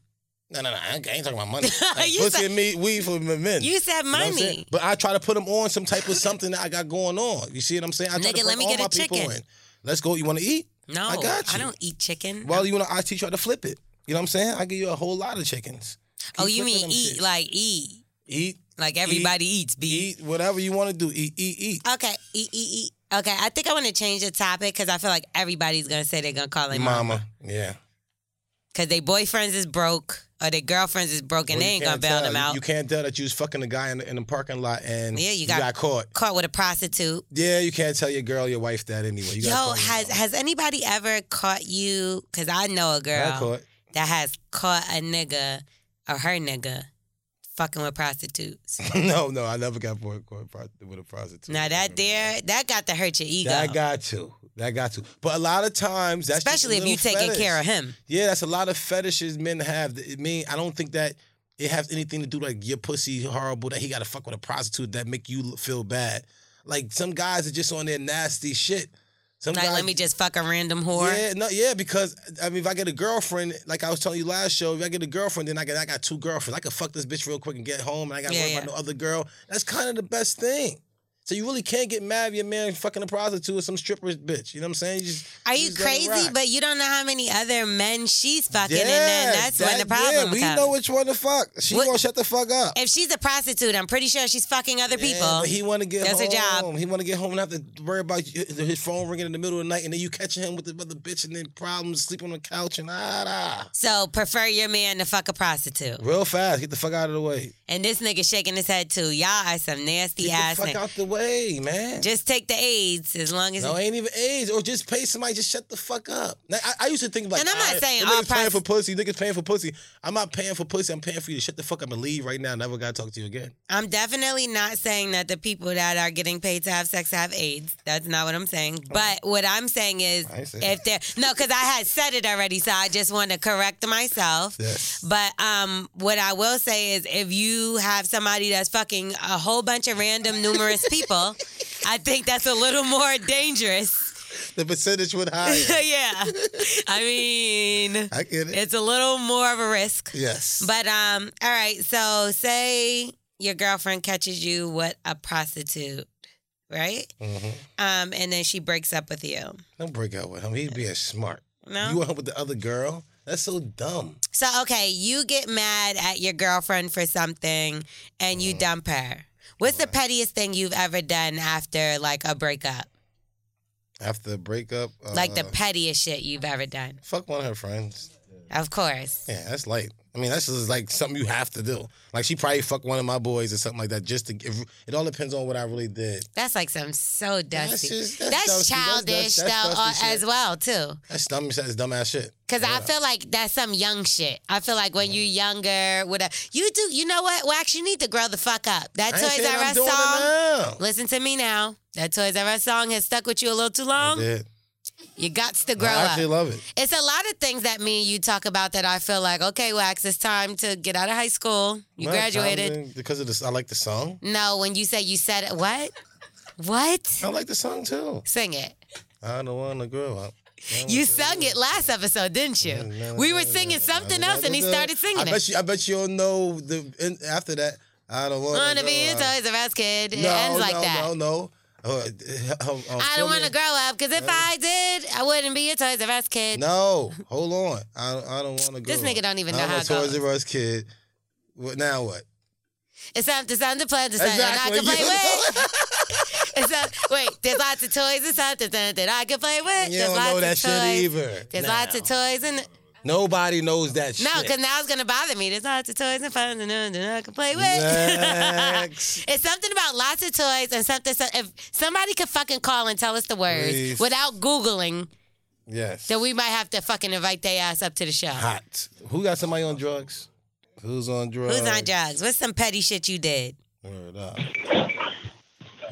B: Oh,
C: No, no, no. I ain't I ain't talking about money. Like,
B: You
C: pussy
B: said-
C: and me, weed for the men.
B: You said
C: know what I'm saying?
B: money.
C: but I try to put them on some type of something that I got going on. You see what I'm saying? I try to
B: Nigga,
C: put
B: let me
C: all
B: get a
C: my people
B: chicken.
C: in. Let's go. You want to eat?
B: No,
C: I got you.
B: don't eat chicken.
C: Well, you want to I teach you how to flip it. You know what I'm saying? I give you a whole lot of chickens. Keep
B: oh, you
C: flipping
B: mean
C: them
B: eat
C: shits.
B: like eat
C: eat,
B: like everybody eats? B.
C: eat, whatever you want to do. Eat, eat, eat.
B: Okay, eat eat eat. Okay, I think I want to change the topic because I feel like everybody's gonna say they're gonna call him mama.
C: Mama. Yeah.
B: Cause they boyfriends is broke or their girlfriends is broke and
C: Well,
B: they
C: you
B: ain't gonna
C: can't
B: bail
C: tell.
B: them out.
C: You can't tell that you was fucking a guy in the, in the parking lot and
B: Yeah, you
C: you
B: got-
C: got caught.
B: Caught with a prostitute.
C: Yeah, you can't tell your girl, your wife that anyway. You got
B: Yo,
C: caught with
B: has
C: it.
B: has anybody ever caught you? Cause I know a
C: Got
B: girl
C: caught.
B: that has caught a nigga or her nigga fucking with prostitutes.
C: no, no, I never got bored going pro- with a prostitute.
B: Now that there, that got to hurt your ego.
C: That got to. That got to. But a lot of times, that's just a
B: Especially if
C: little
B: you taking
C: fetish.
B: care of him.
C: Yeah, that's a lot of fetishes men have. I mean, I don't think that it has anything to do like your pussy horrible that he got to fuck with a prostitute that make you feel bad. Like some guys are just on their nasty shit. Some
B: like,
C: guys,
B: let me just fuck a random whore.
C: yeah, no, yeah, because I mean, if I get a girlfriend, like I was telling you last show, if I get a girlfriend, then I got I got two girlfriends. I could fuck this bitch real quick and get home, and I got to
B: Yeah,
C: worry
B: yeah.
C: about no other girl. That's kind of the best thing. So you really can't get mad if your man fucking a prostitute or some stripper's bitch. You know what I'm saying? You just,
B: Are you
C: let it
B: crazy?
C: rock.
B: But you don't know how many other men she's fucking, and then that's when the
C: that-
B: problem
C: Yeah, we
B: comes.
C: know which one to fuck. She
B: What-
C: gonna shut the fuck up.
B: if she's a prostitute, I'm pretty sure she's fucking other people.
C: Yeah, but he want to get
B: That's her
C: home.
B: job.
C: He want to get home and have to worry about y- his phone ringing in the middle of the night, and then you catching him with the other bitch, and then problems, sleeping on the couch, and ah, ah.
B: So prefer your man to fuck a prostitute.
C: Real fast, get the fuck out of the way.
B: And this nigga shaking his head too. Y'all are some nasty
C: Get
B: ass
C: the fuck
B: niggas.
C: out the way, man.
B: Just take the AIDS as long as.
C: no, ain't even AIDS, or just pay somebody. Just shut the fuck up. Now, I, I used to think like,
B: And I'm not
C: ah,
B: saying
C: them
B: all
C: niggas paying
B: prost-
C: for pussy. Niggas paying for pussy. I'm not paying for pussy. I'm paying for you to shut the fuck up and leave right now. Never gotta talk to you again.
B: I'm definitely not saying that the people that are getting paid to have sex have AIDS. That's not what I'm saying. But what I'm saying is,
C: Oh. I see.
B: if they're no, because I had said it already, so I just want to correct myself.
C: Yes.
B: But um, what I will say is, if you have somebody that's fucking a whole bunch of random, numerous people, I think that's a little more dangerous.
C: The percentage would higher.
B: yeah, I mean,
C: I get it.
B: it's a little more of a risk.
C: yes.
B: But um, all right. So say your girlfriend catches you with a prostitute, right?
C: Mhm.
B: Um, and then she breaks up with you.
C: Don't break out with him. He's being smart.
B: No.
C: You went with the other girl. That's so dumb.
B: So okay, you get mad at your girlfriend for something and
C: Mm.
B: you dump her. What's the pettiest thing you've ever done after like a breakup?
C: After the breakup, uh,
B: like the pettiest shit you've ever done.
C: fuck one of her friends.
B: Of course.
C: Yeah, that's light. I mean, that's just like something you have to do. Like she probably fucked one of my boys or something like that. Just to give, it all depends on what I really did.
B: That's like some so dusty.
C: just-
B: That's,
C: that's dusty. That's-
B: childish
C: that's- that's
B: though,
C: dusty
B: uh,
C: shit.
B: as well too.
C: That's dumb. That's dumb ass shit.
B: Cause I feel like that's some young shit. I feel like when you're younger, whatever you do, you know what? Wax, you need to grow the fuck up. That
C: I ain't
B: Toys
C: saying
B: R
C: I'm
B: Us
C: doing
B: song.
C: it now.
B: Listen to me now. That Toys R Us song has stuck with you a little too
C: I
B: long.
C: did.
B: You got to
C: No,
B: grow
C: I actually
B: up.
C: love it.
B: It's a lot of things that me and you talk about that I feel like, okay, Wax, it's time to get out of high school. You
C: No,
B: graduated.
C: probably because of this. I like the song.
B: No, when you say you said it, what? What?
C: I like the song too.
B: Sing it.
C: I don't want to grow up.
B: You sung it last episode, didn't you? We were singing something else, and he started singing
C: I
B: it.
C: bet you. I bet you don't know the in, after that. I don't want
B: wanna be a Toys R Us kid. It ends like
C: Oh, no,
B: that.
C: No, no, Uh, uh, uh,
B: I
C: fill
B: don't
C: me
B: want to
C: in.
B: grow up because if I did, I wouldn't be a Toys R Us kid.
C: No, hold on. I I don't want to grow.
B: This nigga don't even
C: I'm
B: know how
C: a
B: it
C: Toys
B: goes.
C: R Us kid. What now? What?
B: It's something, something, plenty, something
C: Exactly.
B: I can play
C: You
B: with. It's some- wait, there's lots of toys and something that I can play with.
C: You
B: there's
C: don't
B: lots
C: know
B: of
C: that
B: toys.
C: shit either.
B: There's
C: Nah.
B: lots of toys and
C: Nobody knows that shit.
B: no, because now it's gonna bother me. There's lots of toys and fun and nothing I can play with.
C: Next.
B: it's something about lots of toys and something. So if somebody could fucking call and tell us the words
C: Please.
B: without googling,
C: yes.
B: then we might have to fucking invite their ass up to the show.
C: hot. Who got somebody on drugs? Who's on drugs?
B: Who's on drugs? What's some petty shit you did?
C: Word up.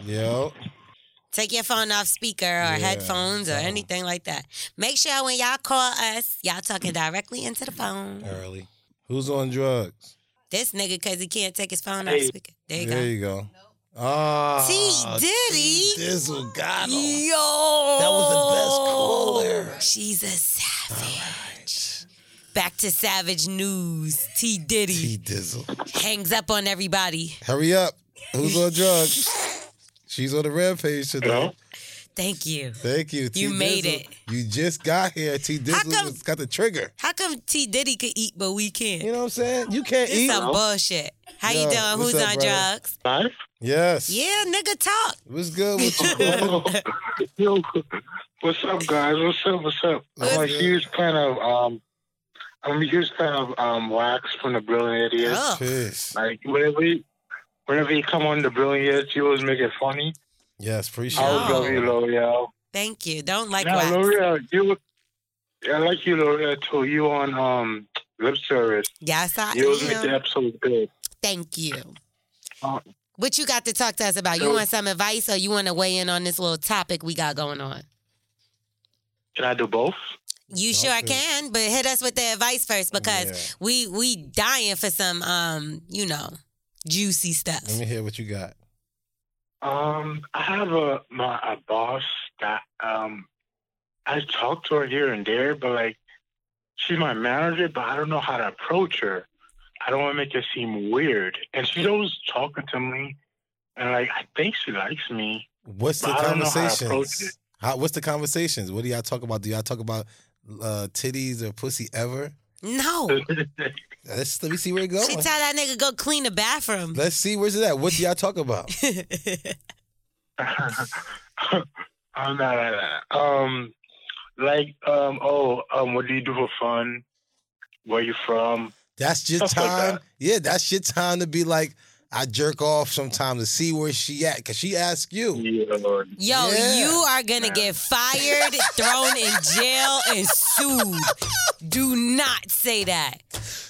C: Yo.
B: Take your phone off speaker or headphones or anything like that. Make sure when y'all call us, y'all talking directly into the phone.
C: Early. Who's on drugs?
B: This nigga, cause he can't take his phone off speaker. There you
C: There
B: go.
C: you go. Ah.
B: T Diddy.
C: Dizzle got him.
B: Yo. That
C: was the best caller.
B: She's a savage. Back to savage news. T Diddy
C: T Dizzle.
B: hangs up on everybody.
C: Hurry up. Who's on drugs? She's on the rampage today.
B: Thank you.
C: Thank you. T
B: You made
C: Dizzle.
B: it.
C: You just got here. T Dizzle
B: come-
C: got the trigger.
B: How come T Diddy could eat but we can't?
C: You know what I'm saying? You can't
B: It's
C: eat.
B: some bullshit. How
C: Yo,
B: you doing?
C: what's
B: Who's
C: up,
B: on
C: brother?
B: drugs?
C: Yes.
B: Yeah, nigga, talk.
C: What's good with you? brother?
E: Yo, what's up, guys? What's up? What's up? I'm a huge fan of um, I'm a huge fan of um, Wax from the Brilliant Idiots.
B: Ugh.
C: Peace.
E: Like whenever, he, whenever you come on the Brilliant Idiots, you always make it funny.
C: Yes, appreciate
E: I always
C: it.
E: love you, L'Oreal.
B: Thank you. Don't like
E: Yeah,
B: wax.
E: L'Oreal, you. were- I like you, L'Oreal. Too. You on um lip service.
B: Yes, I
E: You always make
B: am.
E: the episode good.
B: Thank you.
E: Uh,
B: What you got to talk to us about? You
E: So-
B: want some advice or you want to weigh in on this little topic we got going on?
E: Can I do both?
B: You sure can, but hit us with the advice first because we we dying for some um, you know, juicy stuff.
C: Let me hear what you got.
J: Um, I have a my a boss that um, I talk to her here and there, but like she's my manager, but I don't know how to approach her. I don't want to make it seem weird, and she's always talking to me, and like I think she likes me.
C: What's the
J: but I don't know how to approach it.
C: conversations? How, what's the conversations? What do y'all talk about? Do y'all talk about uh, titties or pussy ever?
B: No.
C: Let's let me see where it goes.
B: She tell that nigga go clean the bathroom.
C: Let's see where's it at. What do y'all talk about?
J: I'm not like that. Um, like um, oh um, what do you do for fun? Where you from?
C: That's your
J: Stuff like
C: time.
J: that.
C: Yeah, that's your time to be like, I jerk off sometime to see where she at, cause she asked you.
B: Yo,
C: Yeah.
B: you are gonna get fired, thrown in jail, and sued. Do not say that.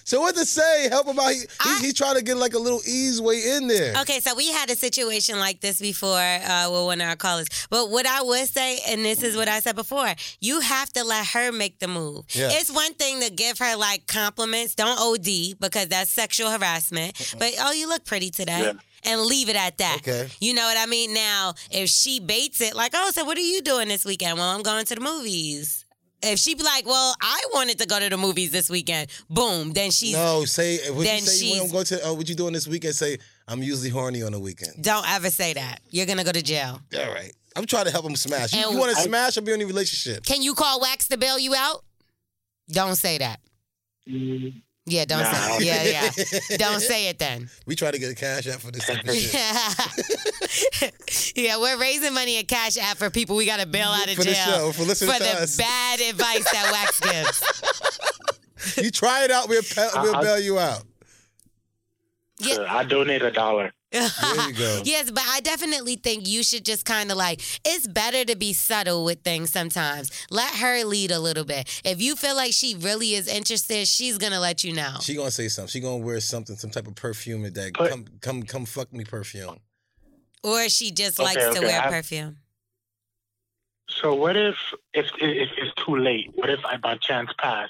C: So what to say? Help him out. He, he, he trying to get like a little ease way in there.
B: Okay, so we had a situation like this before uh, with one of our callers. But what I would say, and this is what I said before, you have to let her make the move.
K: Yeah.
B: It's one thing to give her like compliments. Don't OD because that's sexual harassment. But oh, you look pretty today.
K: Yeah.
B: And leave it at that.
K: Okay.
B: You know what I mean? Now, if she baits it, like, oh, so what are you doing this weekend? Well, I'm going to the movies. If she be like, well, I wanted to go to the movies this weekend, boom, then she's
C: no, say would you
B: then
C: say when I'm
B: she's-
C: going to uh, what you doing this weekend? Say I'm usually horny on the weekend.
B: Don't ever say that. You're gonna go to jail.
C: All right, I'm trying to help him smash. You,
B: And-
C: you want to
B: I-
C: smash or be in a relationship?
B: Can you call Wax to bail you out? Don't say that. Yeah, don't
C: Nah.
B: say. Yeah, yeah. don't say it then.
C: We try to get a cash out for this type of shit.
B: yeah, we're raising money in Cash App for people we gotta bail out of
C: For the
B: jail
C: show, for listening
B: for
C: to
B: the
C: us.
B: bad advice that Wax gives.
C: You try it out, we'll pe- we'll
J: Uh-uh.
C: bail you out.
J: Uh, I donate a dollar.
C: There you go.
B: Yes, but I definitely think you should just kind of like, it's better to be subtle with things sometimes. Let her lead a little bit. If you feel like she really is interested, she's going to let you know.
C: She gonna say something. She gonna wear something, some type of perfume and that come come come fuck me perfume.
B: Or she just
J: Okay,
B: likes to
J: okay,
B: wear
J: I-
B: perfume.
J: So what if if, if it's too late? What if I by chance pass?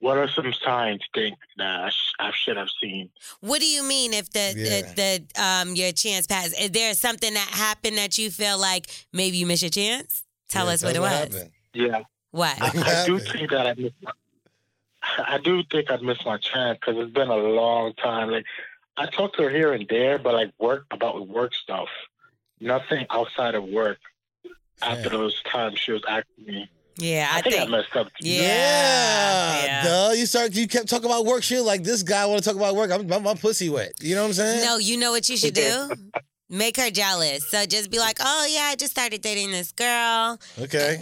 J: What are some signs think that I, sh- I should have seen?
B: What do you mean if the the, the um your chance passed? Is there something that happened that you feel like maybe you missed your chance? Tell us what it was.
J: Yeah,
B: What?
J: I, I do think that I missed. My, I do think I missed my chance because it's been a long time. Like I talk to her here and there, but like work about work stuff, nothing outside of work. After those times, she was asking me.
B: Yeah,
J: I, think, I messed up.
C: Yeah. Duh. You start. You kept talking about work shit. Like this guy want to talk about work. I'm, my, my pussy wet. You know what I'm saying?
B: No, you know what you should do? Make her jealous. So just be like, oh yeah, I just started dating this girl.
C: Okay.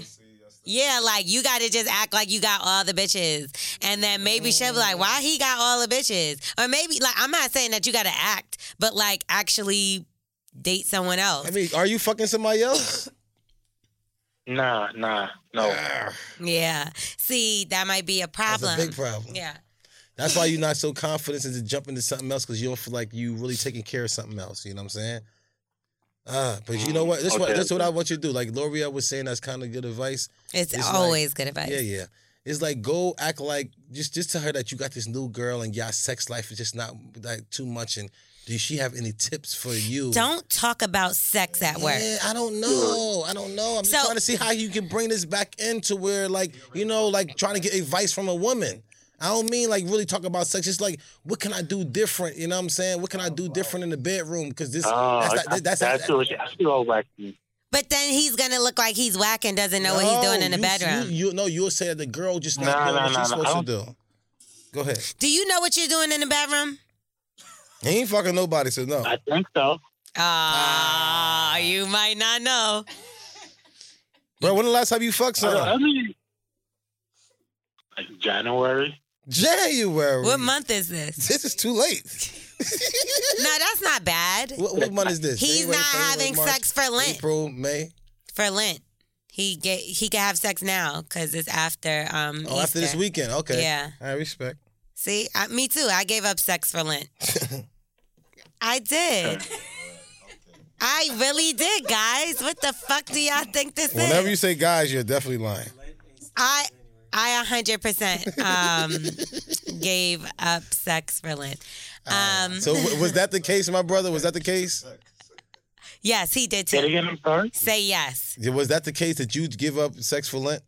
B: Yeah, like you gotta just act like you got all the bitches. And then maybe she'll be like,
C: Mm.
B: why he got all the bitches? Or maybe, like, I'm not saying that you gotta act, but like actually date someone else.
C: I mean, are you fucking somebody else?
J: Nah, nah, no.
B: Yeah. See, that might be a problem.
C: big problem.
B: Yeah.
C: That's why you're not so confident into jumping into something else because you don't feel like you really taking care of something else. You know what I'm saying? Uh, but you know what? This what
B: Okay.
C: this what I want you to do. Like L'Oreal was saying, that's kind of good advice.
B: It's
C: like-
B: always good advice.
C: Yeah, yeah. It's like go act like just just tell her that you got this new girl and y'all sex life is just not like too much. And do she have any tips for you?
B: Don't talk about sex at work.
C: Yeah, I don't know. Oh, I don't know. I'm just trying to see how you can bring this back into where, like, you know, like trying to get advice from a woman. I don't mean like really talk about sex. It's like, what can I do different? You know what I'm saying? What can I do different in the bedroom? Because this,
J: Oh,
C: that's, not, that's,
J: I, I, feel, I feel all wacky.
B: But then he's gonna look like he's whack and doesn't know what he's doing in the
C: you,
B: bedroom.
C: You, you, no, you'll say that the girl just not
J: Nah,
C: doing
J: nah,
C: what
J: nah,
C: she's
J: nah,
C: supposed to do. Go ahead.
B: Do you know what you're doing in the bedroom?
C: He ain't fucking nobody, so no. I
J: think so.
B: Ah, you might not know.
C: Bro, when the last time you fucked someone?
J: I mean, like January.
C: January.
B: What month is this?
C: This is too late.
B: no, that's not bad.
C: What, what month is this?
B: He's
C: January,
B: not
C: February,
B: having
C: March,
B: sex for Lent.
C: April, May.
B: For Lent, he get he can have sex now because it's after um.
C: Oh, after this
B: Easter.
C: weekend. Okay.
B: Yeah.
C: I respect.
B: See, I, me too. I gave up sex for Lent. I did. I really did, guys. What the fuck do y'all think this
C: Whenever
B: is?
C: you say guys, you're definitely lying.
B: Mm-hmm. I I 100% um, gave up sex for Lynn. Um,
C: Uh, So w- was that the case, my brother? Was that the case?
B: Yes, he did too.
C: Say it again, I'm sorry?
B: Say yes.
C: Yeah, Was that the case that you give up sex for Lent?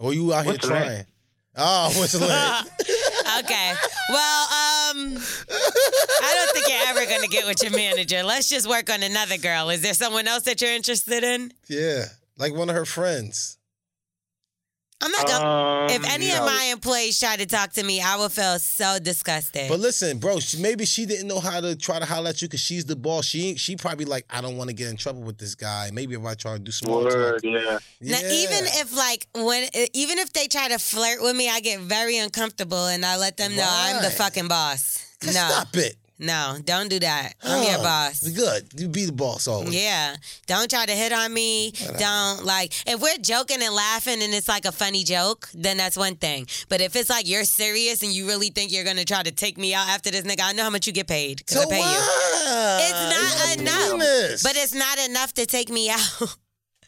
C: Or you out here
B: What's
C: trying?
B: Lent?
C: Oh, what's Lent?
B: okay. Well, um, I don't think you're ever gonna get with your manager. Let's just work on another girl. Is there someone else that you're interested in?
C: yeah, like one of her friends.
B: I'm not gonna.
C: Um,
B: if any
C: no.
B: of my employees try to talk to me, I will feel so disgusted.
C: But listen, bro, she, maybe she didn't know how to try to holler at you because she's the boss. She ain't- she probably like, I don't want to get in trouble with this guy. Maybe if I try to do small
J: Word,
C: talk.
J: yeah.
C: yeah.
B: Now, even if like when, e, even if they try to flirt with me, I get very uncomfortable and I let them know I'm the
C: Right.
B: fucking boss. No,
C: Stop it.
B: no, don't do that. I'm your
C: Huh. Oh.
B: boss.
C: Good. You Oh, be the boss always.
B: Yeah. Don't try to hit on me. Don't like if we're joking and laughing and it's like a funny joke, then that's one thing. But if it's like you're serious and you really think you're gonna try to take me out after this nigga, I know how much you get paid. 'cause I pay you. It's not enough.
C: business.
B: But it's not enough to take me out.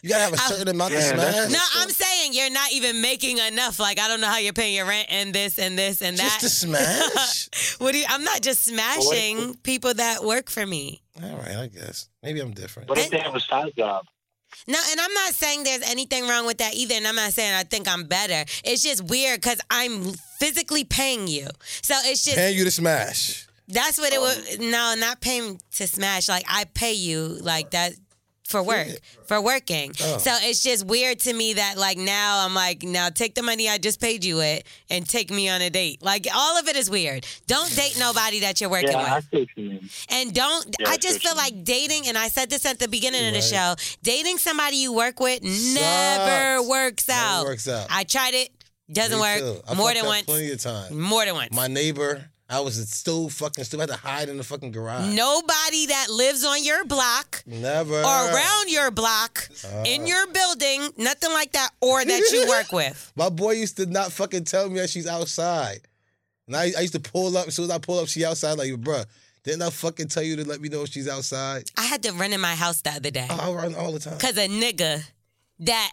C: You gotta have a certain amount to
B: Yeah,
C: smash.
B: that's- No, I'm saying you're not even making enough. Like I don't know how you're paying your rent and this and this and that.
C: Just to smash?
B: what do you I'm not just smashing people that work for me.
C: All right, I guess. Maybe I'm different.
J: What if they have a side job?
B: No, and I'm not saying there's anything wrong with that either. And I'm not saying I think I'm better. It's just weird because I'm physically paying you. So it's just
C: Paying you to smash.
B: that's
C: Um,
B: what it would. No, not paying to smash. Like I pay you like that for work for working.
C: Oh.
B: So it's just weird to me that like now I'm like now take the money I just paid you with and take me on a date. Like all of it is weird. Don't date nobody that you're working
J: yeah,
B: with.
J: I see what you mean.
B: And don't,
J: Yeah,
B: I
J: that's
B: just
J: what
B: feel like dating, and I said this at the beginning of the show
J: Right.
B: dating somebody you work with never works out.
C: works out.
B: I tried it, doesn't
C: Me
B: work.
C: too. I
B: More
C: fucked
B: than
C: up
B: once.
C: Plenty of times.
B: More than once.
C: My neighbor, I was still fucking stupid. I had to hide in the fucking garage.
B: Nobody that lives on your block
C: Never.
B: or around your block,
C: Ah.
B: in your building, nothing like that, or that you work with.
C: My boy used to not fucking tell me that she's outside. And I, I used to pull up. As soon as I pull up, she outside. Like, bruh, didn't I fucking tell you to let me know if she's outside?
B: I had to run in my house the other day.
C: Oh, I run all the time.
B: Cause a nigga that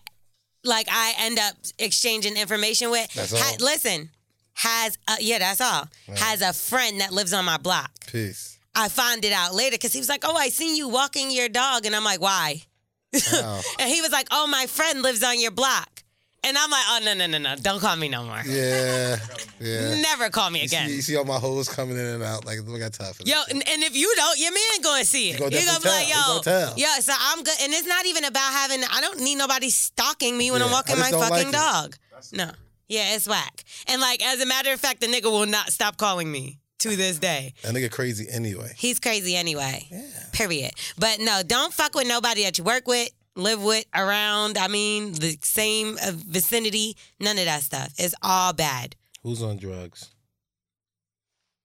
B: like I end up exchanging information with.
C: That's all.
B: listen, has a, yeah, that's all. Has a friend that lives on my block.
C: Peace.
B: I find it out later because he was like, "Oh, I seen you walking your dog," and I'm like, "Why?" And he was like, "Oh, my friend lives on your block," and I'm like, "Oh, no, no, no, no! Don't call me no more.
C: Yeah. Yeah.
B: Never call me
C: You
B: again."
C: see, you see all my hoes coming in and out. Like, we got time for that.
B: Yo, and, and if you don't, your man gonna see it.
C: He gonna
B: He gonna be
C: definitely
B: like,
C: tell.
B: yo,
C: He gonna tell.
B: yeah. So I'm good, and it's not even about having. I don't need nobody stalking me when I'm
C: Yeah, I
B: walking my
C: just don't
B: fucking
C: like it.
B: dog. No, yeah, it's whack. And like, as a matter of fact, the nigga will not stop calling me to this day.
C: That nigga crazy anyway.
B: He's crazy anyway. Period. But no, don't fuck with nobody that you work with, live with, around. I mean, the same uh, vicinity. None of that stuff. It's all bad.
C: Who's on drugs?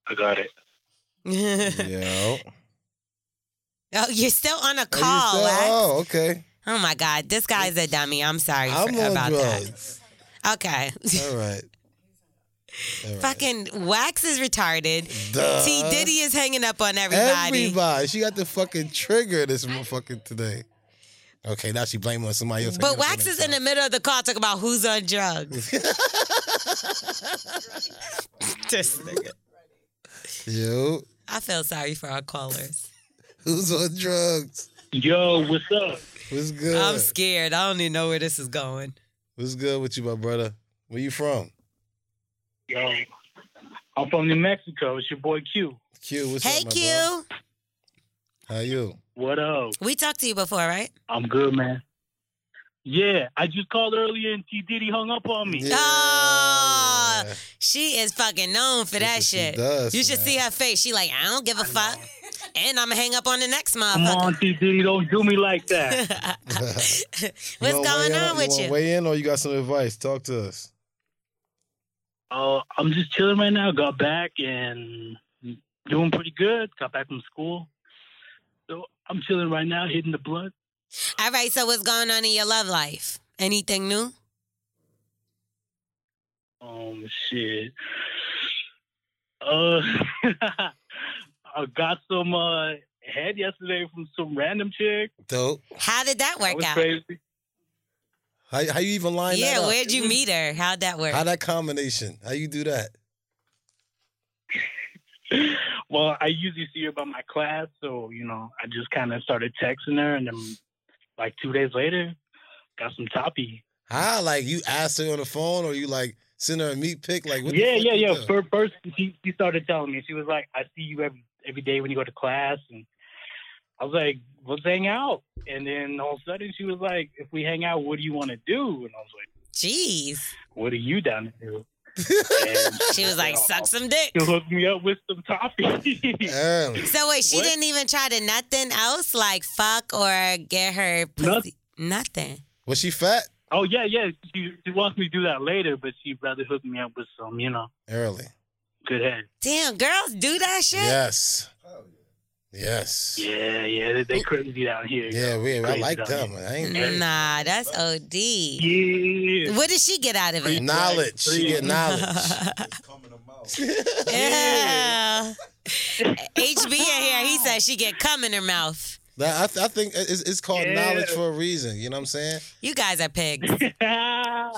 J: I got it.
C: Yo.
B: Oh, you're still on a
C: you
B: call.
C: still-
B: Lex.
C: oh, okay.
B: Oh my God, this guy's a dummy. I'm sorry
C: I'm
B: for,
C: on
B: about
C: drugs.
B: that. Okay.
C: All right. All right.
B: Fucking Wax is retarded.
C: Duh.
B: T Diddy is hanging up on everybody.
C: Everybody. She got the fucking trigger this motherfucking today. Okay, now she blaming on somebody else.
B: But Wax is in the middle of the call talking about who's on drugs. this nigga.
C: Yo,
B: I feel sorry for our callers.
C: who's on drugs?
J: Yo, what's up?
C: What's good?
B: I'm scared. I don't even know where this is going.
C: What's good with you, my brother? Where you from?
J: Yo, I'm from New Mexico. It's your boy Q.
C: Q, what's
B: Hey
C: up, my bro?
B: Q.
C: How you?
J: What up?
B: We talked to you before, right?
J: I'm good, man. Yeah, I just called earlier and T Diddy hung up on me.
B: Ah, Oh, she is fucking known for that shit.
J: does,
B: you should see her face. She like, I don't give a fuck. And I'm gonna hang up on the next
J: Come
B: motherfucker.
J: on, T Diddy, don't do me like that.
C: What's
B: What's going on with
C: wanna
B: you?
C: Weigh in, or you got some advice? Talk to us.
J: Uh, I'm just chilling right now. Got back and doing pretty good. Got back from school, so I'm chilling right now, hitting the blood.
B: All right, so what's going on in your love life? Anything new?
J: Um, shit. Uh,
K: I got some uh, head yesterday from some random chick.
C: Dope.
B: How did that
K: That
B: work
K: was
B: out?
K: crazy.
C: How, how you even line that
B: Yeah,
C: up?
B: where'd you meet her? How'd that work?
C: How that combination? How you do that?
K: Well, I usually see her by my class, so you know, I just kind of started texting her, and then like two days later, got some toppy.
C: How like you asked her on the phone or you like send her a meat pic? Like what the
K: yeah,
C: fuck
K: yeah,
C: you
K: yeah.
C: do?
K: Fir- First, she, she started telling me she was like, "I see you every every day when you go to class," and I was like, "Let's hang out." And then all of a sudden, she was like, "If we hang out, what do you want to do?" And I was like,
B: "Jeez,
K: what are you down to do?"
B: She was like, suck some dick.
K: She hooked me up with some toffee.
B: So wait, she didn't even try to nothing else like fuck or get her pussy. Nothing.
C: Was she fat?
K: Oh yeah, yeah. She, she wants me to do that later, but she'd rather hook me up with some, you know,
C: early
K: good head.
B: Damn, girls do that shit.
C: Yes. Yes.
K: Yeah, yeah. They, they crazy down here.
C: Yeah, we, I
K: Crazy
C: like
K: down
C: them.
K: here.
C: I ain't
B: Mm. Nah, that's OD.
K: Yeah.
B: What did she get out of it?
C: knowledge. She get knowledge.
B: Yeah. HB in here, he said she get cum in her mouth.
C: That- I, th- I think it's, it's called
B: Yeah.
C: knowledge for a reason. You know what I'm saying?
B: You guys are pigs. I'ma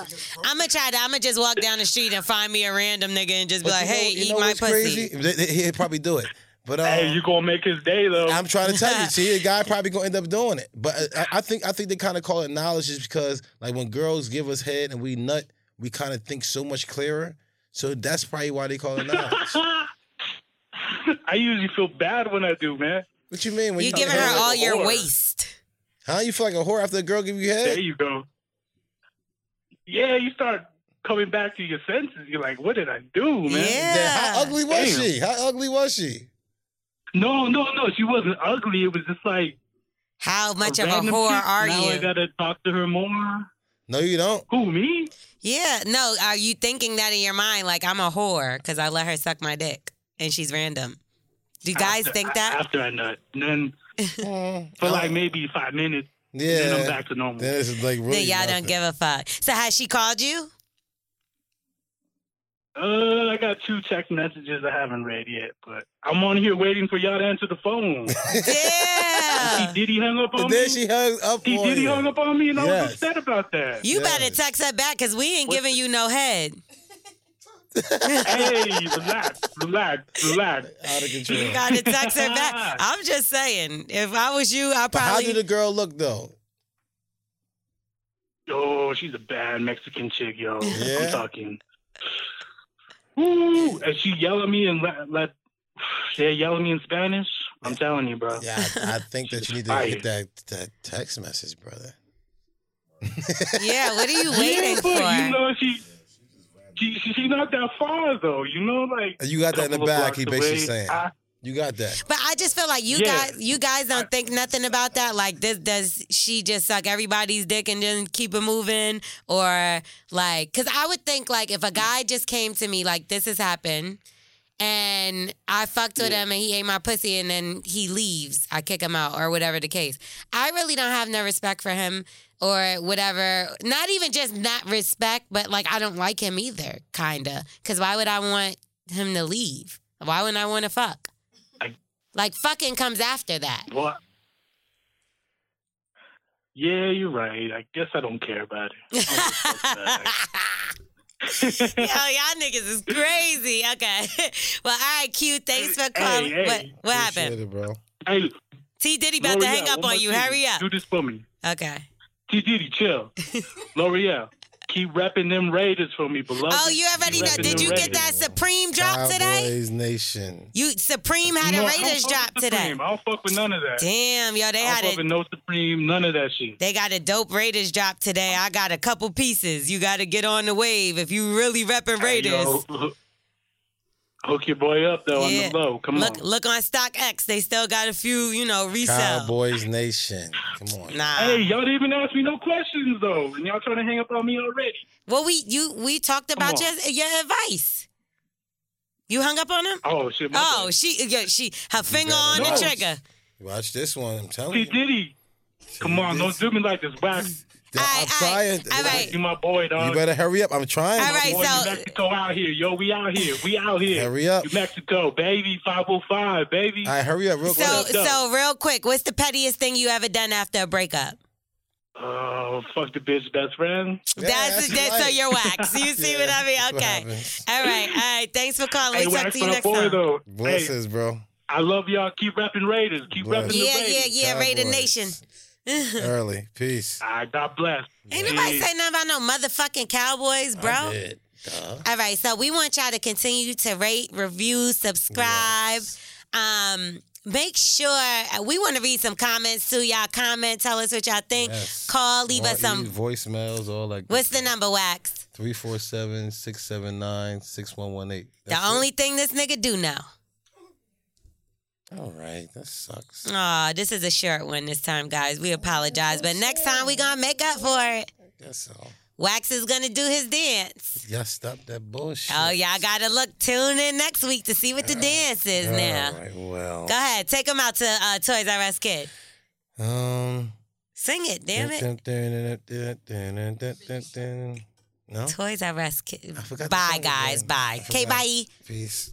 B: try to I'ma just walk down the street and find me a random nigga and just be like,
C: you know-
B: hey,
C: you
B: eat
C: know
B: my
C: what's
B: pussy.
C: crazy? They- they- He'd probably do it. But um,
K: Hey, you gonna make his day though.
C: I'm trying to tell you, see, the guy probably gonna end up doing it. But uh, I, I think I think they kind of call it knowledge just because like when girls give us head and we nut, we kind of think so much clearer. So that's probably why they call it knowledge.
K: I usually feel bad when I do, man.
C: What you mean? When
K: You
C: give
K: giving her all your
B: waste.
C: Huh? You feel like a whore after a girl give you head?
K: There you go. Yeah, you start coming back to your senses. You're like, what did I do, man?
C: Then How ugly was
K: Damn.
C: she? How ugly was she?
K: No, no, no. She wasn't ugly. It was just like
B: how
C: much of a whore are
K: now I
C: you?
K: gotta talk to her
B: Uh-huh.
K: more.
C: No, you don't.
K: Who me?
B: Yeah, no. Are you thinking that in your mind, like I'm a whore because I let her suck my dick and she's random? Do you guys
K: After-
B: think that?
K: after I nut, and then for
C: Oh.
K: like maybe five minutes.
C: Yeah,
K: then I'm back to normal.
C: This is like
B: then y'all don't give a fuck. So has she called you?
K: Uh, I got two text messages I haven't read yet, but I'm on here waiting for y'all to answer the phone.
B: yeah.
K: Diddy hung up on
C: And
K: me.
C: then she hung up
K: He
C: on
K: Diddy
C: you.
K: hung up on me, and I
C: Yes.
K: was upset about that.
B: You better text her back because we ain't giving you no head.
K: hey, relax, relax, relax.
C: Out of control.
B: You gotta text her back. I'm just saying, if I was you, I
C: But how
B: probably
C: did the girl look though?
K: Oh, she's a bad Mexican chick, yo.
C: Yeah?
K: I'm talking. Ooh, and she yell at me and let, let she yell at me in Spanish. I'm telling you, bro.
C: Yeah, I, I think that you need to get that that text message, brother.
B: Yeah, what are you
K: yeah,
B: waiting
K: but, You know she. She, she, she not that far though, you know. Like
C: You got that in the
K: couple of
C: back.
K: blocks
C: He basically
K: away.
C: saying
K: I-
C: you got that.
B: But I just feel like you
C: Yeah.
B: guys you guys don't think nothing about that. Like this does she just suck everybody's dick and then keep it moving? Or like cause I would think like if a guy just came to me like this has happened and I fucked with him and he ate my pussy and then he leaves, I kick him out or whatever the case. I really don't have no respect for him or whatever. Not even just not respect, but like I don't like him either, kinda. Cause why would I want him to leave? Why wouldn't I want to fuck? Like fucking comes after that.
K: What? Yeah, you're right. I guess I don't care about it.
B: Yo, y'all niggas is crazy. Okay. well, all right, Q. Thanks for calling.
K: hey.
B: What, what happened?
C: bro?
K: Hey,
B: T Diddy about to hang up on you. Hurry up.
K: Do this for me.
B: Okay.
K: T Diddy, chill. L'Oreal, keep repping them Raiders for me, beloved.
B: Oh, you already
K: Keep
B: know.
K: repping
B: Did
K: them
B: you get
K: Raiders.
B: that Supreme drop today?
C: Cowboys Nation.
B: You Supreme had a
K: No, I don't
B: Raiders
K: fuck
B: drop
K: with
B: today.
K: Supreme. I don't fuck with none of that.
B: Damn, yo, they
K: I
B: had
K: don't fuck
B: it.
K: with no Supreme, none of that shit.
B: They got a dope Raiders drop today. I got a couple pieces. You got to get on the wave if you really repping Raiders.
K: Yo, hook- hook your boy up though
B: Yeah.
K: on the low. Come
B: look,
K: on.
B: look on StockX. They still got a few, you know, resell.
C: Cowboys Nation. Come on.
B: Nah.
K: Hey, y'all didn't even ask me no questions though, and y'all trying to hang up on me already.
B: Well, we you we talked
K: Come
B: about your
K: on.
B: your advice. You hung up on him.
K: Oh shit!
C: my
B: oh, she yeah, she her finger on the
C: know.
B: trigger.
C: Watch this one. I'm telling
K: T
C: you.
K: Diddy, come on, don't do me like this, wax.
C: I'm trying.
B: all right.
K: You my boy, dog.
C: You better hurry up. I'm trying.
B: All right,
K: boy,
B: so-
K: New Mexico out here, yo. We out here. We out here.
C: Hurry up.
K: New Mexico, baby. Five oh five, baby.
C: All right, hurry up, real
B: So, so real quick, what's the pettiest thing you ever done after a breakup?
K: Oh, fuck the bitch best friend.
B: that's that's, so you're wax. You see what I mean? Okay. All right. All right. Thanks for calling.
K: Hey,
B: we'll talk
K: wax
B: to you
K: my
B: next
K: boy,
B: time.
K: though.
C: Blessings, bro.
K: I love y'all. Keep repping Raiders. Keep repping the
B: Yeah,
K: Raiders.
B: yeah, yeah. Raider Nation.
C: Early. Peace.
K: All right, Ah, God bless.
B: Ain't nobody say nothing about no motherfucking Cowboys, bro. All right, so we want y'all to continue to rate, review, subscribe. Um, make sure uh, we want to read some comments too. Y'all comment, tell us what y'all think.
C: Yes.
B: Call, leave us some.
C: voicemails, all like
B: What's the number, Wax?
C: 347 679 6118.
B: the only thing this nigga do now.
C: All right, that sucks.
B: Aw, this is a short one this time, guys. We apologize, but next time we gonna make up for it.
C: Guess so.
B: Wax is gonna do his dance.
C: Y'all stop that bullshit.
B: Oh, y'all gotta look. Tune in next week to see what the dance is now.
C: All right, well.
B: Go ahead, take him out to uh, Toys R Us Kid.
C: Um.
B: Sing it, damn it.
C: it. No?
B: Toys R Us Kid.
C: forgot the
B: Bye,
C: song
B: guys.
C: again.
B: Bye.
C: I
B: Okay,
C: forgot.
B: bye.
C: Peace.